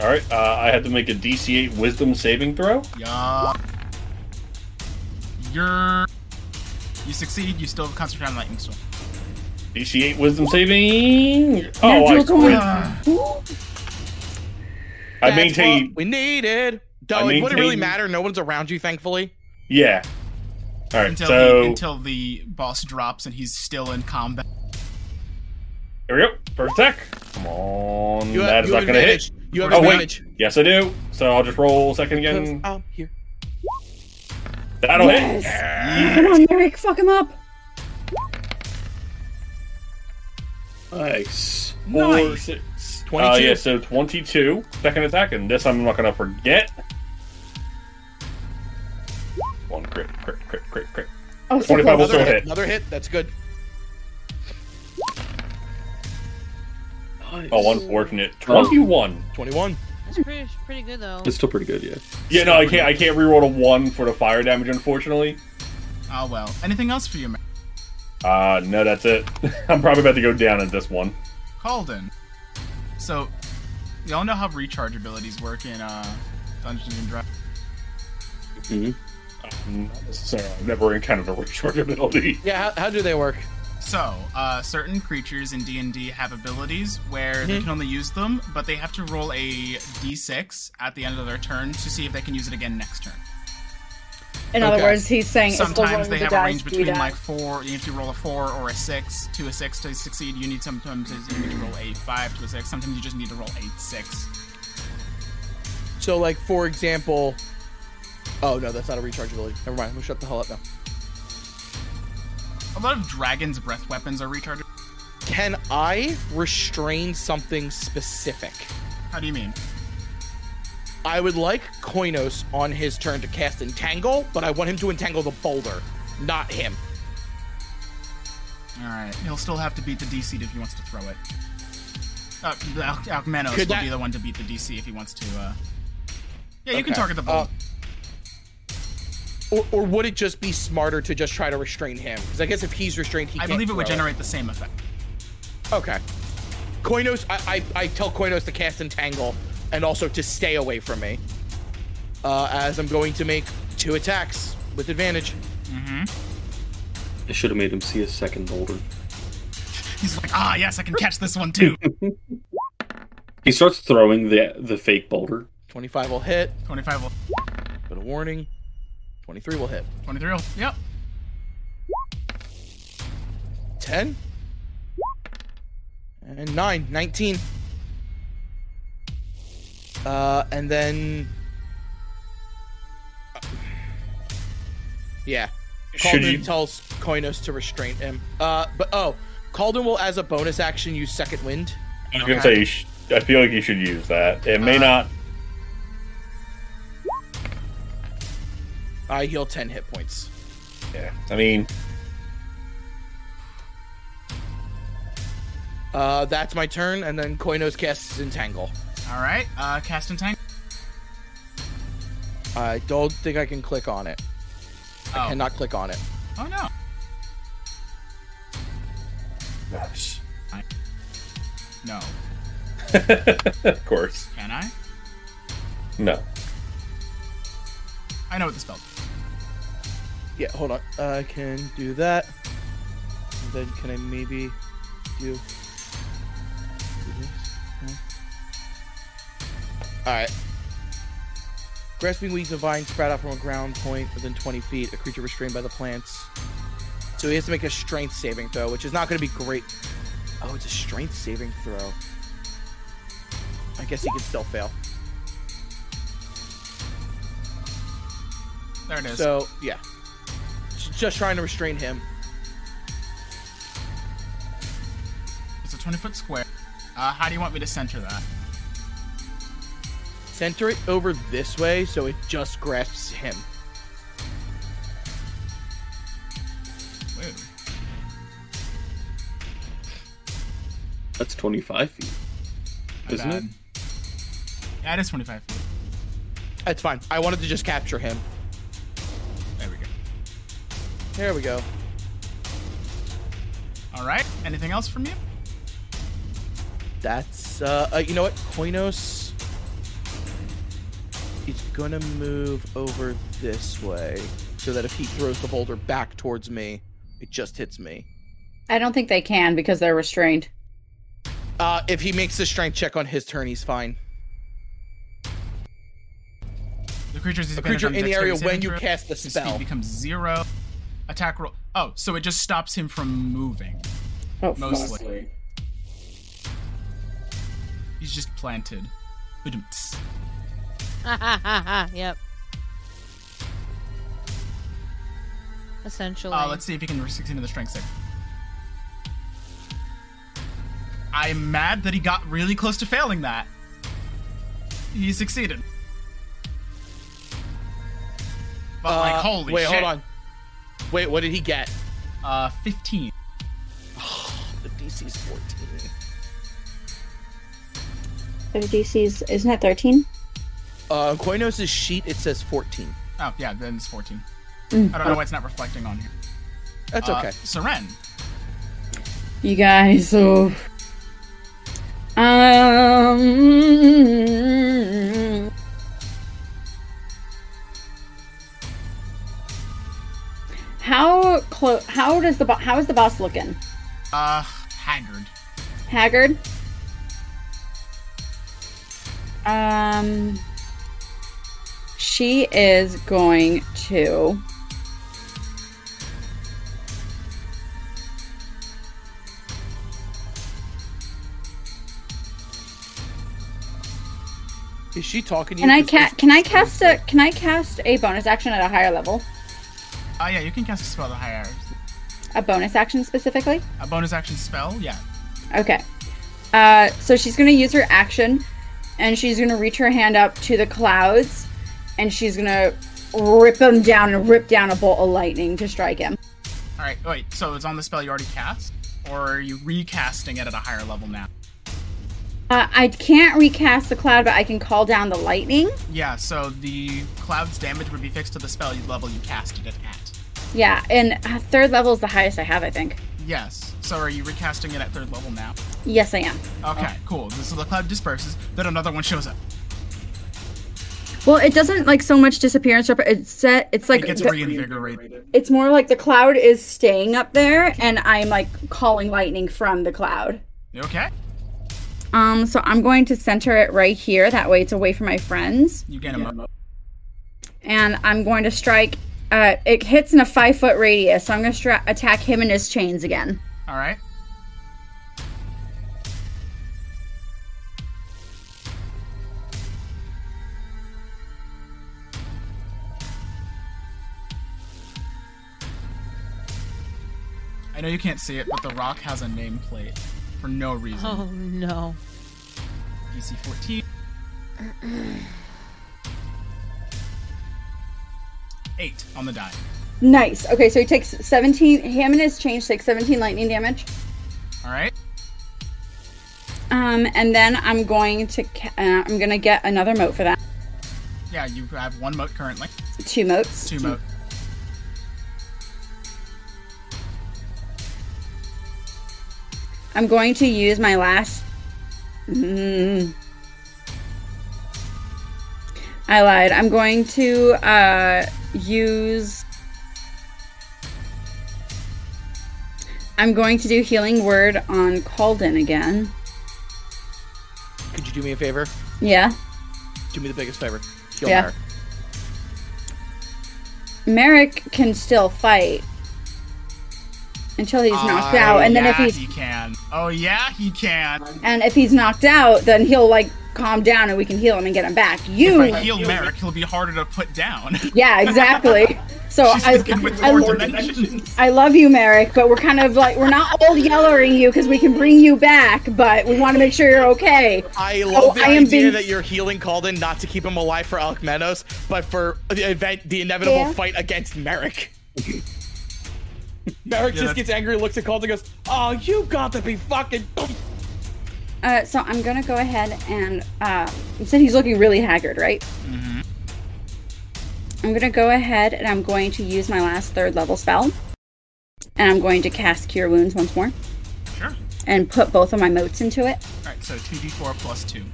S1: All right. Uh, I had to make a DC8 Wisdom saving throw.
S2: Yeah. You're. You succeed. You still have concentrate on lightning storm.
S1: DC8 Wisdom saving. Oh, I,
S7: Natural
S1: quit.
S2: Uh,
S1: I
S4: That's
S1: maintain.
S4: what we needed. Though it wouldn't really
S1: maintain-
S4: matter. No one's around you, thankfully.
S1: Yeah. All right.
S2: until,
S1: so
S2: the, until the boss drops and he's still in combat.
S1: here we go. First attack. Come on.
S4: You have,
S1: that is
S4: you
S1: not going
S4: have
S1: to hit.
S4: advantage. You have
S1: Oh, wait. Mm.
S4: advantage. Oh,
S1: Yes, I do. So I'll just roll second
S4: Cause
S1: again.
S4: I'm here.
S1: That'll
S7: Yes.
S1: hit.
S7: Come on, Merrick, fuck him up.
S9: Nice.
S1: Four,
S2: Nice.
S1: six.
S4: 22.
S1: Uh, yeah, so 22. Second attack, and this I'm not going to forget. One crit, crit, crit, crit, crit.
S7: Oh,
S1: 25 will
S4: Another
S1: still
S4: hit.
S1: hit.
S4: Another hit. That's good.
S9: nice.
S1: Oh, unfortunate. 21.
S4: 21.
S11: That's pretty, pretty good though.
S9: It's still pretty good, yeah.
S1: Yeah, no, I can't. I can't reroll a one for the fire damage, unfortunately.
S2: Oh well. Anything else for you, man?
S1: Uh, no, that's it. I'm probably about to go down at this one.
S2: Calden. So, y'all know how recharge abilities work in uh, Dungeons and Dragons.
S1: Um, not necessarily. I've never encountered a recharge ability.
S4: Yeah. How, how do they work?
S2: So, uh, certain creatures in D&D have abilities where they can only use them, but they have to roll a d6 at the end of their turn to see if they can use it again next turn.
S7: In
S4: Okay.
S7: other words, he's saying it's the roll
S2: Sometimes
S7: of
S2: they
S7: the
S2: have a
S7: dice,
S2: range
S7: do
S2: between
S7: that.
S2: like four. You have to roll a four or a six to a six to succeed. You need sometimes you need to roll a five to a six. Sometimes you just need to roll eight six.
S4: So, like, for example. Oh, no, that's not a recharge ability. Never mind. I'm going to shut the hell up now.
S2: A lot of dragon's breath weapons are recharged.
S4: Can I restrain something specific?
S2: How do you mean?
S4: I would like Koinos on his turn to cast Entangle, but I want him to entangle the boulder, not him.
S2: All right, he'll still have to beat the DC if he wants to throw it. Uh, the Al- Alcmenos will
S4: Could that-
S2: be the one to beat the DC if he wants to. Uh... Yeah, you can
S4: Okay, Uh,
S2: target the ball.
S4: Or, or would it just be smarter to just try to restrain him? Because I guess if he's restrained, he
S2: I
S4: can't
S2: believe it would
S4: throw
S2: generate the same effect.
S4: Okay. Koinos, I, I, I tell Koinos to cast Entangle and also to stay away from me. Uh, as I'm going to make two attacks with advantage.
S9: I should have made him see a second boulder.
S2: He's like, ah, yes, I can catch this one too.
S9: He starts throwing the the fake boulder.
S4: 25 will hit,
S2: Twenty-five will,
S4: but a warning. 23 will hit.
S2: twenty-three will. Yep.
S4: 10 and 9 19 uh and then uh, yeah
S1: Should
S4: Calden
S1: you-
S4: tells Koinos to restrain him uh but oh Calden will as a bonus action use second wind
S1: I was gonna say. You sh- I feel like you should use that. It may
S2: Uh,
S1: not.
S4: I heal 10 hit points
S1: Yeah. I mean,
S4: uh that's my turn and then Koinos casts entangle
S2: All right. Uh, cast entangle.
S4: I don't think I can click on it I
S2: Oh.
S4: cannot click on it
S2: oh no.
S1: nice.
S2: No.
S1: of course,
S2: Can I?
S1: no.
S2: I know what the spell.
S4: Yeah, hold on. I can do that. And then can I maybe do, do this? Alright. Grasping weeds of vine sprout out from a ground point within 20 feet, a creature restrained by the plants. So he has to make a strength saving throw, which is not going to be great. Oh, it's a strength saving throw. I guess he can still fail.
S2: There it is.
S4: So, yeah. J- Just trying to restrain him.
S2: it's a twenty-foot square. Uh, how do you want me to center that?
S4: Center it over this way so it just grasps him.
S2: Wait.
S9: That's 25 feet.
S2: my
S9: Isn't
S2: bad.
S9: it?
S2: Yeah, it is twenty-five. feet.
S4: That's fine. I wanted to just capture him.
S2: There we go.
S4: There we go.
S2: All right. Anything else from you?
S4: That's uh, uh you know what? Koinos is gonna move over this way so that if he throws the boulder back towards me, it just hits me.
S7: I don't think they can because they're restrained.
S4: Uh if he makes the strength check on his turn, he's fine.
S2: The creature's
S4: A creature in the area when you
S2: cast.
S4: cast the
S2: His
S4: spell.
S2: speed becomes zero. Attack roll. Oh, so it just stops him from moving.
S7: Oh,
S2: Mostly. He's just planted. Ba-dum-ts.
S11: yep. Essentially.
S2: Oh, Uh, let's see if he can succeed in the strength save. I'm mad that he got really close to failing that. He succeeded. But like,
S4: Uh,
S2: holy
S4: wait,
S2: shit.
S4: hold on. Wait, what did he get?
S2: Uh, 15.
S4: The DC's 14.
S3: Their DC's isn't that thirteen?
S4: Uh, Koinos's sheet, it says 14.
S2: Oh, yeah, then it's 14.
S3: Mm.
S2: I don't know why it's not reflecting on here.
S4: That's
S2: Uh,
S4: okay.
S2: Seren,
S7: You guys, so um, how close? How does the bo- how is the boss looking?
S2: uh, haggard.
S7: Haggard. Um, she is going to.
S4: Is she talking to you?
S7: Can I
S4: Is- is-
S7: ca- Can I cast a? Can I cast a bonus action at a higher level?
S2: Uh, yeah, you can cast a spell the higher.
S7: A bonus action specifically.
S2: A bonus action spell? Yeah.
S7: Okay. Uh, so she's going to use her action and she's going to reach her hand up to the clouds and she's going to rip them down and rip down a bolt of lightning to strike him.
S2: Alright, wait, so it's on the spell you already cast? Or are you recasting it at a higher level now?
S7: Uh, I can't recast the cloud, but I can call down the lightning.
S2: Yeah, so the cloud's damage would be fixed to the spell level you casted it at.
S7: Yeah, and uh, third level is the highest I have, I think.
S2: Yes. So are you recasting it at third level now?
S7: Yes, I am.
S2: Okay, cool. So the cloud disperses, then another one shows up.
S7: Well, it doesn't like so much disappearance. It's set. It's like
S2: It gets
S7: the-
S2: reinvigorated.
S7: it's more like the cloud is staying up there, and I'm like calling lightning from the cloud.
S2: Okay.
S7: Um, so I'm going to center it right here. That way, it's away from my friends.
S2: You get him up.
S7: and I'm going to strike. Uh, it hits in a five foot radius, so I'm going to stra- attack him and his chains again.
S2: Alright. I know you can't see it, but the rock has a nameplate for no reason.
S11: Oh no.
S2: DC 14. Eight on the die.
S7: Nice. Okay, so he takes 17. Him and his chains take 17 lightning damage.
S2: All right.
S7: Um, and then I'm going to ca- uh, I'm going to get another moat for that.
S2: Yeah, you have one moat currently.
S7: Two moats.
S2: Two moat.
S7: I'm going to use my last. Mm. I lied. I'm going to uh, use. I'm going to do healing word on Calden again.
S4: Could you do me a favor?
S7: Yeah.
S4: Do me the biggest favor. You'll
S7: Yeah.
S4: marry.
S7: Merrick can still fight until he's knocked
S2: Oh,
S7: out, and then if
S2: yeah,
S7: he's
S2: he can. Oh yeah, he can.
S7: and if he's knocked out, then he'll like calm down, and we can heal him and get him back. You,
S2: If I heal Merrick, he'll be harder to put down.
S7: yeah, exactly. So
S2: She's
S7: I,
S2: thinking with
S7: I,
S2: four
S7: I-
S2: dimensions.
S7: I love you, Merrick, but we're kind of like we're not all yellering you because we can bring you back, but we want to make sure you're okay.
S4: I love the
S7: Oh, I am
S4: idea
S7: being-
S4: that you're healing Calden not to keep him alive for Alcmenos, but for the event, the inevitable
S7: Yeah.
S4: fight against Merrick. Merrick
S2: Yeah,
S4: just
S2: that's-
S4: gets angry, looks at Calden, and goes, "Oh, you got to be fucking."
S7: Uh, so I'm gonna go ahead and uh, you said he's looking really haggard, right?
S2: Mm-hmm.
S7: I'm gonna go ahead and I'm going to use my last third level spell, and I'm going to cast Cure Wounds once more
S2: Sure. All
S7: and put both of my motes into it.
S2: right. So two d4 plus two.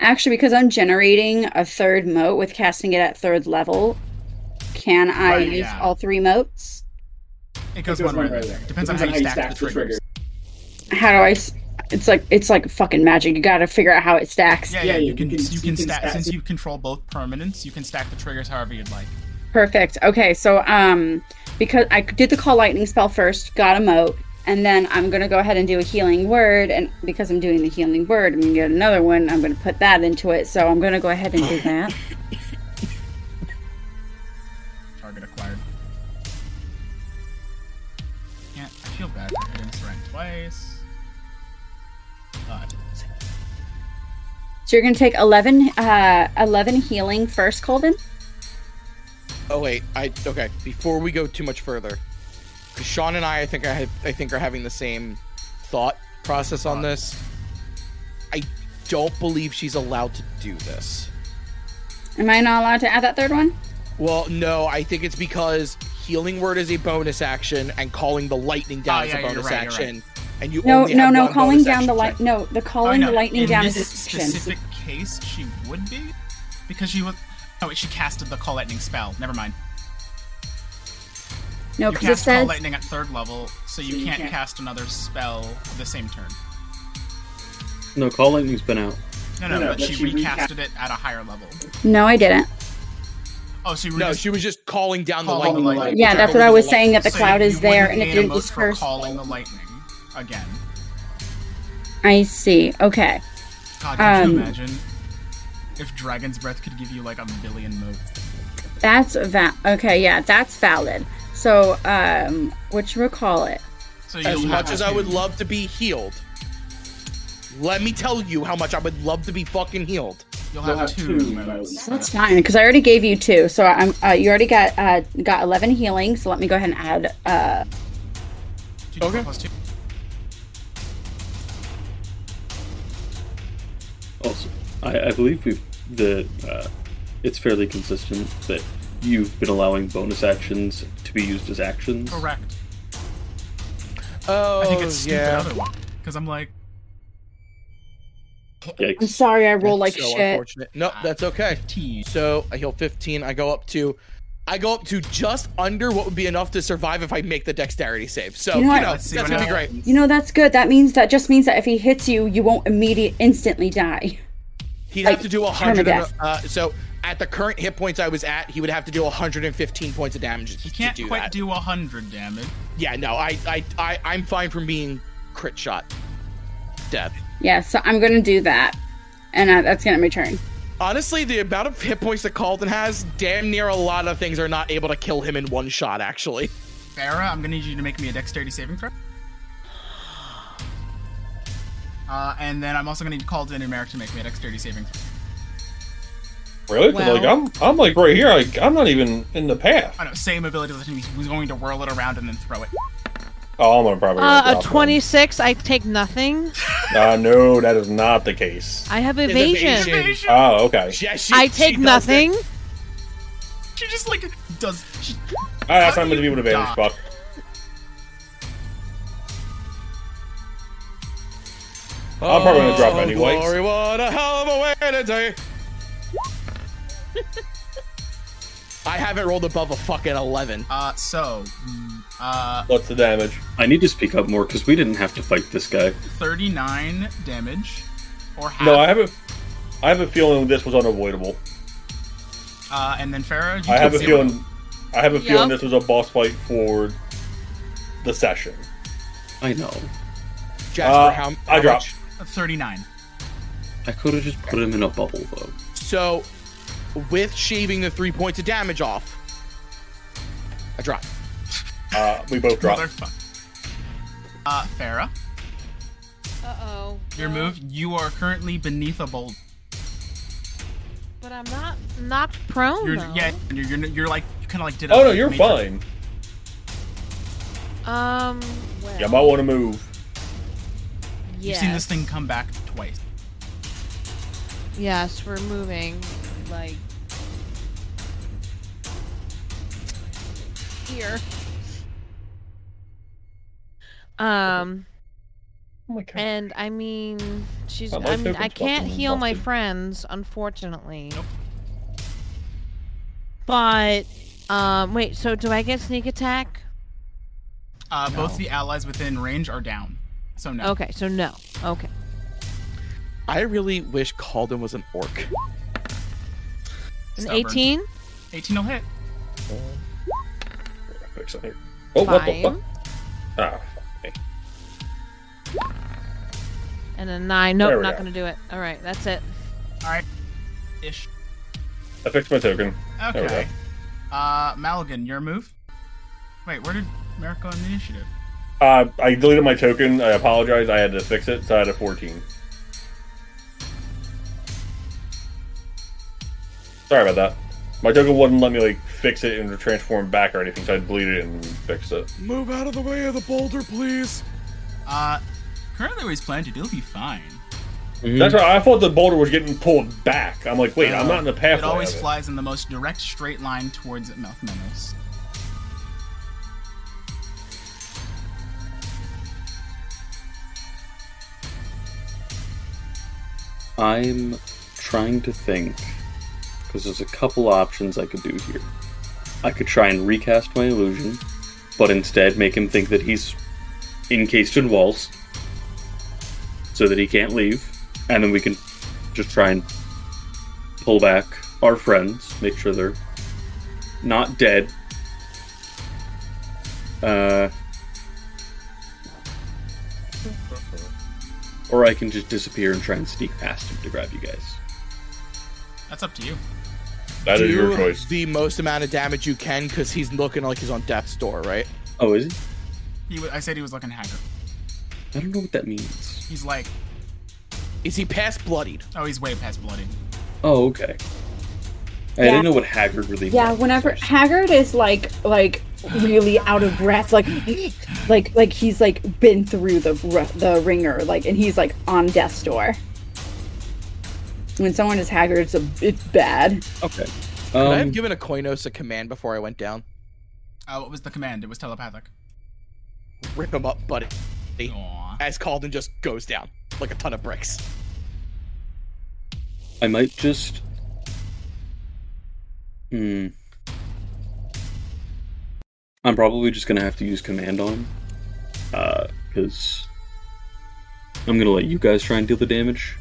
S7: Actually, because I'm generating a third moat with casting it at third level, can I
S2: Right,
S7: use
S2: yeah.
S7: all three motes?
S2: It goes one way. or the other. Depends on how you stack the triggers.
S7: How do I? s- It's like it's like fucking magic. You got to figure out how it stacks.
S2: Yeah, yeah. You can you can stack since you control both permanents. You can stack the triggers however you'd like.
S7: Perfect. Okay, so um, because I did the call lightning spell first, got a moat, and then I'm gonna go ahead and do a healing word, and because I'm doing the healing word, I'm gonna get another one. I'm gonna put that into it. So I'm gonna go ahead and do that.
S2: Target acquired. Can't. I feel bad for hitting Seren twice.
S7: So you're going to take 11, uh, 11 healing first, Colvin.
S4: Oh wait, I okay. Before we go too much further, 'cause Sean and I, I think I, have, I think are having the same thought process on this. I don't believe she's allowed to do this.
S7: Am I not allowed to add that third one?
S4: Well, no, I think it's because healing word is a bonus action and calling the lightning down
S2: Oh,
S4: is
S2: yeah,
S4: a
S2: you're
S4: bonus
S2: right, you're
S4: action. And you
S7: No,
S4: only
S7: no,
S4: have
S7: no.
S4: one
S7: Calling
S4: bonus
S7: down the
S4: action
S7: light.
S4: check.
S7: No, the
S2: Oh,
S7: calling
S2: no,
S7: the lightning
S2: in
S7: down is
S2: this
S7: action.
S2: specific case, she would be because she was. Oh, wait, she casted the call lightning spell. Never mind. you
S7: No, Oh, because it
S2: cast call
S7: says
S2: lightning at third level, so you,
S7: you
S2: can't,
S7: can't-
S2: cast another spell the same turn.
S9: No, call lightning's been out.
S2: No, no, but, she, recasted it at a higher level.
S7: no. I didn't.
S2: Oh, so you were
S4: No,
S2: just
S4: she was just calling down the
S2: Calling
S4: lightning.
S2: the lightning.
S7: Yeah,
S4: which
S7: that's
S4: believe
S7: what I
S4: is
S7: was
S4: a light-
S7: saying. That the
S2: so
S7: cloud
S2: you
S7: is there
S2: wouldn't
S7: and it
S2: gain a
S7: didn't
S2: mote for
S7: disperse.
S2: calling the lightning again.
S7: I see. Okay.
S2: God, can
S7: Um,
S2: you imagine if Dragon's Breath could give you like a billion motes?
S7: That's va- okay, yeah, that's valid. So, um, what you recall it?
S2: So you'll
S4: As
S2: have
S4: much as I
S2: to-
S4: would love to be healed, let me tell you how much I would love to be fucking healed.
S2: you'll have, two, motes.
S7: That's fine because I already gave you two, so I'm uh, you already got uh, got eleven healing. So let me go ahead and add. Uh,
S2: Two d4
S4: Okay.
S2: plus two.
S9: Also, I, I believe we've the uh, it's fairly consistent that you've been allowing bonus actions to be used as actions.
S2: Correct.
S4: Oh,
S2: I think it's stupid
S4: yeah.
S2: otherwise. Because I'm like,
S7: I'm
S9: Yikes.
S7: sorry, I roll like
S4: so
S7: shit.
S4: Unfortunate. No, that's okay.
S2: T.
S4: So I heal 15. I go up to, I go up to just under what would be enough to survive if I make the dexterity save. So
S7: You
S4: you
S7: know
S4: know,
S7: what?
S2: Let's see
S4: that's
S2: what
S4: gonna be great.
S2: happens.
S7: You know that's good. That means that just means that if he hits you, you won't immediate instantly die.
S4: He'd
S7: Like,
S4: have to do 100. and,
S7: permadeath.
S4: uh, so at the current hit points I was at, he would have to do 115 points of damage.
S2: you can't
S4: to do
S2: quite
S4: that.
S2: do 100 damage.
S4: Yeah, no, I, I, I, I'm fine from being crit shot. Dead.
S7: Yeah, so I'm gonna do that, and uh, that's gonna be my turn.
S4: Honestly, the amount of hit points that Calden has, damn near a lot of things are not able to kill him in one shot, actually.
S2: Farah, I'm gonna need you to make me a dexterity saving throw. Uh, and then I'm also gonna need Calden and Merrick to make me a dexterity saving throw.
S1: Really? 'Cause, like
S5: Well-
S1: I'm, I'm like right here. Like I'm not even in the path.
S2: I know, same ability as him. He's going to whirl it around and then throw it.
S1: Oh, I'm gonna probably.
S5: Uh, a
S1: drop one.
S5: 26, I take nothing.
S1: Uh, no, that is not the case.
S5: I have
S4: His
S5: evasion.
S1: Oh, okay.
S4: Yeah, she-
S5: I
S4: she
S5: take
S4: does
S5: nothing.
S4: it.
S2: She just like does. She,
S1: All right, that's
S2: How
S1: not going to
S2: do
S1: be able to
S2: you
S1: advantage,
S2: dodge?
S1: Buck. I'm probably gonna drop
S4: Oh,
S1: anyway.
S4: Glory, what a hell of a way to die. I haven't rolled above a fucking 11.
S2: uh, so, mm, uh,
S1: What's the damage?
S9: I need to speak up more because we didn't have to fight this guy.
S2: 39 damage, or half.
S1: No, I have a, I have a feeling this was unavoidable.
S2: Uh, and then Farah, you
S1: I
S2: took
S1: have a
S2: zero.
S1: feeling, I have a feeling
S11: Yup.
S1: this was a boss fight for the session.
S9: I know.
S4: Jasper,
S1: Uh,
S4: how,
S1: I
S4: how
S1: dropped.
S4: much?
S2: Uh, 39.
S9: I could have just put him in a bubble though.
S4: So, with shaving the three points of damage off, I drop.
S1: Uh, we both dropped.
S2: Motherfucker. Uh, Farah,
S11: Uh oh.
S2: your move. You are currently beneath a boulder.
S11: But I'm not knocked prone.
S2: You're,
S11: though.
S2: yeah, you're, you're, you're like, you kind of like did a
S1: Oh no, you're
S2: major-
S1: fine.
S11: Um. Well,
S1: You might want to move.
S2: You've
S11: yes.
S2: seen this thing come back twice.
S11: Yes, we're moving. Like here. Um.
S2: Oh
S11: And I mean, she's.
S1: Wow, my
S11: I mean, I
S1: favorite's
S11: can't
S1: fucking
S11: heal my
S1: busted.
S11: friends, unfortunately. But, um, wait. So do I get sneak attack?
S2: Uh, Both the allies within range are down. So no.
S11: Okay. So no. Okay.
S4: I really wish Calden was an orc.
S11: An
S2: Stubborn.
S11: eighteen.
S2: 18 will hit.
S1: Fix it here. Oh, what the fuck?
S11: Fine.
S1: Ah, fuck me.
S11: And a nine.
S1: There
S11: Nope,
S1: we
S11: not
S1: go.
S11: gonna do it. All right, that's it.
S2: Ish.
S1: I fixed my token. There we
S2: Okay. Uh, Malgan, your move. Wait, where did Merrick go on the initiative?
S1: Uh, I deleted my token. I apologize. I had to fix it, so I had a 14. Sorry about that. My token wouldn't let me like fix it and transform back or anything, so I deleted it and fixed it.
S4: Move out of the way of the boulder, please.
S2: Uh, currently where he's planted, he'll be fine.
S1: That's right. I thought the boulder was getting pulled back. I'm like, wait, I'm
S4: Uh,
S1: not in the path.
S2: It always flies in the most direct straight line towards Mouth Menos.
S9: I'm trying to think because there's a couple options I could do here. I could try and recast my illusion, but instead make him think that he's encased in walls so that he can't leave, and then we can just try and pull back our friends, make sure they're not dead. Uh, or I can just disappear and try and sneak past him to grab you guys.
S2: That's up to you.
S1: That is your
S4: Do
S1: choice.
S4: the most amount of damage you can because he's looking like he's on death's door, right?
S9: Oh, is he?
S2: He, wa- I said he was looking haggard.
S9: I don't know what that means.
S2: He's like,
S4: Is he past bloodied?
S2: oh, he's way past bloody.
S9: Oh, okay. I
S7: Yeah.
S9: didn't know what haggard really
S7: Yeah,
S9: meant.
S7: whenever Haggard is like like really out of breath, like like like he's like been through the r- the ringer, like and he's like on death's door. When someone is Haggard, it's a, it's bad.
S9: Okay.
S4: Could I have
S9: Um,
S4: given Aquinos a command before I went down?
S2: Uh, what was the command? It was telepathic.
S4: Rip him up, buddy.
S2: Aww.
S4: As called and just goes down like a ton of bricks.
S9: I might just. Hmm. I'm probably just gonna have to use command on him, uh, because I'm gonna let you guys try and deal the damage.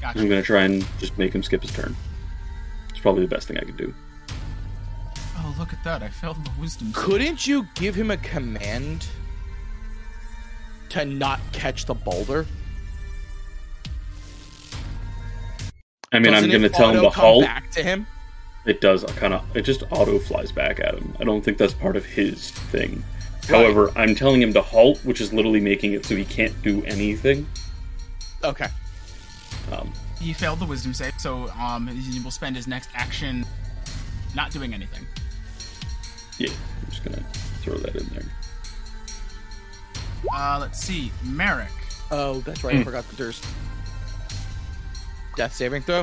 S2: Gotcha.
S9: I'm gonna try and just make him skip his turn. It's probably the best thing I could do.
S2: Oh, look at that. I failed the wisdom. save.
S4: Couldn't you give him a command to not catch the boulder?
S9: I mean, I'm
S4: Doesn't
S9: gonna
S4: it
S9: tell him
S4: auto
S9: to
S4: come
S9: halt.
S4: Back to him.
S9: It does kind of. It just auto flies back at him. I don't think that's part of his thing.
S4: Right.
S9: However, I'm telling him to halt, which is literally making it so he can't do anything.
S4: Okay.
S9: Um,
S2: He failed the wisdom save, so um, he will spend his next action not doing anything.
S9: yeah, I'm just gonna throw that in there.
S2: Uh, let's see. Merrick.
S4: Oh, that's
S9: Hmm.
S4: right. I forgot that there's death saving throw.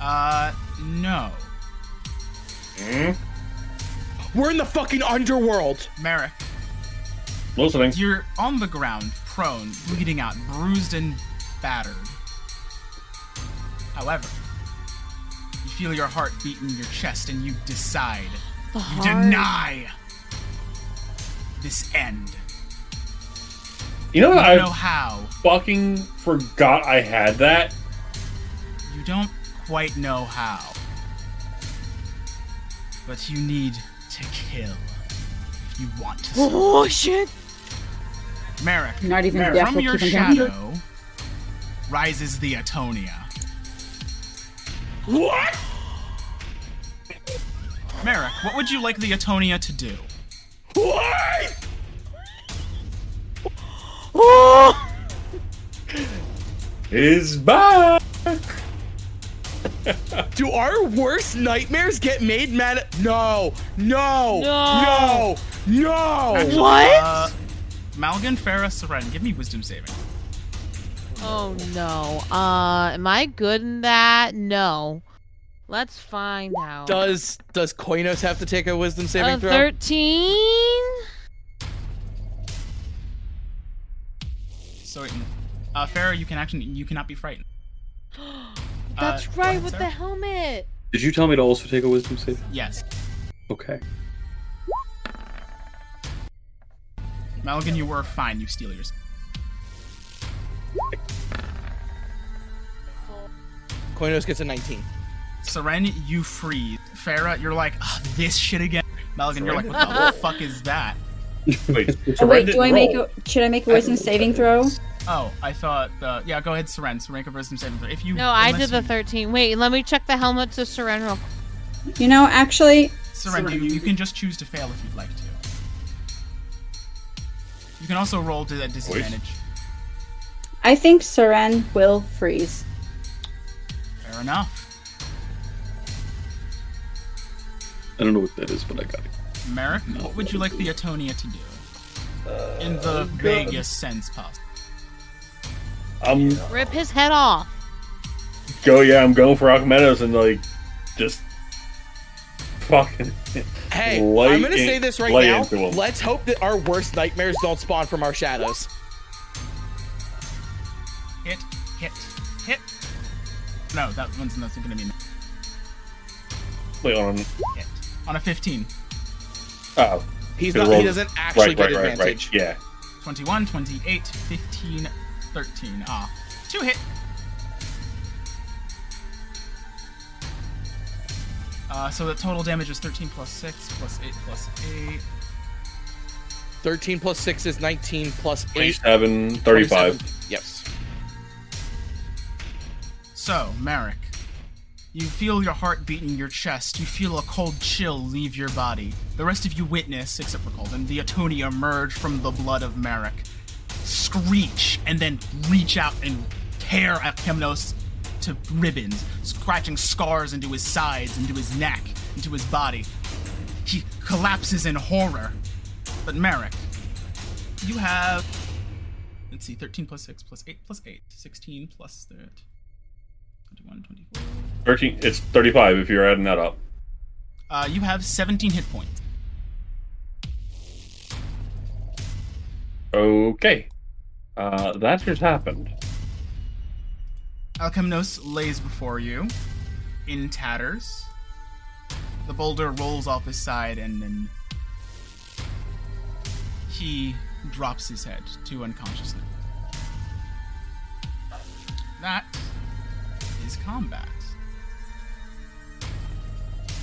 S2: Uh, no.
S4: We're in the fucking underworld.
S2: Merrick,
S1: Listening.
S2: you're on the ground, prone, bleeding out, bruised and battered. However, you feel your heart beat in your chest and you decide.
S5: The
S2: You
S5: heart.
S2: deny this end.
S1: You know what?
S2: You don't know
S1: I
S2: how.
S1: fucking forgot I had that.
S2: You don't quite know how. But you need to kill if you want to. survive.
S11: Oh shit!
S2: Merrick,
S7: Not even
S1: Merrick,
S7: death
S2: from
S7: will
S2: your
S7: keep him down.
S2: shadow rises the Atonia.
S4: What?
S2: Merrick, what would you like the Atonia to do?
S4: What?
S1: Is back.
S4: Do our worst nightmares get made man? No, no,
S11: No.
S4: no, no.
S11: What?
S2: Uh, Malgan, Farah, Seren, give me wisdom saving.
S11: Oh no. Uh, am I good in that? No. Let's find out.
S4: Does does Koinos have to take a wisdom saving
S11: A
S4: throw?
S11: thirteen?
S2: So, wait, uh, Farah, you can actually you cannot be frightened.
S11: That's
S2: Uh, go
S11: right
S2: ahead,
S11: with
S2: sir.
S11: the helmet.
S9: Did you tell me to also take a wisdom save?
S2: Yes,
S9: Okay.
S2: Malgan, you were fine. You steal yours.
S4: Koinos gets a 19.
S2: Seren, you freeze. Farah, you're like "Ugh, this shit again. Malgan, you're like what the fuck is that?
S1: Wait.
S7: Oh wait,
S1: surrended
S7: do I
S1: roll.
S7: make a, should I make a wisdom saving throw?
S2: Oh, I thought. Uh, yeah, go ahead, Seren. Seren, make a wisdom saving throw. If you
S11: No, I
S2: unless
S11: did the
S2: you-
S11: thirteen. Wait, let me check the helmet to surrender. real quick.
S7: You know, actually,
S2: Seren, you, you can just choose to fail if you'd like to. You can also roll to a disadvantage.
S7: I think Seren will freeze.
S2: Fair enough.
S9: I don't know what that is, but I got it.
S2: Merrick, what would you like the Atonia to do? In the vaguest sense possible.
S1: I'm
S11: Rip his head off.
S1: go. Yeah, I'm going for Archimedes and like just fucking.
S4: Hey,
S1: Lay
S4: I'm gonna
S1: in-
S4: say this right
S1: lay
S4: now.
S1: into 'em.
S4: Let's hope that our worst nightmares don't spawn from our shadows.
S2: Hit, hit, hit. No, that one's not gonna be
S1: Wait on.
S2: hit. On a 15.
S1: Oh,
S4: He's
S1: It
S4: not.
S1: rolls-
S4: He doesn't actually
S1: right,
S4: get
S1: right, right,
S4: advantage.
S1: right. Yeah.
S2: 21, 28, 15, 13. Ah, two hit. Uh, so the total damage is 13 plus 6 plus 8 plus 8.
S4: 13 plus 6 is 19 plus 8.
S1: 27, 35.
S4: 27. Yes.
S2: So, Merrick, you feel your heart beat in your chest. You feel a cold chill leave your body. The rest of you witness, except for Colton, the Atonia emerge from the blood of Merrick, screech, and then reach out and tear at Kemnos to ribbons, scratching scars into his sides, into his neck, into his body. He collapses in horror. But Merrick, you have. Let's see, 13 plus 6 plus 8 plus 8, 16 plus 30. 21, 24.
S1: 13. It's 35 if you're adding that up.
S2: Uh, you have 17 hit points.
S1: Okay. Uh, that just happened.
S2: Alchemnos lays before you in tatters. The boulder rolls off his side and then he drops his head to unconsciousness. That is combat.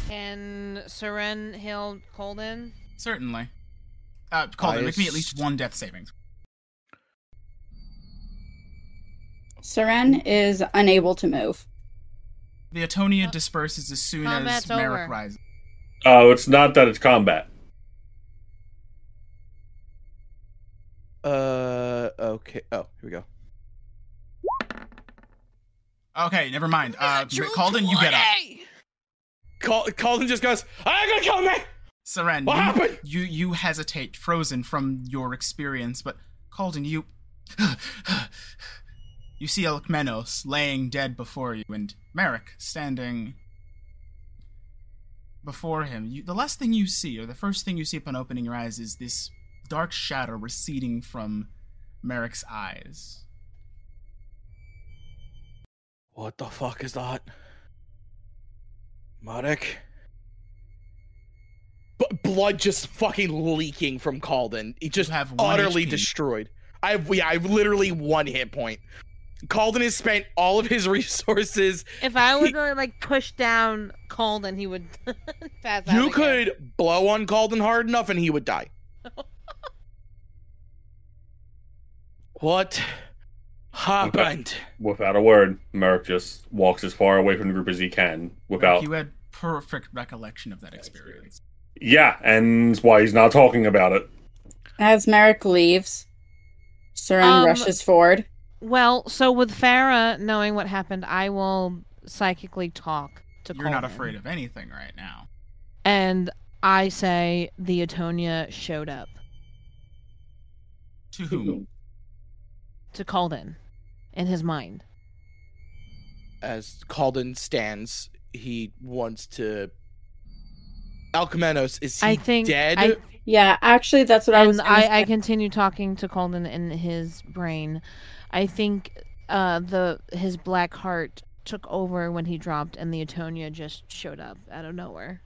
S11: Can Seren heal Colden?
S2: Certainly. Uh, Calder,
S4: I
S2: make me at
S4: s-
S2: least one death saving.
S7: Seren is unable to move.
S2: The Atonia disperses as soon as
S11: Combat's
S2: Merrick
S11: over.
S2: rises.
S1: Oh, it's not that it's combat.
S4: Uh, okay. Oh, here we go.
S2: Okay, never mind. Uh, Calden, you get up.
S4: Call, Calden just goes, I'm gonna kill me!
S2: Seren,
S4: What
S2: you,
S4: happened?
S2: you you hesitate, frozen from your experience, but Calden, you you see Alcmenos laying dead before you, and Merrick standing before him. You, the last thing you see, or the first thing you see upon opening your eyes, is this dark shadow receding from Merrick's eyes.
S4: What the fuck is that? Marek? B- blood just fucking leaking from Calden. He just
S2: have one
S4: utterly
S2: HP.
S4: destroyed. I have, yeah, I have literally one hit point. Calden has spent all of his resources.
S11: If I were to like push down Colden, he would pass out.
S4: you
S11: again.
S4: could blow on Calden hard enough and he would die. what happened?
S1: Without a word, Merrick just walks as far away from the group as he can without.
S2: You had perfect recollection of that experience.
S1: Yeah, and why he's not talking about it.
S7: As Merrick leaves, Seren
S11: Um,
S7: rushes forward.
S11: Well, so with Farah knowing what happened, I will psychically talk to
S2: You're not
S11: Colden.
S2: afraid of anything right now.
S11: And I say the Atonia showed up
S2: To whom?
S11: to Colden in his mind.
S4: as Calden stands, he wants to. Alchemenos is he
S11: I think
S4: dead?
S11: I,
S7: Yeah, actually, that's what I was.
S11: and
S7: gonna
S11: I, I
S7: say.
S11: continue talking to Colden in his brain. I think uh, the his black heart took over when he dropped, and the Atonia just showed up out of nowhere.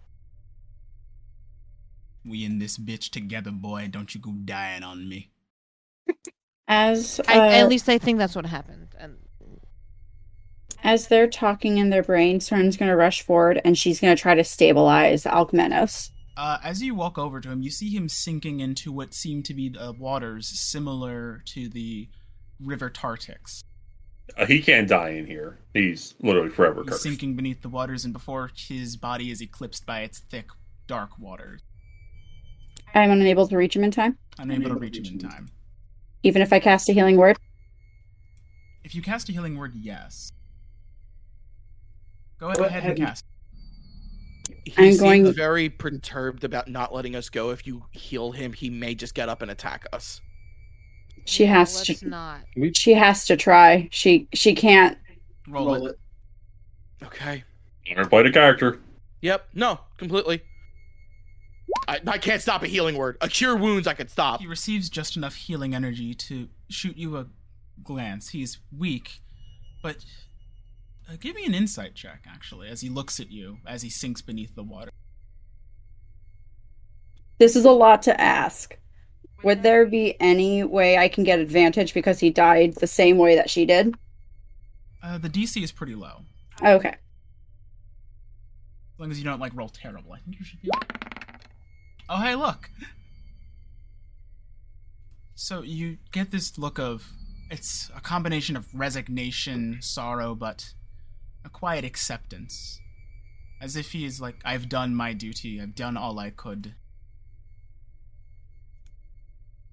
S2: We in this bitch together, boy. Don't you go dying on me.
S7: As uh,
S11: I, at least I think that's what happened. And
S7: as they're talking in their brain, Seren's gonna rush forward and she's gonna try to stabilize Alcmenos.
S2: Uh, as you walk over to him, you see him sinking into what seem to be uh, waters similar to the River Tartix.
S1: Uh, he can't die in here. He's literally forever
S2: He's
S1: cursed.
S2: sinking beneath the waters, and before his body is eclipsed by its thick, dark waters.
S7: I'm unable to reach him in time,
S2: Unable to reach him in time.
S7: even if I cast a healing word.
S2: If you cast a healing word, yes. Go ahead and cast.
S4: He
S3: I'm
S4: seems
S3: going-
S4: very perturbed about not letting us go. If you heal him, he may just get up and attack us.
S3: She
S11: No,
S3: has
S11: let's
S3: to-
S11: not.
S3: She has to try. She she can't.
S2: Roll, it.
S4: Okay.
S1: Never played a character.
S4: Yep. No. Completely. I, I can't stop a healing word. A cure wounds. I could stop.
S2: He receives just enough healing energy to shoot you a glance. He's weak, but uh, give me an insight check, actually, as he looks at you as he sinks beneath the water.
S3: This is a lot to ask. Would there be any way I can get advantage because he died the same way that she did?
S2: Uh, the DC is pretty low.
S3: Okay.
S2: As long as you don't like roll terrible, I think you should be. Oh hey, look. So you get this look of it's a combination of resignation, sorrow, but a quiet acceptance. As if he is like, I've done my duty, I've done all I could.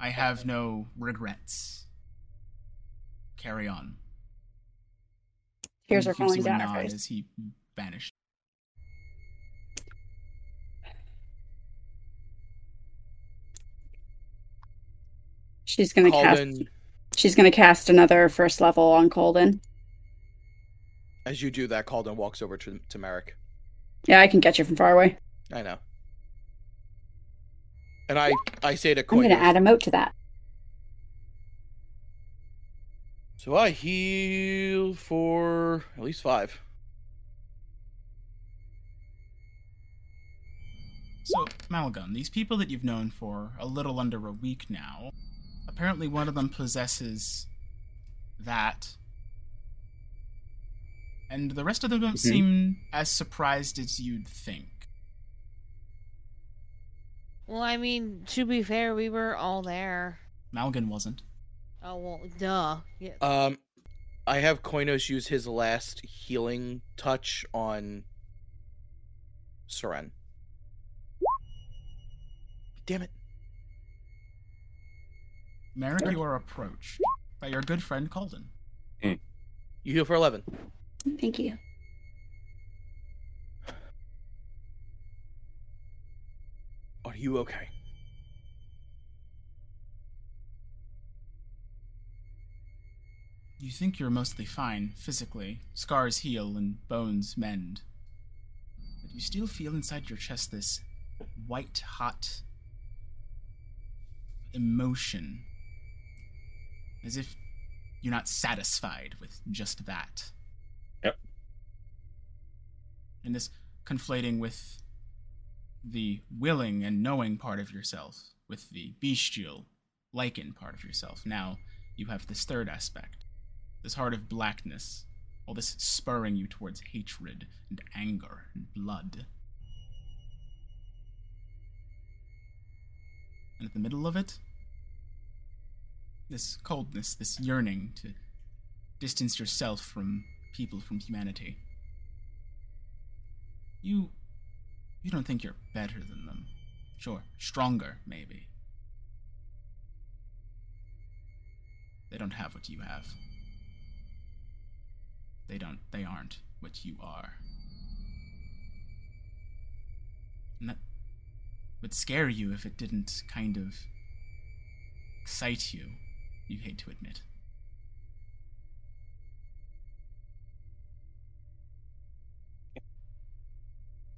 S2: I have no regrets. Carry on.
S3: Tears
S2: And
S3: are
S2: he gives
S3: falling
S2: you a
S3: down her
S2: nod
S3: face.
S2: As he vanished.
S3: She's gonna cast.
S4: Calden,
S3: She's gonna cast another first level on Colden.
S4: as you do that, Calden walks over to, to Merrick.
S3: Yeah, I can get you from far away.
S4: I know. And I, I say to
S3: I'm
S4: Coin,
S3: gonna add a mote to that.
S4: so I heal for at least five.
S2: So, Malgun, these people that you've known for a little under a week now, apparently one of them possesses that. And the rest of them don't
S9: Mhm.
S2: seem as surprised as you'd think.
S11: Well, I mean, to be fair, we were all there.
S2: Malgun wasn't.
S11: Oh well, duh. Yeah.
S4: Um, I have Koinos use his last healing touch on Soren. Damn it.
S2: Merrick, you are approached by your good friend Colden.
S4: You heal for 11.
S3: Thank you.
S4: Are you okay?
S2: You think you're mostly fine physically. Scars heal and bones mend. But you still feel inside your chest this white hot emotion. As if you're not satisfied with just that.
S1: Yep.
S2: And this conflating with the willing and knowing part of yourself, with the bestial, lichen part of yourself. Now you have this third aspect this heart of blackness, all this spurring you towards hatred and anger and blood. And at the middle of it, this coldness, this yearning to distance yourself from people, from humanity. You. you don't think you're better than them. Sure, stronger, maybe. They don't have what you have. They don't. They aren't what you are. And that would scare you if it didn't kind of excite you. You hate to admit.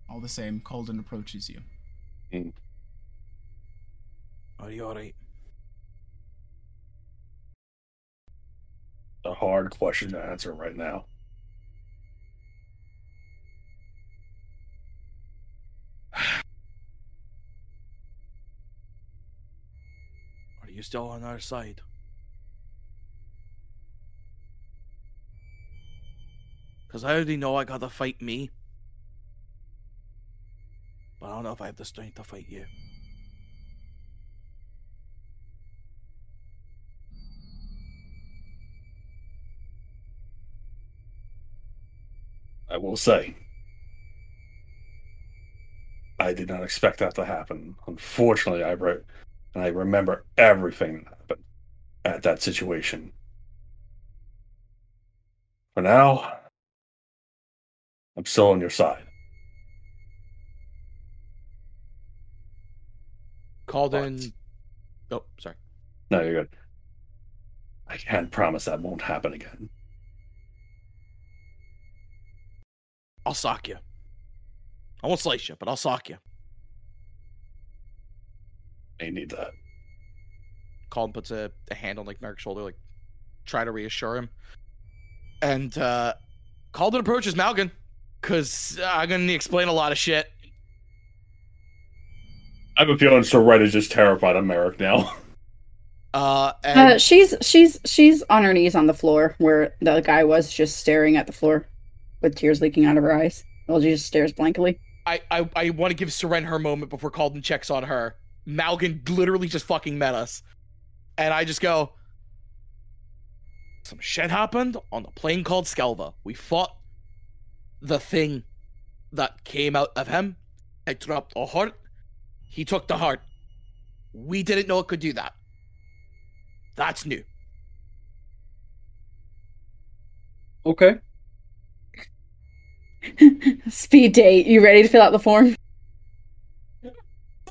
S2: All the same, Colden approaches you.
S4: Are you alright?
S1: A hard question to answer right now.
S4: Are you still on our side? Because I already know I gotta fight me. But I don't know if I have the strength to fight you.
S1: I will say. I did not expect that to happen. Unfortunately, I re- and I remember everything that happened at that situation. For now, I'm still on your side.
S4: Called in.
S9: But-
S4: Oh, sorry.
S9: No, you're good. I can't promise that won't happen again.
S4: I'll sock you. I won't slice you, but I'll sock you.
S9: They need that.
S4: Colin puts a, a hand on like Merrick's shoulder, like try to reassure him. And uh Calden approaches Malgan, cause uh, I'm gonna explain a lot of shit.
S1: I have a feeling Soretta's just terrified of Merrick now.
S4: Uh, and
S7: Uh, she's she's she's on her knees on the floor where the guy was, just staring at the floor, with tears leaking out of her eyes. Well, she just stares blankly.
S4: I I, I want to give Seren her moment before Calden checks on her. Malgan literally just fucking met us, and I just go. Some shit happened on a plane called Skelva. We fought the thing that came out of him. It dropped a heart. He took the heart. We didn't know it could do that. That's new.
S9: Okay.
S7: Speed date. You ready to fill out the form?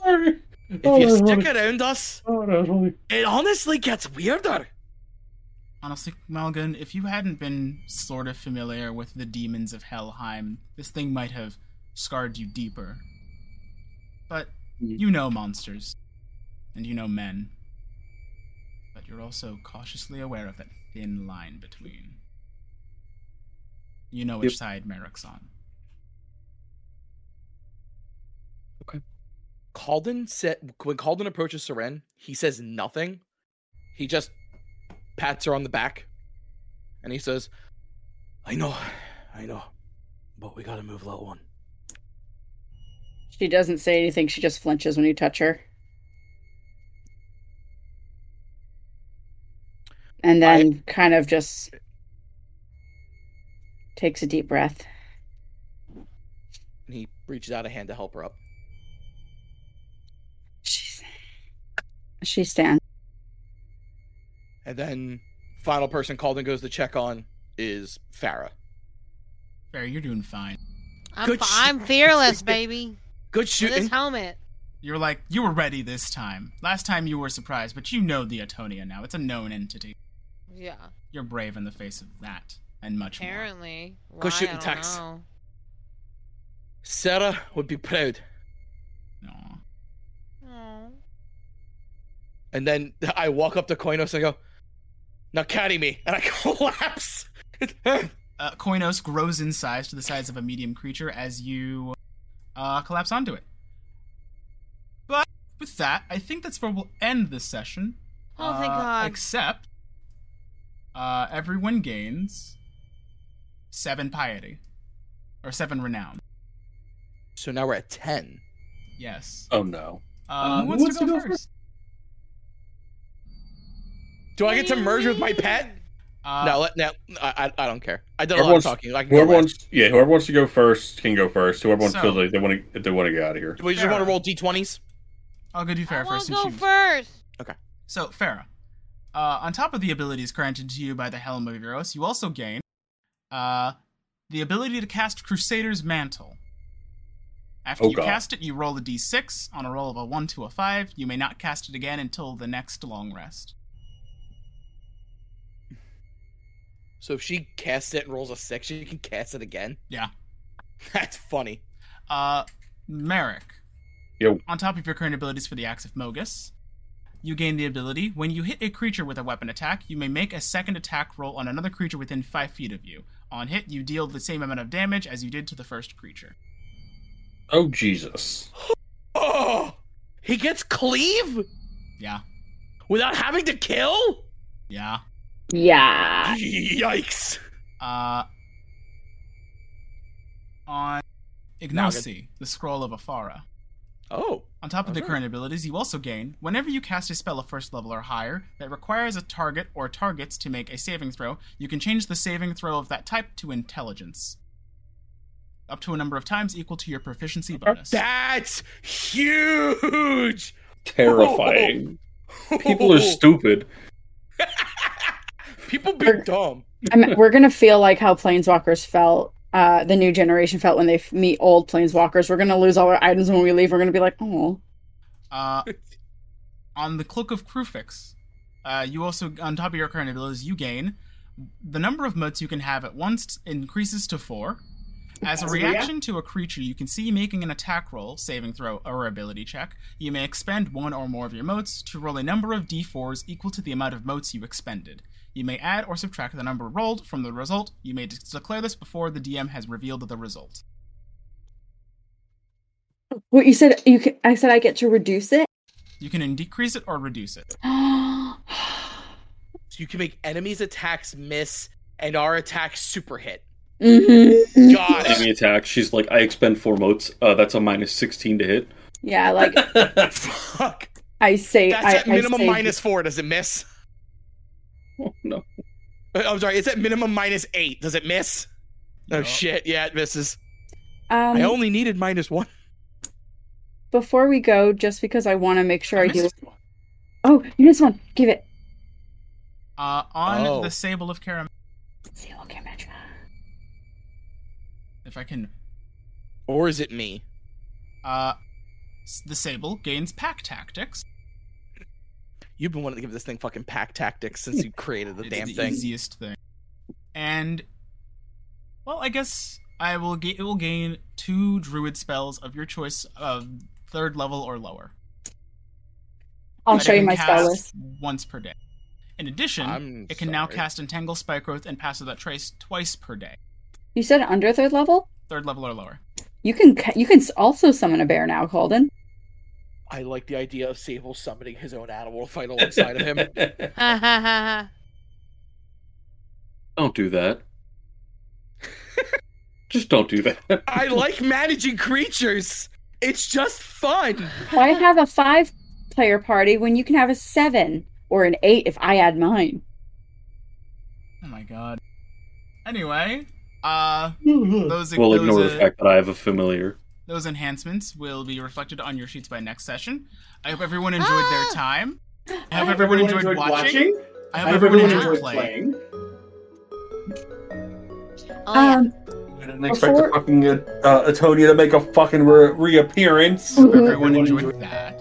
S4: If you stick around us,
S1: Oh, that was only-
S4: it honestly gets weirder.
S2: Honestly, Malgan, if you hadn't been sort of familiar with the demons of Helheim, this thing might have scarred you deeper. But you know monsters, and you know men. But you're also cautiously aware of that thin line between. You know which
S9: Yep.
S2: side Merrick's on.
S4: Calden said when Calden approaches Seren, he says nothing. He just pats her on the back, and he says, "I know, I know, but we gotta move that one."
S7: She doesn't say anything. She just flinches when you touch her. And then kind of just takes a deep breath.
S4: And he reaches out a hand to help her up.
S7: She's, she stands.
S4: And then, final person Calden goes to check on is Farah.
S2: Barry, you're doing fine.
S5: I'm,
S4: Good
S5: fi-
S4: shit.
S5: I'm fearless, baby.
S4: Good
S5: With this
S4: shooting.
S5: helmet.
S2: You're like, you were ready this time. Last time you were surprised, but you know the Atonia now. It's a known entity.
S5: Yeah.
S2: You're brave in the face of that, and much more.
S5: Apparently.
S4: Go
S5: Why,
S4: shoot
S5: I
S4: and
S5: don't
S4: tax.
S5: know.
S4: Sarah would be proud.
S2: Aw.
S5: Aw.
S4: And then I walk up to Koinos and I go, "Now carry me," and I collapse.
S2: Uh, Koinos grows in size to the size of a medium creature as you uh, collapse onto it. But with that, I think that's where we'll end this session.
S5: Oh, thank
S2: Uh,
S5: God.
S2: Except, uh, everyone gains seven piety or seven renown.
S4: so now we're at ten.
S2: Yes.
S9: Oh no.
S2: Uh,
S9: Um,
S2: who wants, to go, first?
S4: Do I get to merge with my pet?
S2: Uh,
S4: no, let, no, I, I I don't care. I did a lot of
S9: Everyone's-
S4: talking. I can go
S9: Whoever
S4: last.
S9: wants, yeah, whoever wants to go first can go first. Whoever wants
S2: So-
S9: feels like they want to, if they want to get out of here.
S4: Do we just want to
S2: Farrah.
S4: roll d20s?
S2: I'll go do
S5: I
S2: Farrah
S5: want
S2: first.
S5: to
S2: and
S5: go
S2: she-
S5: first.
S2: So, Farah, uh, on top of the abilities granted to you by the Helm of Eros, you also gain uh, the ability to cast Crusader's Mantle. After
S9: Oh,
S2: you
S9: God.
S2: cast it, you roll a d6. On a roll of a 1 to a 5, you may not cast it again until the next long rest.
S4: So if she casts it and rolls a six, she can cast it again.
S2: Yeah.
S4: That's funny.
S2: Uh, Merrick.
S9: Yo.
S2: On top of your current abilities for the Axe of Mogus, you gain the ability when you hit a creature with a weapon attack, you may make a second attack roll on another creature within 5 feet of you. On hit, you deal the same amount of damage as you did to the first creature.
S9: Oh Jesus!
S4: Oh, he gets cleave
S2: Yeah,
S4: without having to kill.
S2: yeah.
S7: Yeah.
S4: Yikes!
S2: Uh, on Ignosi, the Scroll of Afara.
S4: Oh,
S2: On top of the
S4: Okay.
S2: current abilities, you also gain whenever you cast a spell of first level or higher that requires a target or targets to make a saving throw, you can change the saving throw of that type to intelligence. Up to a number of times equal to your proficiency bonus.
S4: that's huge.
S9: Terrifying. People are stupid.
S4: People be dumb.
S7: I mean, we're gonna feel like how planeswalkers felt. Uh, the new generation felt when they f- meet old planeswalkers. We're gonna lose all our items when we leave. We're gonna be like, oh,
S2: Uh, on the Cloak of Krufix, uh, you also, on top of your current abilities, you gain the number of motes you can have at once increases to four. As a reaction to a creature you can see making an attack roll, saving throw, or ability check, you may expend one or more of your motes to roll a number of d4s equal to the amount of motes you expended. You may add or subtract the number rolled from the result. You may de- declare this before the DM has revealed the result.
S7: What you said? You ca- I said I get to reduce it.
S2: You can in- decrease it or reduce it.
S4: So you can make enemies' attacks miss and our attacks super hit.
S7: Mhm.
S4: Gosh.
S9: Enemy attack. She's like, I expend four motes. Uh, that's a minus 16 to hit.
S7: Yeah, like
S4: Fuck.
S7: I say,
S4: That's
S7: I,
S4: at minimum
S7: I say,
S4: minus four. Does it miss?
S9: Oh, no.
S4: Uh, I'm sorry. It's at minimum minus eight. Does it miss? Oh
S2: No.
S4: shit. Yeah, it misses.
S7: Um,
S4: I only needed minus one.
S7: before we go, just because I want to make sure I,
S2: missed
S7: do.
S2: this one.
S7: Oh, you missed one. Give it.
S2: Uh, on
S4: Oh.
S2: the Sable of Karam,
S7: See, okay, Matra.
S2: if I can,
S4: Or is it me?
S2: uh, s- the Sable gains Pack Tactics.
S4: You've been wanting to give this thing fucking pack tactics since you created the
S2: It's
S4: damn
S2: the
S4: thing.
S2: easiest thing. And well, I guess I will. Ga- it will gain two druid spells of your choice of third level or lower.
S7: I'll
S2: that
S7: show
S2: it
S7: you
S2: can
S7: my spell
S2: cast
S7: list.
S2: once per day. In addition,
S4: I'm
S2: it can now
S4: sorry.
S2: cast Entangle, Spike Growth, and Pass Without Trace twice per day,
S7: You said under third level.
S2: third level or lower.
S7: You can ca- you can s- also summon a bear now, Calden.
S4: I like the idea of Sable summoning his own animal to fight alongside of him.
S11: Ha
S2: Oh,
S11: ha ha.
S9: Don't do that. Just don't do that.
S4: I like managing creatures. It's just fun.
S7: Why have a five player party when you can have a seven or an eight if I add mine?
S2: Oh my god. Anyway, uh, those
S9: We'll
S2: those,
S9: ignore the
S2: uh,
S9: fact that I have a familiar.
S2: those enhancements will be reflected on your sheets by next session. I hope everyone enjoyed their
S5: Ah!
S2: time. I hope everyone enjoyed watching. I hope
S8: I hope
S2: everyone
S8: everyone
S2: enjoyed
S8: enjoyed
S2: playing.
S8: playing.
S5: Oh, yeah.
S8: I didn't expect
S7: Before-
S8: the fucking uh, uh, Atonia to make a fucking re- reappearance.
S2: Hope everyone enjoyed that.